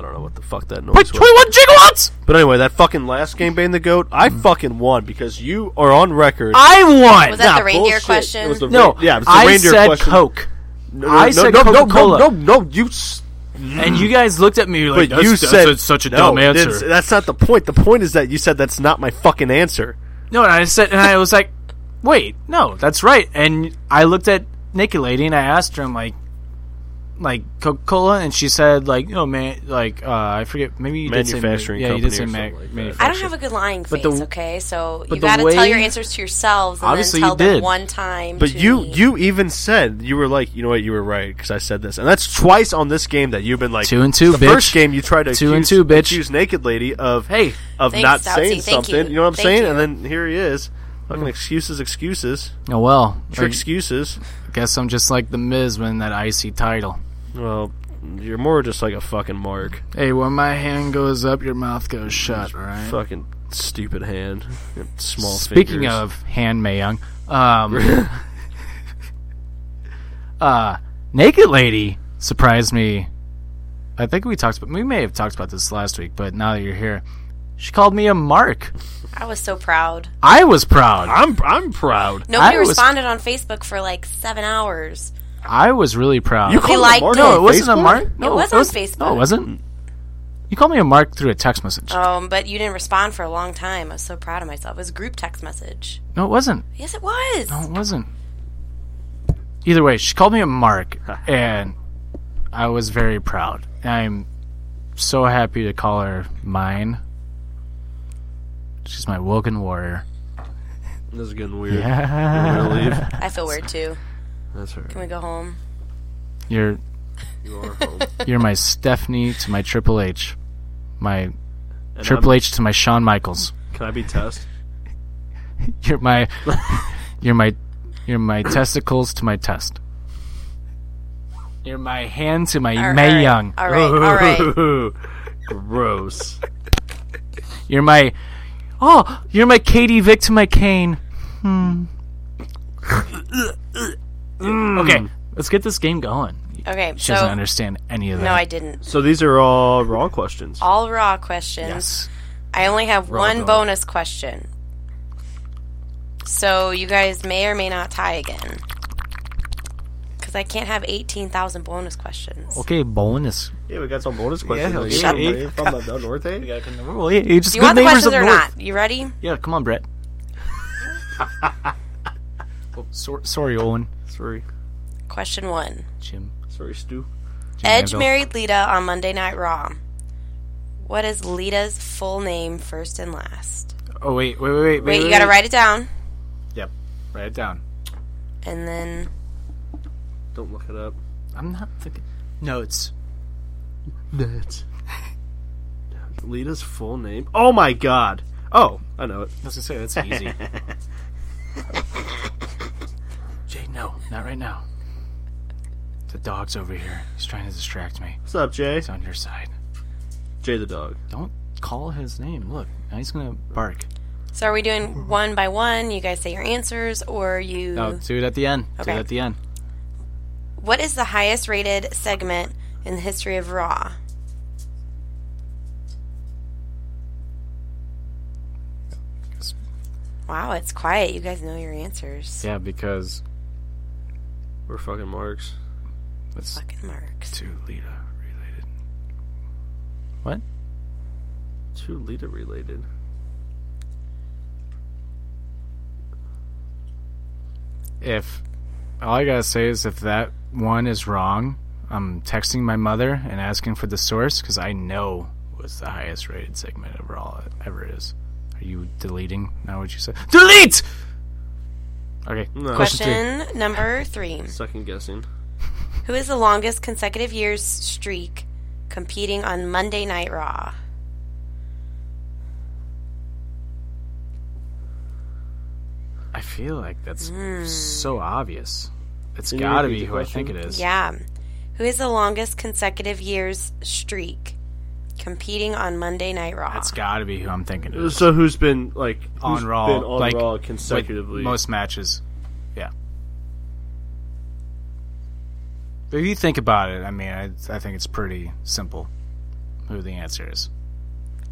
[SPEAKER 2] don't know what the fuck that noise
[SPEAKER 1] Wait,
[SPEAKER 2] was.
[SPEAKER 1] twenty one gigawatts!
[SPEAKER 2] But anyway, that fucking last game, Bane the Goat, I fucking won because you are on record.
[SPEAKER 1] Mm. I won.
[SPEAKER 7] Was that
[SPEAKER 2] Nah,
[SPEAKER 7] the reindeer
[SPEAKER 2] bullshit.
[SPEAKER 7] question?
[SPEAKER 2] It was the
[SPEAKER 1] no,
[SPEAKER 2] rein- yeah, it was the
[SPEAKER 1] I
[SPEAKER 2] reindeer
[SPEAKER 1] said
[SPEAKER 2] question.
[SPEAKER 1] Coke,
[SPEAKER 2] No, no,
[SPEAKER 1] I
[SPEAKER 2] no,
[SPEAKER 1] said
[SPEAKER 2] no, no,
[SPEAKER 1] Coca-Cola.
[SPEAKER 2] No, no, no, you. s-
[SPEAKER 1] and you guys looked at me like
[SPEAKER 2] But
[SPEAKER 1] that's,
[SPEAKER 2] you
[SPEAKER 1] that's
[SPEAKER 2] said
[SPEAKER 1] a- such a
[SPEAKER 2] no,
[SPEAKER 1] dumb
[SPEAKER 2] that's-
[SPEAKER 1] answer.
[SPEAKER 2] That's not the point. The point is that you said that's not my fucking answer.
[SPEAKER 1] No, and I said, and I was like, wait, no, that's right. And I looked at Nikki Lady and I asked her, I'm like, like Coca Cola, and she said, like, you know, man, like uh, I forget, maybe you did say
[SPEAKER 2] Manufacturing
[SPEAKER 1] yeah, you did say
[SPEAKER 2] company or
[SPEAKER 1] ma-
[SPEAKER 2] something like that.
[SPEAKER 7] I
[SPEAKER 1] manufacturing.
[SPEAKER 7] don't have a good lying face,
[SPEAKER 1] the-
[SPEAKER 7] okay? So
[SPEAKER 1] but
[SPEAKER 7] you
[SPEAKER 1] the
[SPEAKER 7] got to
[SPEAKER 1] way-
[SPEAKER 7] tell your answers to yourselves and
[SPEAKER 1] Obviously
[SPEAKER 7] then
[SPEAKER 1] you
[SPEAKER 7] tell them
[SPEAKER 1] did.
[SPEAKER 7] one time.
[SPEAKER 2] But
[SPEAKER 7] to
[SPEAKER 2] you,
[SPEAKER 7] me.
[SPEAKER 2] you even said you were like, you know what, you were right because I said this, and that's twice on this game that you've been like
[SPEAKER 1] Two and two,
[SPEAKER 2] The
[SPEAKER 1] bitch.
[SPEAKER 2] first game you tried to
[SPEAKER 1] Two and
[SPEAKER 2] accuse-
[SPEAKER 1] two, bitch.
[SPEAKER 2] accuse naked lady of
[SPEAKER 1] Hey.
[SPEAKER 2] of
[SPEAKER 7] Thanks,
[SPEAKER 2] not
[SPEAKER 7] Southsea.
[SPEAKER 2] saying
[SPEAKER 7] Thank
[SPEAKER 2] something.
[SPEAKER 7] you.
[SPEAKER 2] You. know what I'm
[SPEAKER 7] Thank
[SPEAKER 2] saying?
[SPEAKER 7] you.
[SPEAKER 2] And then here he is,
[SPEAKER 1] Mm.
[SPEAKER 2] fucking excuses, excuses,
[SPEAKER 1] oh well,
[SPEAKER 2] trick
[SPEAKER 1] I
[SPEAKER 2] excuses.
[SPEAKER 1] guess I'm just like the Miz winning that icy title.
[SPEAKER 2] Well, you're more just like a fucking mark,
[SPEAKER 1] Hey, when my hand goes up, your mouth goes shut. All right.
[SPEAKER 2] fucking stupid hand, and small.
[SPEAKER 1] Speaking
[SPEAKER 2] fingers.
[SPEAKER 1] of hand Mae Young, um, uh, Naked Lady surprised me. I think we talked about we may have talked about this last week, but now that you're here, she called me a mark.
[SPEAKER 7] I was so proud.
[SPEAKER 1] I was proud.
[SPEAKER 2] I'm I'm proud.
[SPEAKER 7] Nobody
[SPEAKER 1] I was-
[SPEAKER 7] responded on Facebook for like seven hours.
[SPEAKER 1] I was really proud.
[SPEAKER 2] You called him a
[SPEAKER 7] liked
[SPEAKER 2] mark
[SPEAKER 7] it.
[SPEAKER 2] on
[SPEAKER 1] no, it wasn't a
[SPEAKER 2] Facebook?
[SPEAKER 1] mark. No,
[SPEAKER 7] It was on Facebook.
[SPEAKER 1] No, it wasn't. You called me a mark through a text message.
[SPEAKER 7] Um, but you didn't respond for a long time. I was so proud of myself. It was a group text message.
[SPEAKER 1] no, it wasn't.
[SPEAKER 7] Yes, it was.
[SPEAKER 1] No, Oh, it wasn't. Either way, she called me a mark, and I was very proud. I'm so happy to call her mine. She's my Woken warrior.
[SPEAKER 2] This is getting weird.
[SPEAKER 1] Yeah.
[SPEAKER 2] I'm gonna leave.
[SPEAKER 7] I feel weird too.
[SPEAKER 2] That's her.
[SPEAKER 7] Can we go home?
[SPEAKER 1] You're
[SPEAKER 2] You are home.
[SPEAKER 1] you're my Stephanie to my Triple H, my
[SPEAKER 2] And
[SPEAKER 1] Triple
[SPEAKER 2] I'm-
[SPEAKER 1] H to my Shawn Michaels.
[SPEAKER 2] Can I be test?
[SPEAKER 1] You're my you're my you're my testicles to my test. You're my hand to my
[SPEAKER 7] All right,
[SPEAKER 1] May
[SPEAKER 7] all right,
[SPEAKER 1] Young.
[SPEAKER 7] All right, all right.
[SPEAKER 2] Gross.
[SPEAKER 1] You're my oh, you're my Katie Vick to my Kane.
[SPEAKER 2] Mm.
[SPEAKER 1] Hmm. okay, let's get this game going.
[SPEAKER 7] Okay,
[SPEAKER 1] She doesn't
[SPEAKER 7] so
[SPEAKER 1] understand any of that.
[SPEAKER 7] no, I didn't.
[SPEAKER 2] So these are all raw questions.
[SPEAKER 7] All raw questions.
[SPEAKER 1] Yes.
[SPEAKER 7] I only have
[SPEAKER 2] Raw
[SPEAKER 7] one
[SPEAKER 2] dog.
[SPEAKER 7] bonus question. So you guys may or may not tie again. Because I can't have 18,000 bonus questions.
[SPEAKER 1] Okay, bonus.
[SPEAKER 2] Yeah, we got some bonus questions.
[SPEAKER 1] Yeah,
[SPEAKER 2] Like,
[SPEAKER 1] shut
[SPEAKER 2] hey,
[SPEAKER 1] up.
[SPEAKER 2] hey, from the Del Norte? We got-
[SPEAKER 1] Well, yeah, it's
[SPEAKER 7] Do you want the questions or not? You ready?
[SPEAKER 1] Yeah, come on, Brett. oh, sor- sorry, Owen.
[SPEAKER 2] Sorry,
[SPEAKER 7] Question one
[SPEAKER 1] Jim.
[SPEAKER 2] sorry, Stu.
[SPEAKER 1] Jim
[SPEAKER 7] Edge
[SPEAKER 1] Anvil.
[SPEAKER 7] married Lita on Monday Night Raw. What is Lita's full name, first and last?
[SPEAKER 1] Oh wait, wait, wait, wait.
[SPEAKER 7] Wait, you gotta write it down.
[SPEAKER 1] Yep. Write it down.
[SPEAKER 7] And then.
[SPEAKER 2] Don't look it up.
[SPEAKER 1] I'm not thinking. Notes.
[SPEAKER 2] That. Lita's full name. Oh my god. Oh, I know it.
[SPEAKER 1] I was gonna say that's easy. Jay, no, not right now. The dog's over here. He's trying to distract me.
[SPEAKER 2] What's up, Jay?
[SPEAKER 1] He's on your side.
[SPEAKER 2] Jay the dog.
[SPEAKER 1] Don't call his name. Look, now he's gonna bark.
[SPEAKER 7] So are we doing one by one? You guys say your answers, or you.
[SPEAKER 1] No, do it at the end. Do
[SPEAKER 7] Okay.
[SPEAKER 1] it at the end.
[SPEAKER 7] What is the highest rated segment in the history of Raw? Wow, it's quiet. You guys know your answers.
[SPEAKER 1] Yeah, because
[SPEAKER 2] We're fucking marks.
[SPEAKER 1] it's
[SPEAKER 7] Fucking marks.
[SPEAKER 1] too Lita related. What?
[SPEAKER 2] Two Lita related.
[SPEAKER 1] If all I gotta say is if that one is wrong, I'm texting my mother and asking for the source because I know was the highest rated segment of Raw ever is. Are you deleting now? What you said? Delete. Okay.
[SPEAKER 2] No.
[SPEAKER 1] Question three.
[SPEAKER 7] Question number three.
[SPEAKER 2] Second guessing.
[SPEAKER 7] Who is the longest consecutive year's streak competing on Monday Night Raw?
[SPEAKER 1] I feel like that's so obvious. It's
[SPEAKER 2] Can you
[SPEAKER 1] gotta
[SPEAKER 2] repeat
[SPEAKER 1] be
[SPEAKER 2] the
[SPEAKER 1] who I think it
[SPEAKER 2] question?
[SPEAKER 1] is.
[SPEAKER 7] Yeah. Who is the longest consecutive year's streak competing on Monday Night Raw.
[SPEAKER 1] That's got to be who I'm thinking of.
[SPEAKER 2] So who's been like who's
[SPEAKER 1] on Raw,
[SPEAKER 2] been on
[SPEAKER 1] like
[SPEAKER 2] Raw
[SPEAKER 1] with
[SPEAKER 2] consecutively?
[SPEAKER 1] most matches. Yeah. But if you think about it, I mean, I, I think it's pretty simple who the answer is.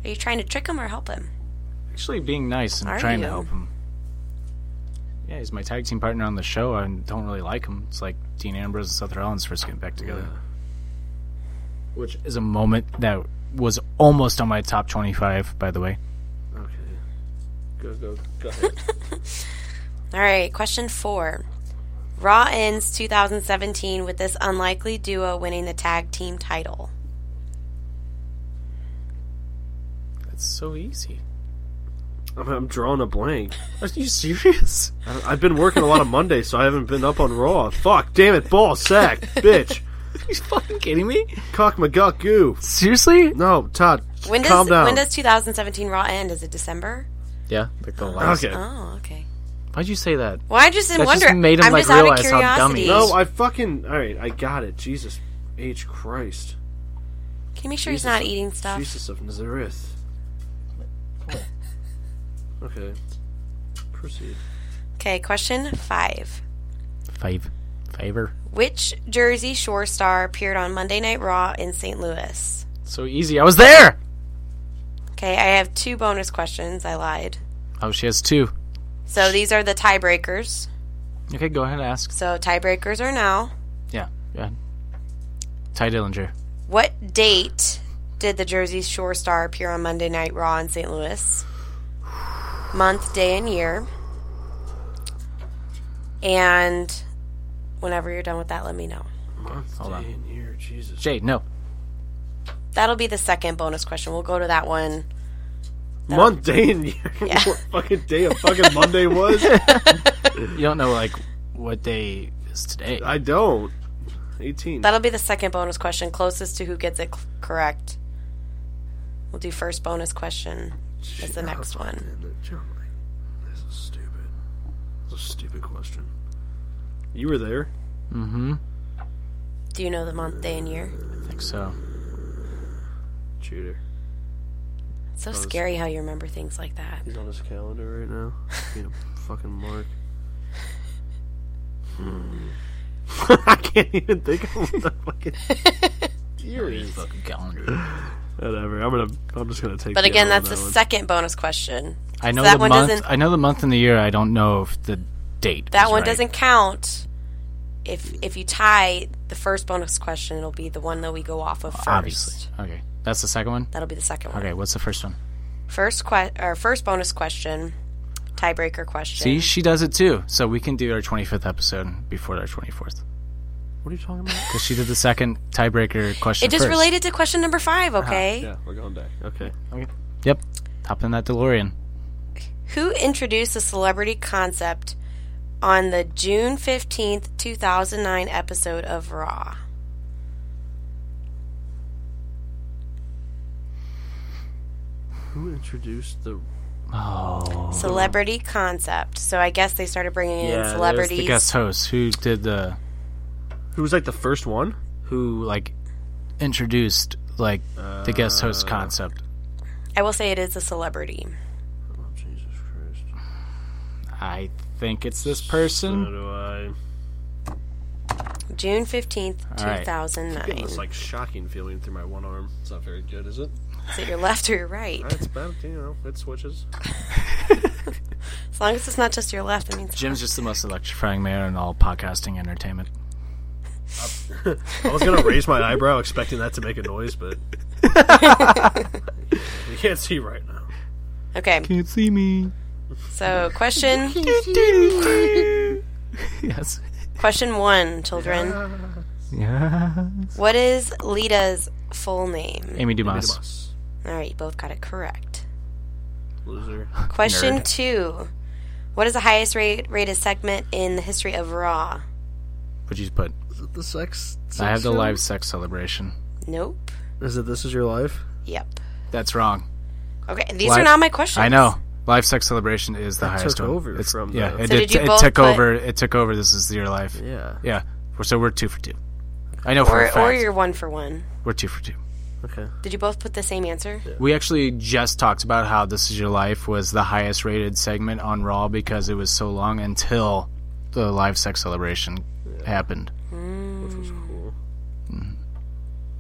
[SPEAKER 7] Are you trying to trick him or help him?
[SPEAKER 1] Actually, being nice and
[SPEAKER 7] Are
[SPEAKER 1] trying to
[SPEAKER 7] you?
[SPEAKER 1] help him. Yeah, he's my tag team partner on the show. I don't really like him. It's like Dean Ambrose and Seth Rollins first getting back together, which is a moment that was almost on my top twenty-five. By the way,
[SPEAKER 2] okay. Go go go ahead.
[SPEAKER 7] All right, question four. Raw ends 2017 with this unlikely duo winning the tag team title.
[SPEAKER 1] that's so easy.
[SPEAKER 2] I'm, I'm drawing a blank.
[SPEAKER 1] Are you serious?
[SPEAKER 2] I don't- I've been working a lot of Mondays, so I haven't been up on Raw. Fuck, damn it, ball sack, bitch,
[SPEAKER 1] Are you fucking kidding me?
[SPEAKER 2] cock McGuck goo.
[SPEAKER 1] Seriously?
[SPEAKER 2] No, Todd,
[SPEAKER 7] When does
[SPEAKER 2] calm down.
[SPEAKER 7] when does 2017 Raw end? Is it December?
[SPEAKER 1] Yeah, like the last.
[SPEAKER 2] okay.
[SPEAKER 7] Oh, okay.
[SPEAKER 1] Why'd you say that?
[SPEAKER 7] Well, I just didn't
[SPEAKER 1] That just
[SPEAKER 7] wonder.
[SPEAKER 1] made him,
[SPEAKER 7] I'm
[SPEAKER 1] like,
[SPEAKER 7] just out of
[SPEAKER 1] realize how dumb
[SPEAKER 7] curiosity.
[SPEAKER 1] he
[SPEAKER 2] No, I fucking all right. I got it. Jesus H Christ.
[SPEAKER 7] Can you make sure
[SPEAKER 2] Jesus
[SPEAKER 7] he's not
[SPEAKER 2] of-
[SPEAKER 7] eating stuff?
[SPEAKER 2] Jesus of Nazareth. okay. Proceed.
[SPEAKER 7] Okay, question five.
[SPEAKER 1] Five, favor.
[SPEAKER 7] Which Jersey Shore star appeared on Monday Night Raw in St. Louis?
[SPEAKER 1] So easy. I was there.
[SPEAKER 7] Okay, I have two bonus questions. I lied.
[SPEAKER 1] Oh, she has two.
[SPEAKER 7] So these are the tiebreakers.
[SPEAKER 1] Okay, go ahead and ask.
[SPEAKER 7] So tiebreakers are now.
[SPEAKER 1] Yeah, yeah. Ty Dillinger.
[SPEAKER 7] What date did the Jersey Shore star appear on Monday Night Raw in St. Louis? Month, day, and year. And whenever you're done with that, let me know.
[SPEAKER 2] Month,
[SPEAKER 1] Hold
[SPEAKER 2] day,
[SPEAKER 1] on.
[SPEAKER 2] and year. Jesus.
[SPEAKER 1] Jay, no.
[SPEAKER 7] That'll be the second bonus question. We'll go to that one.
[SPEAKER 2] Month, day, and year. what fucking day a fucking Monday was?
[SPEAKER 1] You don't know like what day is today.
[SPEAKER 2] I don't. 18.
[SPEAKER 7] That'll be the second bonus question, closest to who gets it c- correct. We'll do first bonus question is the next one.
[SPEAKER 2] This is stupid. This is a stupid question. You were there.
[SPEAKER 1] Mm-hmm.
[SPEAKER 7] Do you know the month, day, and year?
[SPEAKER 1] I think so.
[SPEAKER 2] Cheater.
[SPEAKER 7] It's so scary how you remember things like that.
[SPEAKER 2] He's on his calendar right now. Being a fucking mark. Hmm. I can't even think of what the fucking year is.
[SPEAKER 1] Fucking calendar.
[SPEAKER 2] Whatever. I'm gonna. I'm just gonna take.
[SPEAKER 7] But
[SPEAKER 2] the
[SPEAKER 7] again,
[SPEAKER 2] L on
[SPEAKER 7] that's the
[SPEAKER 2] that one.
[SPEAKER 7] second bonus question.
[SPEAKER 1] I know
[SPEAKER 7] that
[SPEAKER 1] the
[SPEAKER 7] one
[SPEAKER 1] month.
[SPEAKER 7] doesn't-
[SPEAKER 1] I know the month and the year. I don't know if the date.
[SPEAKER 7] That
[SPEAKER 1] was
[SPEAKER 7] one
[SPEAKER 1] right.
[SPEAKER 7] doesn't count. If if you tie the first bonus question, it'll be the one that we go off of first.
[SPEAKER 1] Obviously. Okay, that's the second one.
[SPEAKER 7] That'll be the second one.
[SPEAKER 1] Okay, what's the first one?
[SPEAKER 7] First que- or first bonus question, tiebreaker question.
[SPEAKER 1] See, she does it too. So we can do our 25th episode before our 24th.
[SPEAKER 2] What are you talking about?
[SPEAKER 1] Because she did the second tiebreaker question.
[SPEAKER 7] it just
[SPEAKER 1] first. Uh-huh.
[SPEAKER 7] related to question number five. Okay,
[SPEAKER 2] yeah, we're going back. Okay.
[SPEAKER 1] Yep. Hop in that DeLorean.
[SPEAKER 7] who introduced the celebrity concept on the June fifteenth, two thousand nine episode of Raw?
[SPEAKER 2] Who introduced the?
[SPEAKER 1] Oh.
[SPEAKER 7] Celebrity concept. So I guess they started bringing in celebrities.
[SPEAKER 1] The guest host who did the
[SPEAKER 2] Who was like the first one?
[SPEAKER 1] who like introduced like the guest
[SPEAKER 7] Uh,
[SPEAKER 1] host concept.
[SPEAKER 7] I will say it is a celebrity.
[SPEAKER 2] Oh, Jesus Christ.
[SPEAKER 1] I think it's this
[SPEAKER 2] How
[SPEAKER 1] person.
[SPEAKER 2] do I?
[SPEAKER 7] June 15th,
[SPEAKER 1] All right.
[SPEAKER 7] 2009.
[SPEAKER 2] Feeling this like shocking feeling through my one arm. It's not very good, is it?
[SPEAKER 7] Is it your left or your right?
[SPEAKER 2] It's bad. You know, it switches.
[SPEAKER 7] As long as it's not just your left, I mean,
[SPEAKER 1] Jim's just the most electrifying man in all podcasting entertainment.
[SPEAKER 2] I was gonna raise my eyebrow expecting that to make a noise, but you can't see right now.
[SPEAKER 7] okay.
[SPEAKER 1] Can't see me.
[SPEAKER 7] So, question
[SPEAKER 1] Yes.
[SPEAKER 7] question one, children.
[SPEAKER 1] Yeah.
[SPEAKER 7] What is Lita's full name?
[SPEAKER 1] Amy
[SPEAKER 2] Maybe the
[SPEAKER 1] Dumas.
[SPEAKER 2] bus.
[SPEAKER 7] All right, you both got it correct.
[SPEAKER 2] Loser.
[SPEAKER 7] Question
[SPEAKER 1] Nerd.
[SPEAKER 7] two. What is the highest rate rated segment in the history of Raw?
[SPEAKER 1] What'd you put?
[SPEAKER 2] Is it the sex?
[SPEAKER 1] I have the live sex celebration.
[SPEAKER 7] Nope.
[SPEAKER 2] Is it this is your life?
[SPEAKER 7] Yep.
[SPEAKER 1] That's wrong.
[SPEAKER 7] Okay, these
[SPEAKER 1] Li-
[SPEAKER 7] are not my questions.
[SPEAKER 1] I know. Live sex celebration is the
[SPEAKER 2] That
[SPEAKER 1] highest
[SPEAKER 2] took
[SPEAKER 1] one.
[SPEAKER 2] over
[SPEAKER 1] It's-
[SPEAKER 2] from
[SPEAKER 1] yeah,
[SPEAKER 2] the-
[SPEAKER 1] it,
[SPEAKER 7] So
[SPEAKER 1] did-
[SPEAKER 7] did you
[SPEAKER 1] it
[SPEAKER 7] both
[SPEAKER 1] took
[SPEAKER 7] put-
[SPEAKER 1] over. It took over. This is your life.
[SPEAKER 2] Yeah.
[SPEAKER 1] Yeah. We're- So we're two for two. I know for
[SPEAKER 7] Or,
[SPEAKER 1] a fact
[SPEAKER 7] or you're one for one.
[SPEAKER 1] we're two for two.
[SPEAKER 2] Okay.
[SPEAKER 7] Did you both put the same answer?
[SPEAKER 1] We actually just talked about how This Is Your Life was the highest rated segment on Raw because it was so long until the live sex celebration happened.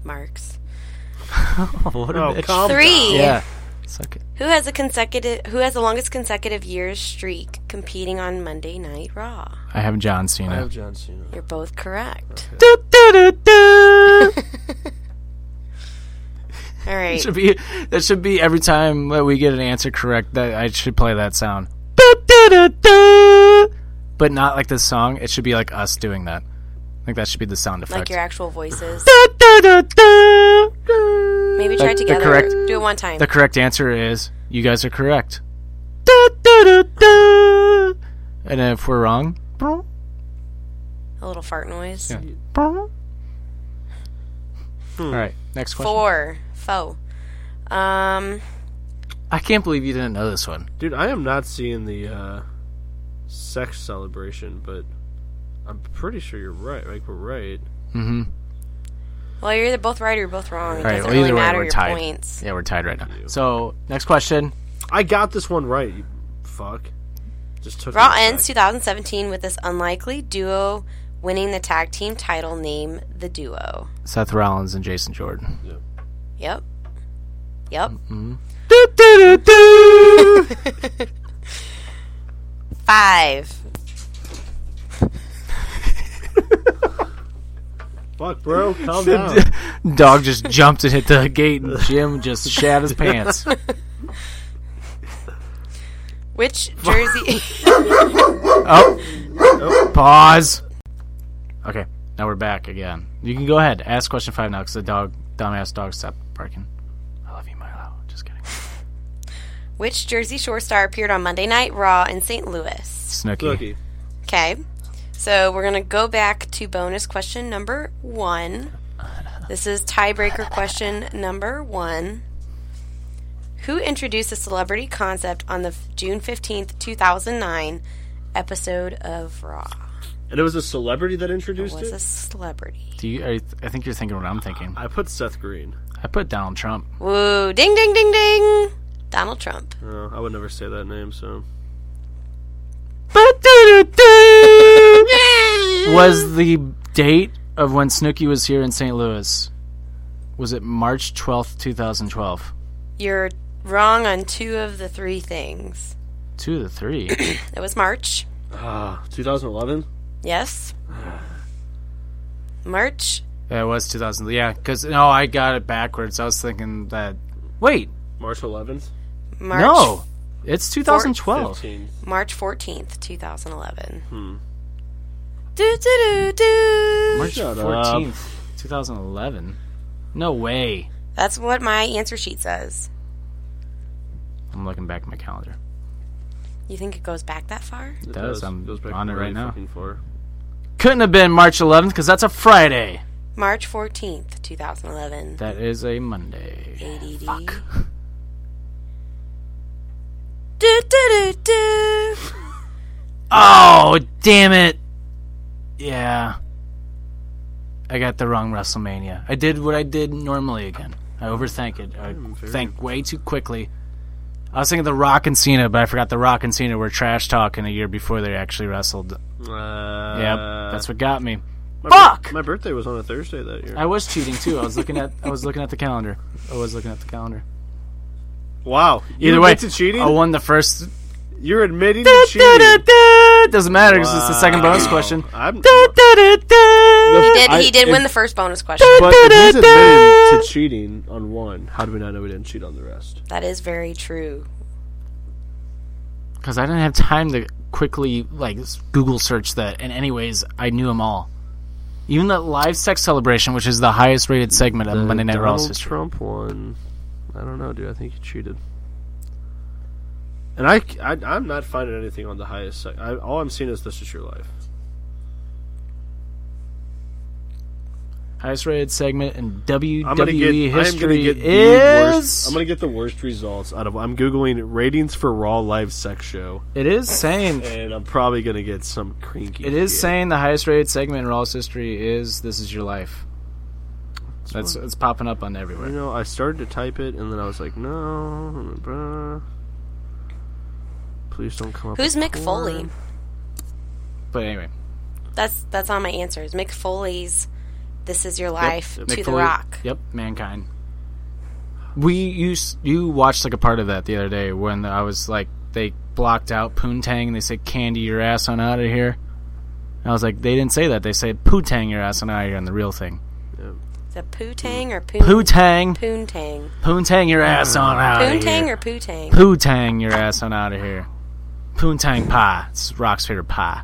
[SPEAKER 7] Marks.
[SPEAKER 2] Oh, calm
[SPEAKER 7] Three.
[SPEAKER 1] Suck it.
[SPEAKER 7] Who has a consecutive who has the longest consecutive years streak competing on Monday Night Raw?
[SPEAKER 1] I have John
[SPEAKER 2] I
[SPEAKER 1] Cena.
[SPEAKER 2] have John Cena.
[SPEAKER 7] You're both correct. All
[SPEAKER 1] That
[SPEAKER 7] right.
[SPEAKER 1] should be that should be every time that we get an answer correct that I should play that sound. But not like this song. It should be like us doing that. I think that should be the sound
[SPEAKER 7] Like
[SPEAKER 1] effect.
[SPEAKER 7] your actual voices. Maybe try
[SPEAKER 1] Like the
[SPEAKER 7] together.
[SPEAKER 1] correct-
[SPEAKER 7] Do it one time.
[SPEAKER 1] The correct answer is you guys are correct. And if we're wrong,
[SPEAKER 7] a little fart noise.
[SPEAKER 1] all right. Next question.
[SPEAKER 7] Four. Foe. Um
[SPEAKER 1] I can't believe you didn't know this one.
[SPEAKER 2] Dude, I am not seeing the uh, sex celebration, but I'm pretty sure you're right. Like we're right.
[SPEAKER 7] well you're either both right or you're both wrong.
[SPEAKER 1] All
[SPEAKER 7] It
[SPEAKER 1] right.
[SPEAKER 7] doesn't
[SPEAKER 1] Well,
[SPEAKER 7] really
[SPEAKER 1] either way,
[SPEAKER 7] matter
[SPEAKER 1] we're
[SPEAKER 7] your
[SPEAKER 1] tied.
[SPEAKER 7] points.
[SPEAKER 1] Yeah, we're tied right now. So next question.
[SPEAKER 2] I got this one right. You fuck. Just took.
[SPEAKER 7] Raw
[SPEAKER 2] it back.
[SPEAKER 7] ends 2017 with this unlikely duo winning the tag team title name the duo.
[SPEAKER 1] Seth Rollins and Jason Jordan.
[SPEAKER 7] Yep. Yep. Five.
[SPEAKER 2] Fuck, bro. Calm down.
[SPEAKER 1] Dog just jumped and hit the gate, and Jim just shat his pants.
[SPEAKER 7] Which jersey?
[SPEAKER 1] Pause. Okay, now we're back again. You can go ahead. Ask question five now, because the dog, dumbass dog, stopped barking. I love you, Milo. Just kidding.
[SPEAKER 7] Which Jersey Shore star appeared on Monday Night Raw in St. Louis?
[SPEAKER 1] Snooki.
[SPEAKER 2] Snooki.
[SPEAKER 7] Okay. So we're going to go back to bonus question number one. This is tiebreaker question number one. Who introduced the celebrity concept on the f- June 15th, 2009 episode of Raw?
[SPEAKER 2] And it was a celebrity that introduced
[SPEAKER 7] Was a
[SPEAKER 2] it.
[SPEAKER 7] celebrity.
[SPEAKER 1] Do you? Are you I think you're thinking what I'm thinking.
[SPEAKER 2] I put Seth Green.
[SPEAKER 1] I put Donald Trump.
[SPEAKER 7] Woo, ding, ding, ding, ding. Donald Trump.
[SPEAKER 2] Uh, I would never say that name. So
[SPEAKER 1] Was the date of when Snooki was here in St. Louis? Was it March twelfth, two thousand twelve?
[SPEAKER 7] You're wrong on two of the three things.
[SPEAKER 1] Two of the three.
[SPEAKER 7] It was March.
[SPEAKER 2] Uh, 2011.
[SPEAKER 7] Yes. March.
[SPEAKER 1] That was 2000. Yeah, because no, I got it backwards. I was thinking that. Wait,
[SPEAKER 2] March 11th.
[SPEAKER 7] March.
[SPEAKER 1] no, it's
[SPEAKER 2] Oh.
[SPEAKER 1] 2012.
[SPEAKER 2] 15th.
[SPEAKER 7] March 14th, 2011. Hmm. Do, do, do, do.
[SPEAKER 1] March
[SPEAKER 2] Shut up.
[SPEAKER 1] 14th, 2011. No way.
[SPEAKER 7] That's what my answer sheet says.
[SPEAKER 1] I'm looking back at my calendar.
[SPEAKER 7] You think it goes back that far?
[SPEAKER 2] It
[SPEAKER 1] does. I'm on it right
[SPEAKER 2] really
[SPEAKER 1] now.
[SPEAKER 2] fucking far.
[SPEAKER 1] Couldn't have been March 11th because that's a Friday.
[SPEAKER 7] March 14th, 2011.
[SPEAKER 1] That is a Monday.
[SPEAKER 7] ADD. Fuck. Do, do, do, do.
[SPEAKER 1] Oh, damn it. Yeah. I got the wrong WrestleMania. I did what I did normally again. I overthink it. I
[SPEAKER 2] Hmm,
[SPEAKER 1] think way too quickly. I was thinking The Rock and Cena, but I forgot The Rock and Cena were trash talking a year before they actually wrestled.
[SPEAKER 2] Uh,
[SPEAKER 1] yep, that's what got me.
[SPEAKER 2] my
[SPEAKER 1] fuck!
[SPEAKER 2] My birthday was on a Thursday that year.
[SPEAKER 1] I was cheating too. I was looking at I was looking at the calendar. I was looking at the calendar.
[SPEAKER 2] wow. You
[SPEAKER 1] Either way,
[SPEAKER 2] admit to cheating.
[SPEAKER 1] I won the first.
[SPEAKER 2] You're admitting to cheating.
[SPEAKER 1] Doesn't matter because it's the second bonus question.
[SPEAKER 2] I'm.
[SPEAKER 7] He did,
[SPEAKER 2] I-
[SPEAKER 7] he did
[SPEAKER 2] if-
[SPEAKER 7] win the first bonus question.
[SPEAKER 2] But if he's admitted to cheating on one, how do we not know we didn't cheat on the rest?
[SPEAKER 7] That is very true.
[SPEAKER 1] because I didn't have time to quickly like s- Google search that. And anyways, I knew them all. Even the live sex celebration, which is the highest rated segment of Monday Night Raw's
[SPEAKER 2] Donald
[SPEAKER 1] history.
[SPEAKER 2] Trump one. I don't know, dude. I think he cheated. And I, I am not finding anything on the highest. Sec- I, all I'm seeing is "This Is Your Life."
[SPEAKER 1] Highest rated segment in
[SPEAKER 2] I'm
[SPEAKER 1] WWE
[SPEAKER 2] gonna get. I'm gonna
[SPEAKER 1] E history
[SPEAKER 2] get the
[SPEAKER 1] is
[SPEAKER 2] worst. I'm gonna get the worst results out of. I'm googling ratings for Raw live sex show,
[SPEAKER 1] it is saying
[SPEAKER 2] and I'm probably gonna get some cranky.
[SPEAKER 1] it is
[SPEAKER 2] shit.
[SPEAKER 1] saying the highest rated segment in Raw's history is "This Is Your Life." That's it's popping up on everywhere.
[SPEAKER 2] You know, I started to type it, and then I was like, no, bruh. Please don't come up.
[SPEAKER 7] Who's
[SPEAKER 2] with
[SPEAKER 7] Mick Foley?
[SPEAKER 2] porn.
[SPEAKER 1] But anyway,
[SPEAKER 7] That's that's on my answers. Mick Foley's "This Is Your Life"
[SPEAKER 2] Yep.
[SPEAKER 7] to
[SPEAKER 1] Mick
[SPEAKER 7] The
[SPEAKER 1] Foley-
[SPEAKER 7] Rock.
[SPEAKER 1] Yep, mankind. We you s- you watched like a part of that the other day when I was like they blocked out Poontang and they said candy your ass on out of here. And I was like they didn't say that they said Poontang your ass on out of here and the real thing
[SPEAKER 7] Is that Poo-Tang or Poon?
[SPEAKER 1] Pootang
[SPEAKER 7] Poontang.
[SPEAKER 1] Poontang your ass on out of
[SPEAKER 7] Poontang
[SPEAKER 1] here
[SPEAKER 7] or Poo-Tang?
[SPEAKER 1] Poontang your ass on out of here Poontang pie it's Rock's favorite pie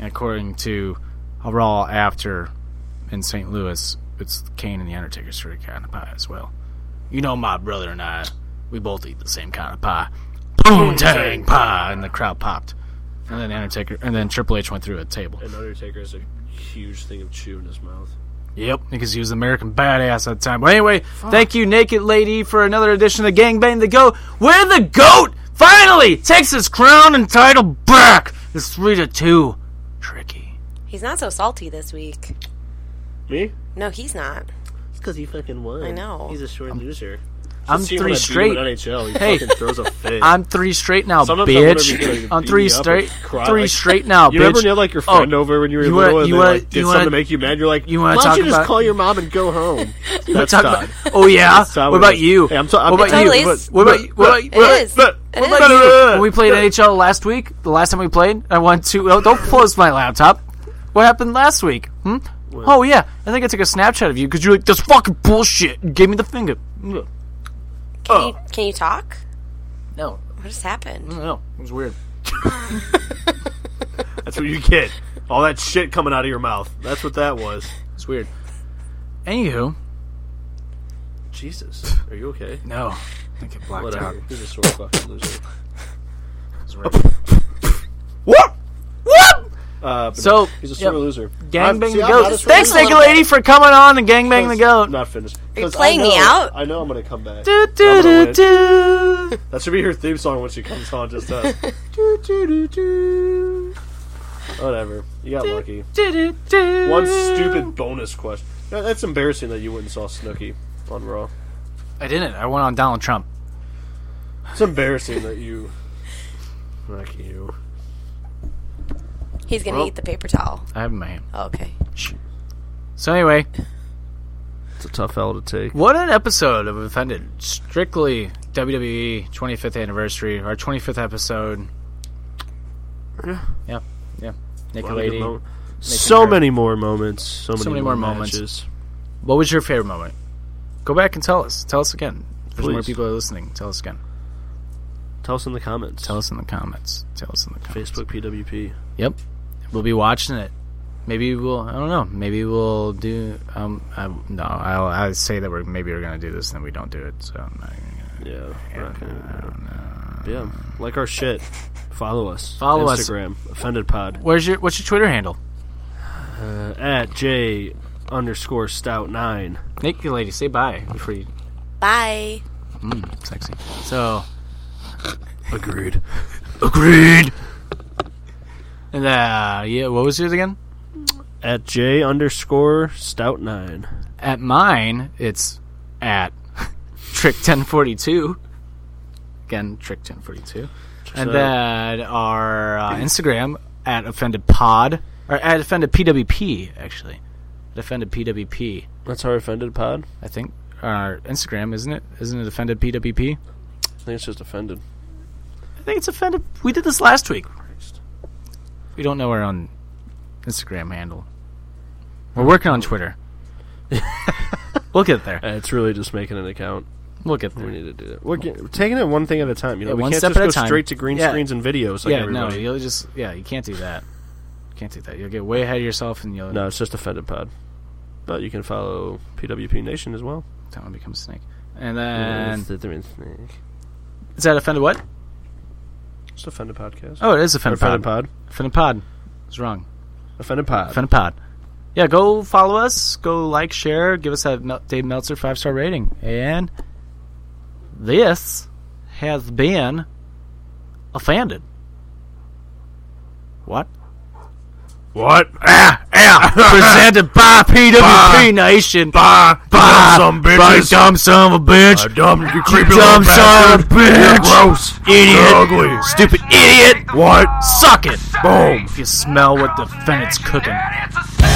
[SPEAKER 1] and according to a raw after in St. Louis it's Kane and the Undertaker's favorite kind of pie as well. You know, my brother and I, we both eat the same kind of pie. Poontang pie! And the crowd popped. And then Undertaker, and then Triple H went through a table.
[SPEAKER 2] And Undertaker has a huge thing of chew in his mouth.
[SPEAKER 1] Yep, because he was American badass at the time. But anyway, thank you, Naked Lady, for another edition of Gangbang the Goat, where the goat finally takes his crown and title back. It's three to two. Tricky.
[SPEAKER 7] He's not so salty this week.
[SPEAKER 2] Me?
[SPEAKER 7] No, he's not.
[SPEAKER 2] It's because he fucking won.
[SPEAKER 7] I know.
[SPEAKER 2] He's a short loser.
[SPEAKER 1] I'm
[SPEAKER 2] See when
[SPEAKER 1] three
[SPEAKER 2] I beat him
[SPEAKER 1] straight.
[SPEAKER 2] in NHL, he
[SPEAKER 1] Hey.
[SPEAKER 2] fucking throws a fit.
[SPEAKER 1] I'm three straight now,
[SPEAKER 2] Sometimes I wonder if he's gonna
[SPEAKER 1] bitch. I'm
[SPEAKER 2] beat
[SPEAKER 1] three
[SPEAKER 2] me up or
[SPEAKER 1] straight,
[SPEAKER 2] cry,
[SPEAKER 1] three
[SPEAKER 2] like-
[SPEAKER 1] straight now,
[SPEAKER 2] You
[SPEAKER 1] bitch.
[SPEAKER 2] remember when you had like your
[SPEAKER 1] Oh,
[SPEAKER 2] friend over when you were
[SPEAKER 1] you wanna-
[SPEAKER 2] little and
[SPEAKER 1] you
[SPEAKER 2] they
[SPEAKER 1] wanna-
[SPEAKER 2] like, did
[SPEAKER 1] you
[SPEAKER 2] something
[SPEAKER 1] wanna-
[SPEAKER 2] to make you mad? You're like,
[SPEAKER 1] you
[SPEAKER 2] why
[SPEAKER 1] wanna
[SPEAKER 2] don't you
[SPEAKER 1] talk
[SPEAKER 2] just
[SPEAKER 1] about-
[SPEAKER 2] call your mom and go home? That's
[SPEAKER 1] Talk
[SPEAKER 2] Todd.
[SPEAKER 1] about- oh yeah.
[SPEAKER 2] That's
[SPEAKER 1] What
[SPEAKER 2] Todd with
[SPEAKER 1] about
[SPEAKER 2] us.
[SPEAKER 1] you?
[SPEAKER 2] Hey, I'm so- I'm
[SPEAKER 1] what about
[SPEAKER 2] getting-
[SPEAKER 7] Totally
[SPEAKER 1] you?
[SPEAKER 7] is.
[SPEAKER 1] What about you? What about you?
[SPEAKER 7] It is.
[SPEAKER 2] Look,
[SPEAKER 7] It
[SPEAKER 2] look,
[SPEAKER 7] is.
[SPEAKER 2] look, look.
[SPEAKER 1] when we played NHL last week, the last time we played, I won two. Oh, don't close my laptop. What happened last week? Hmm? Oh yeah, I think I took a Snapchat of you because you're like, "That's fucking bullshit." You gave me the finger. No,
[SPEAKER 7] Can, you, can you talk?
[SPEAKER 1] no,
[SPEAKER 7] What just happened?
[SPEAKER 2] Mm.
[SPEAKER 1] no. It was weird.
[SPEAKER 2] That's what you get. All that shit coming out of your mouth. That's what that was.
[SPEAKER 1] It's weird. Anywho,
[SPEAKER 2] Jesus, are you okay?
[SPEAKER 1] no. I get blacked out.
[SPEAKER 2] Whatever. He's a sore fucking loser.
[SPEAKER 1] It's weird.
[SPEAKER 2] What?
[SPEAKER 1] What?
[SPEAKER 2] Uh, but
[SPEAKER 1] So,
[SPEAKER 2] he's a
[SPEAKER 1] yep.
[SPEAKER 2] sore loser. I'm-
[SPEAKER 1] Gangbang
[SPEAKER 2] see,
[SPEAKER 1] the
[SPEAKER 2] I'm not a
[SPEAKER 1] goat.
[SPEAKER 2] sore
[SPEAKER 1] Thanks,
[SPEAKER 2] loser.
[SPEAKER 1] Naked Lady, for coming on and gangbang the goat.
[SPEAKER 2] Not finished. Are
[SPEAKER 7] you playing me out?
[SPEAKER 2] I know I'm gonna come back.
[SPEAKER 1] Do
[SPEAKER 2] I'm
[SPEAKER 1] do
[SPEAKER 2] gonna
[SPEAKER 1] do
[SPEAKER 2] win.
[SPEAKER 1] do.
[SPEAKER 2] That should be her theme song when she comes on. Just us.
[SPEAKER 1] Do do do do.
[SPEAKER 2] Whatever. You got lucky.
[SPEAKER 1] Do do do.
[SPEAKER 2] One stupid bonus question. That- That's embarrassing that you went and saw Snooki on Raw.
[SPEAKER 1] I didn't. I went on Donald Trump.
[SPEAKER 2] It's embarrassing that you. Like you.
[SPEAKER 7] He's gonna
[SPEAKER 2] Well-
[SPEAKER 7] eat the paper towel.
[SPEAKER 1] I have it in my hand.
[SPEAKER 7] Okay.
[SPEAKER 1] So anyway,
[SPEAKER 2] It's a tough L to take.
[SPEAKER 1] what an episode of Offended. Strictly WWE 25th anniversary, our 25th episode. Yeah, yeah. Naked Lady.
[SPEAKER 2] So
[SPEAKER 1] her-
[SPEAKER 2] many more moments. So many,
[SPEAKER 1] many
[SPEAKER 2] more,
[SPEAKER 1] more moments.
[SPEAKER 2] matches.
[SPEAKER 1] What was your favorite moment? Go back and tell us. Tell us again. If There's more
[SPEAKER 2] Please.
[SPEAKER 1] people that are listening. Tell us again.
[SPEAKER 2] Tell us in the comments.
[SPEAKER 1] Tell us in the comments. Tell us in the comments.
[SPEAKER 2] Facebook PWP.
[SPEAKER 1] Yep. We'll be watching it. Maybe we'll. I don't know. Maybe we'll do. Um. I, no. I'll. I say that we're. Maybe we're gonna do this, and then we don't do it. So. I'm not gonna-
[SPEAKER 2] Yeah. we're not gonna- Yeah. Like our shit. Follow us.
[SPEAKER 1] Follow us.
[SPEAKER 2] Instagram, us. Instagram. Offended Pod.
[SPEAKER 1] Where's your? What's your Twitter handle?
[SPEAKER 2] At J underscore stout nine.
[SPEAKER 1] Naked lady, say bye before you.
[SPEAKER 7] Bye.
[SPEAKER 1] Sexy. So,
[SPEAKER 2] Agreed.
[SPEAKER 1] agreed. And uh, yeah, what was yours again?
[SPEAKER 2] At J underscore stout nine.
[SPEAKER 1] At mine, it's at trick ten forty two. Again, trick ten forty two. And
[SPEAKER 2] So-
[SPEAKER 1] then our uh, Instagram at offended pod or at offended pwp actually, at offended pwp.
[SPEAKER 2] That's our Offended Pod.
[SPEAKER 1] I think our Instagram isn't it? Isn't it offended pwp?
[SPEAKER 2] I think it's just offended.
[SPEAKER 1] I think it's offended. We did this last week. We don't know our own Instagram handle. We're working on Twitter. we'll get there.
[SPEAKER 2] Uh, It's really just making an account.
[SPEAKER 1] We'll get
[SPEAKER 2] We
[SPEAKER 1] there.
[SPEAKER 2] need to do that. We're, get, we're taking it one thing at a time. You know,
[SPEAKER 1] Yeah,
[SPEAKER 2] we
[SPEAKER 1] one
[SPEAKER 2] can't
[SPEAKER 1] step
[SPEAKER 2] just
[SPEAKER 1] at
[SPEAKER 2] go
[SPEAKER 1] a time.
[SPEAKER 2] straight to green
[SPEAKER 1] Yeah.
[SPEAKER 2] screens and videos. Like
[SPEAKER 1] Yeah, no,
[SPEAKER 2] everybody.
[SPEAKER 1] you'll just yeah, you can't do that. Can't do that. You'll get way ahead of yourself, and you'll
[SPEAKER 2] no, it's just offended pod. But you can follow PWP Nation as well.
[SPEAKER 1] that one becomes snake. And then
[SPEAKER 2] the three snake.
[SPEAKER 1] is that offended? What?
[SPEAKER 2] It's offended podcast.
[SPEAKER 1] Oh, it is offended.
[SPEAKER 2] offended
[SPEAKER 1] pod.
[SPEAKER 2] pod.
[SPEAKER 1] Offended pod. It's wrong.
[SPEAKER 2] Offended pod.
[SPEAKER 1] Offended pod. Yeah, go follow us. Go like, share, give us that Mel- Dave Meltzer five star rating. And this has been offended. What?
[SPEAKER 8] What?
[SPEAKER 1] Ah, presented by PWP
[SPEAKER 8] Bah.
[SPEAKER 1] Nation.
[SPEAKER 8] Bah,
[SPEAKER 1] Bah,
[SPEAKER 8] some bitches.
[SPEAKER 1] by dumb son of a bitch.
[SPEAKER 8] dumb, you creepy
[SPEAKER 1] dumb son of a bitch.
[SPEAKER 8] gross.
[SPEAKER 1] Idiot.
[SPEAKER 8] ugly.
[SPEAKER 1] Stupid idiot.
[SPEAKER 8] What?
[SPEAKER 1] Suck it.
[SPEAKER 8] Boom.
[SPEAKER 1] If you smell what the fennet's cooking.
[SPEAKER 4] It's a